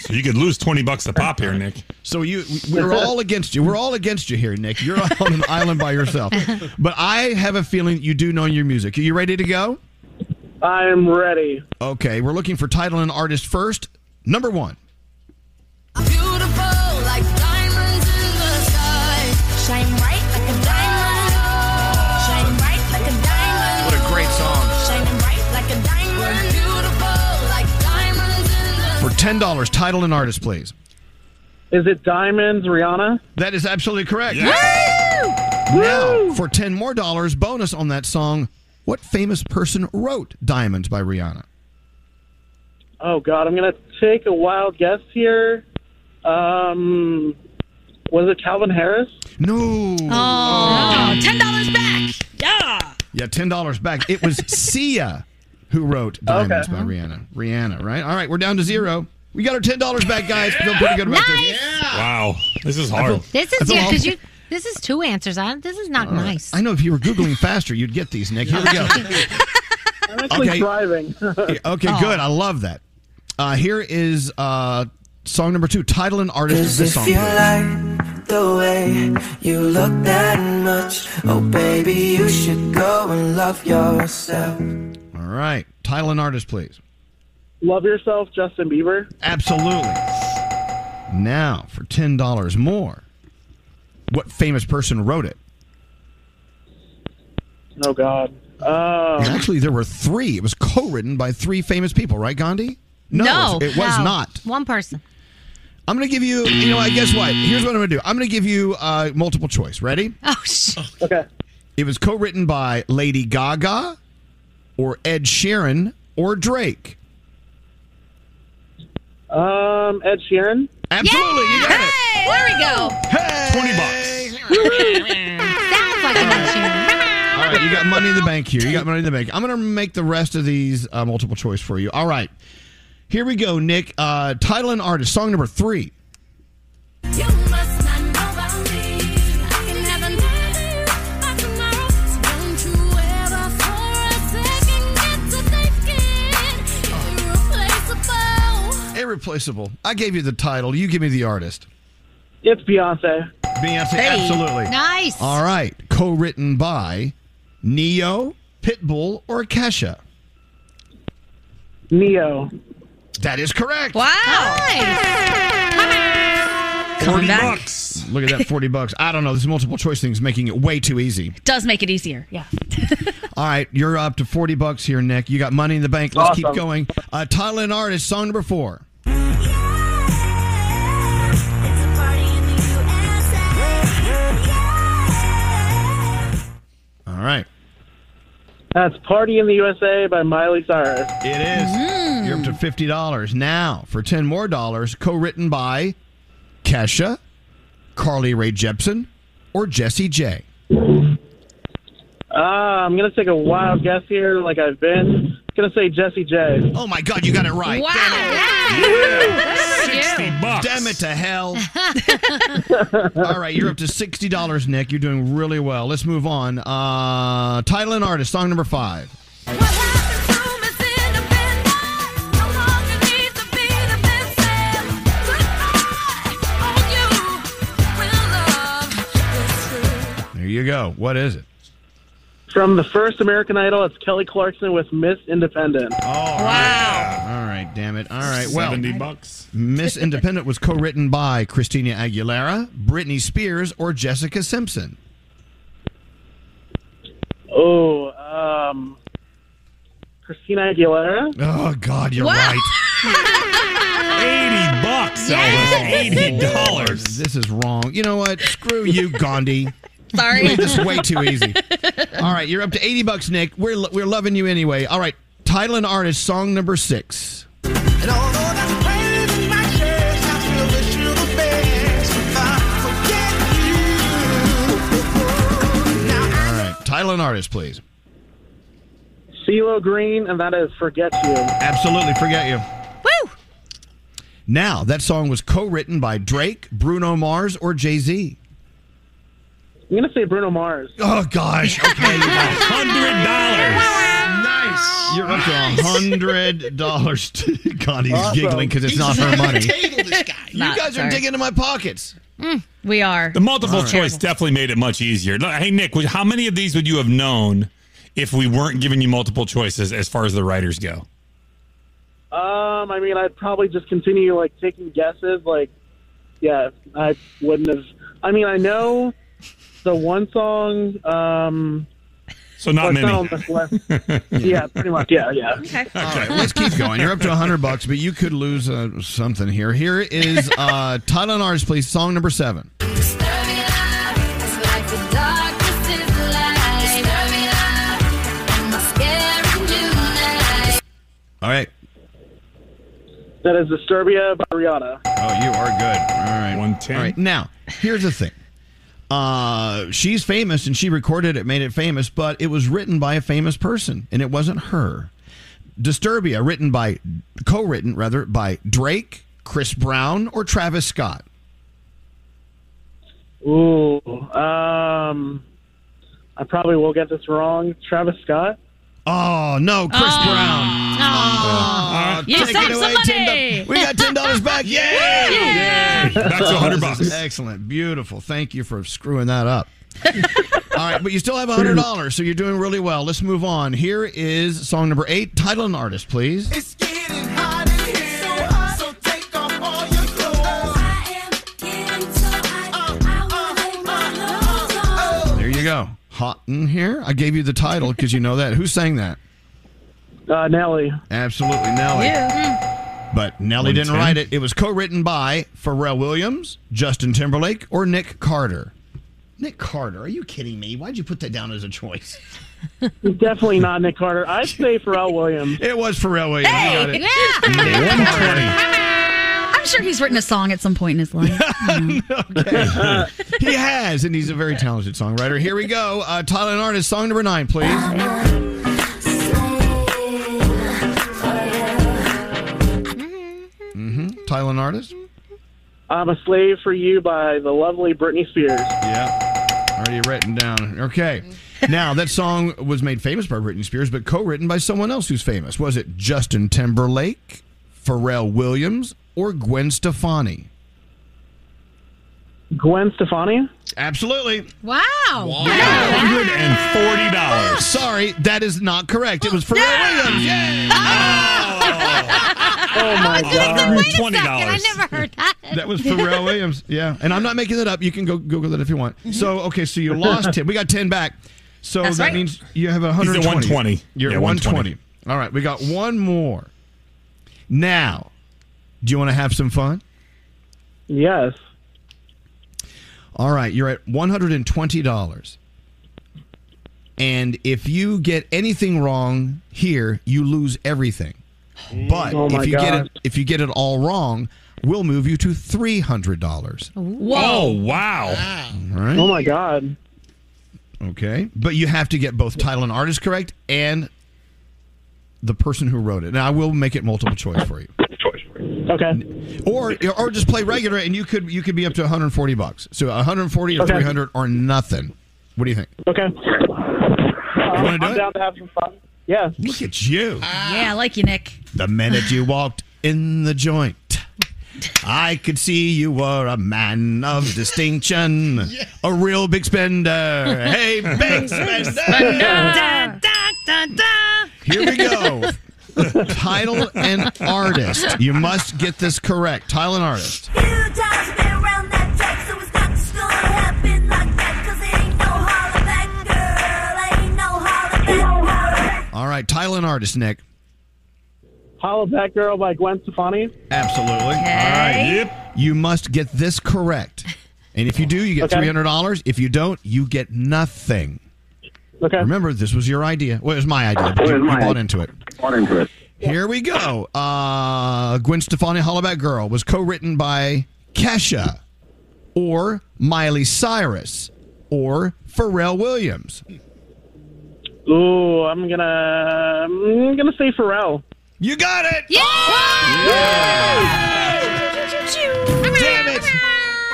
so you could lose 20 bucks a pop here, Nick.
So you, We're all against you. We're all against you here, Nick. You're on an island by yourself. But I have a feeling you do know your music. Are you ready to go?
I am ready.
Okay, we're looking for title and artist first. Number one.
Beautiful like diamonds in the sky. Shine bright like a diamond. Shine bright like a diamond.
What a great song.
Shining bright like a diamond. Beautiful like diamonds in the
For ten dollars, title and artist, please.
Is it Diamonds, Rihanna?
That is absolutely correct.
Woo!
Now, for ten more dollars, bonus on that song. What famous person wrote "Diamonds" by Rihanna?
Oh God, I'm gonna take a wild guess here. Um, was it Calvin Harris?
No.
Oh, ten dollars back.
Yeah, ten dollars back. It was Sia who wrote "Diamonds" by Rihanna. Rihanna, right? All right, we're down to zero. We got our ten dollars back, guys. Feel pretty good about this.
Wow. This is hard.
This
I
is
feel
yeah, because
awful.
you. This is two answers. I, this is not
All right.
nice.
I know if you were googling faster, you'd get these, Nick. Here we go.
I'm actually
Okay.
driving.
Oh.
Okay, good. I love that. Uh, here is uh, Song number two, title and artist of
Does
this
it
song.
feel like the way you look that much? Oh, baby, you should go and love yourself.
All right. Title and artist, please.
Love yourself, Justin Bieber.
Absolutely. Now, for $10 more, what famous person wrote it?
Oh God. Uh,
And actually, there were three. It was co written by three famous people, right, Gandhi?
No.
it was- it was
No.
not.
One person.
I'm going to give you, you know what? Guess what? Here's what I'm going to do I'm going to give you uh, multiple choice. Ready?
Oh, shit.
Okay.
It was co written by Lady Gaga or Ed Sheeran or Drake.
Um, Ed Sheeran.
Absolutely, you got it.
There we go.
Twenty
"Oh,
All right, you got money in the bank here. You got money in the bank. I'm going to make the rest of these uh, multiple choice for you. All right. Here we go, Nick. Uh, title and artist, song number three.
You must not know about me. I can have a night by tomorrow. So don't you ever for a second get to thinking you're irreplaceable.
Irreplaceable. I gave you the title. You give me the artist.
It's Beyonce.
Beyonce,
Hey.
absolutely.
Nice.
All right. Co written by Neo, Pitbull, or Kesha?
Neo.
That is correct.
Wow. Coming
40
back.
bucks. Look at that 40 bucks. I don't know. This multiple choice thing's making it way too easy.
Does make it easier. Yeah.
All right, you're up to 40 bucks here, Nick. You got money in the bank. Let's keep
Awesome.
going. Uh, title and artist, song number four. All right.
That's Party in the USA by Miley Cyrus.
It is.
Mm.
You're up to $50. Now, for 10 more dollars, co written by Kesha, Carly Rae Jepsen, or Jesse J.
Uh, I'm gonna take a wild guess here, like I've been. Gonna say Jesse J.
Oh my God, you got it right. Wow. Damn it to hell. All right, you're up to $60, Nick. You're doing really well. Let's move on. Uh, title and artist, song number five. There you go. What is it?
From the first American Idol, it's Kelly Clarkson with Miss Independent. Oh,
All right, damn it. All right, well.
70 bucks.
Miss Independent was co written by Christina Aguilera, Britney Spears, or Jessica Simpson.
Oh, um, Christina Aguilera.
Oh, God, you're
right. 80 bucks. Elvis. $80.
This is wrong. You know what? Screw you, Gandhi.
Sorry.
You made this way too easy. All right, you're up to 80 bucks, Nick. We're, lo- we're loving you anyway. All right, title and artist, song number six. All right, title and artist, please.
CeeLo Green, and that is Forget You.
Absolutely, Forget You.
Woo!
Now, that song was co written by Drake, Bruno Mars, or Jay Z.
I'm going to say Bruno Mars.
Oh, gosh. Okay, you got it.
Hundred dollars.
Nice. You're up to hundred dollars. Connie's
Awesome.
giggling because it's
He's
not her
on the
money.
table, this guy.
You guys are digging into my pockets.
Mm, we are.
The multiple
All right.
choice definitely made it much easier. Look, Hey, Nick, would- how many of these would you have known if we weren't giving you multiple choices as far as the writers go?
Um, I mean, I'd probably just continue, like, taking guesses. Like, yeah, I wouldn't have. I mean, I know the one song. Um,
so not
many.
many.
yeah, pretty much. Yeah, yeah. Okay.
All right, let's keep going. You're up to hundred bucks, but you could lose uh, something here. Here is uh, title and artist, please. Song number seven. All right.
That is Disturbia by Rihanna.
Oh, you are good. All right. 110. All right. Now, here's the thing. Uh, she's famous and she recorded it, made it famous, but it was written by a famous person and it wasn't her. Disturbia, written by, co written rather, by Drake, Chris Brown, or Travis Scott.
Ooh. Um, I probably will get this wrong. Travis Scott?
Oh no, Chris Brown. Uh,
Oh. You
take
saved
it away,
somebody.
$10. We got ten dollars back. Yay!
Yeah.
Back to 100 bucks.
This is Excellent, beautiful. Thank you for screwing that up. All right, but you still have hundred dollars, so you're doing really well. Let's move on. Here is song number eight. Title and artist, please. There you go. Hot in here. I gave you the title because you know that. Who sang that?
Uh, Nelly.
Absolutely, Nelly. But Nelly didn't
110.
write it. It was co-written by Pharrell Williams, Justin Timberlake, or Nick Carter. Nick Carter, are you kidding me? Why'd you put that down as a choice?
Definitely not Nick Carter. I'd say Pharrell Williams.
It was Pharrell Williams.
Hey,
You got it.
I'm sure he's written a song at some point in his life.
he has, and he's a very talented songwriter. Here we go. Uh, Tyler and Artist, song number nine, please. hmm Tyler and Artist.
I'm a slave for you by the lovely Britney Spears.
Yeah. Already written down. Okay. Now, that song was made famous by Britney Spears, but co written by someone else who's famous. Was it Justin Timberlake, Pharrell Williams, or Gwen Stefani?
Gwen Stefani?
Absolutely.
Wow.
$140. Sorry, that is not correct. It was Pharrell Williams. Yay!
Oh my God.
I never
heard that.
That was Pharrell Williams. Yeah, and I'm not making that up. You can go Google that if you want. So okay, so you lost ten. We got ten back. So
Mm-hmm. That's
that
right.
means you have a
He's
hundred.
at 120.
You're
Yeah,
at
120.
120. All right, we got one more. Now, do you want to have some fun?
Yes.
All right, you're at one hundred and twenty dollars. And if you get anything wrong here, you lose everything. But
Oh my
if you get
God.
it, if you get it all wrong, we'll move you to three hundred dollars.
Oh, wow.
All right.
Oh my God.
Okay. But you have to get both title and artist correct and the person who wrote it. Now I will make it multiple choice for you.
Okay.
Or or just play regular and you could you could be up to 140 bucks. So 140 or
Okay.
300 or nothing. What do you think?
Okay.
You want to do
I'm
it?
down to have some fun. Yeah.
Look at you.
yeah, I like you, Nick.
The minute you walked in the joint, I could see you were a man of distinction, a real big spender. Hey, big spender! Here we go. Title and artist. You must get this correct. Title and artist. All right, title and artist, Nick.
Holla Back Girl by Gwen Stefani.
Absolutely.
Okay.
All right. Yep. You must get this correct. And if you do, you get
Okay.
$300. If you don't, you get nothing.
Okay.
Remember, this was your idea. Well, it was my idea. But
It
you,
was
you
my
bought
idea.
into it. Here we go. Uh, Gwen Stefani, Hollaback Girl was co-written by Kesha or Miley Cyrus or Pharrell Williams.
Ooh, I'm gonna I'm gonna say Pharrell.
You got it.
Yeah.
Damn it!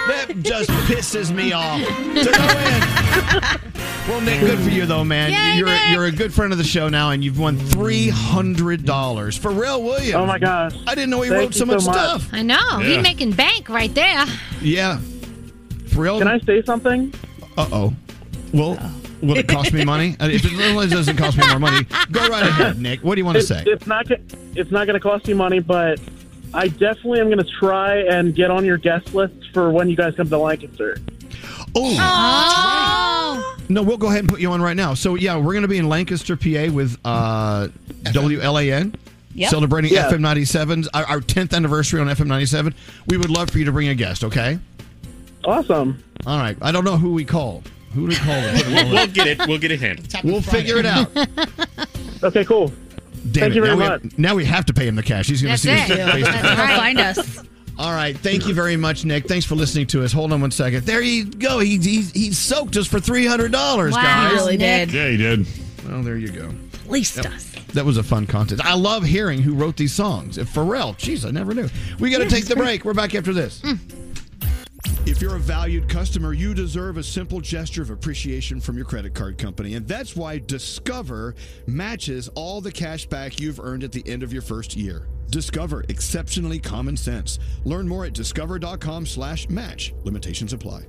That just pisses me off. To no end. Well, Nick, good for you though, man. you're a, you're a good friend of the show now, and you've won three hundred dollars. Pharrell Williams.
Oh, my gosh.
I didn't know he
Thank
wrote
you
so much
so much.
stuff.
I know.
Yeah.
He's making bank right there.
Yeah. Pharrell. Can I
say something?
Uh oh. Well, will it cost me money? Uh, If it really doesn't cost me more money, go right ahead, Nick. What do you want to
It's,
say?
it's not go- it's not gonna cost you money, but I definitely am gonna try and get on your guest list for when you guys come to Lancaster.
Oh.
Oh.
No, we'll go ahead and put you on right now. So yeah, we're going to be in Lancaster, PA, with uh, WLAN.
Yep.
Celebrating
Yeah.
FM 97's our, our 10th anniversary on FM 97. We would love for you to bring a guest, okay?
Awesome.
All right. I don't know who we call. Who do we call? them?
we'll get it. We'll get it handled.
We'll figure it out.
okay, cool. Thank
Damn it.
you
now,
very
we
much.
Have, now we have to pay him the cash. He's going to
That's
see
it.
his face.
That's right. Find us.
All right. Thank you very much, Nick. Thanks for listening to us. Hold on one second. There you go. He, he, he soaked us for $300,
Wow,
guys.
he really Nick. did.
Yeah, he did. Well, there you go.
Least
Yep.
us.
That was a fun contest. I love hearing who wrote these songs. If Pharrell, jeez, I never knew. We got to
Yeah, Mm.
take
it's
the
great.
break. We're back after this. If you're a valued customer, you deserve a simple gesture of appreciation from your credit card company. And that's why Discover matches all the cash back you've earned at the end of your first year. Discover exceptionally common sense. Learn more at discover.com/match. Limitations apply.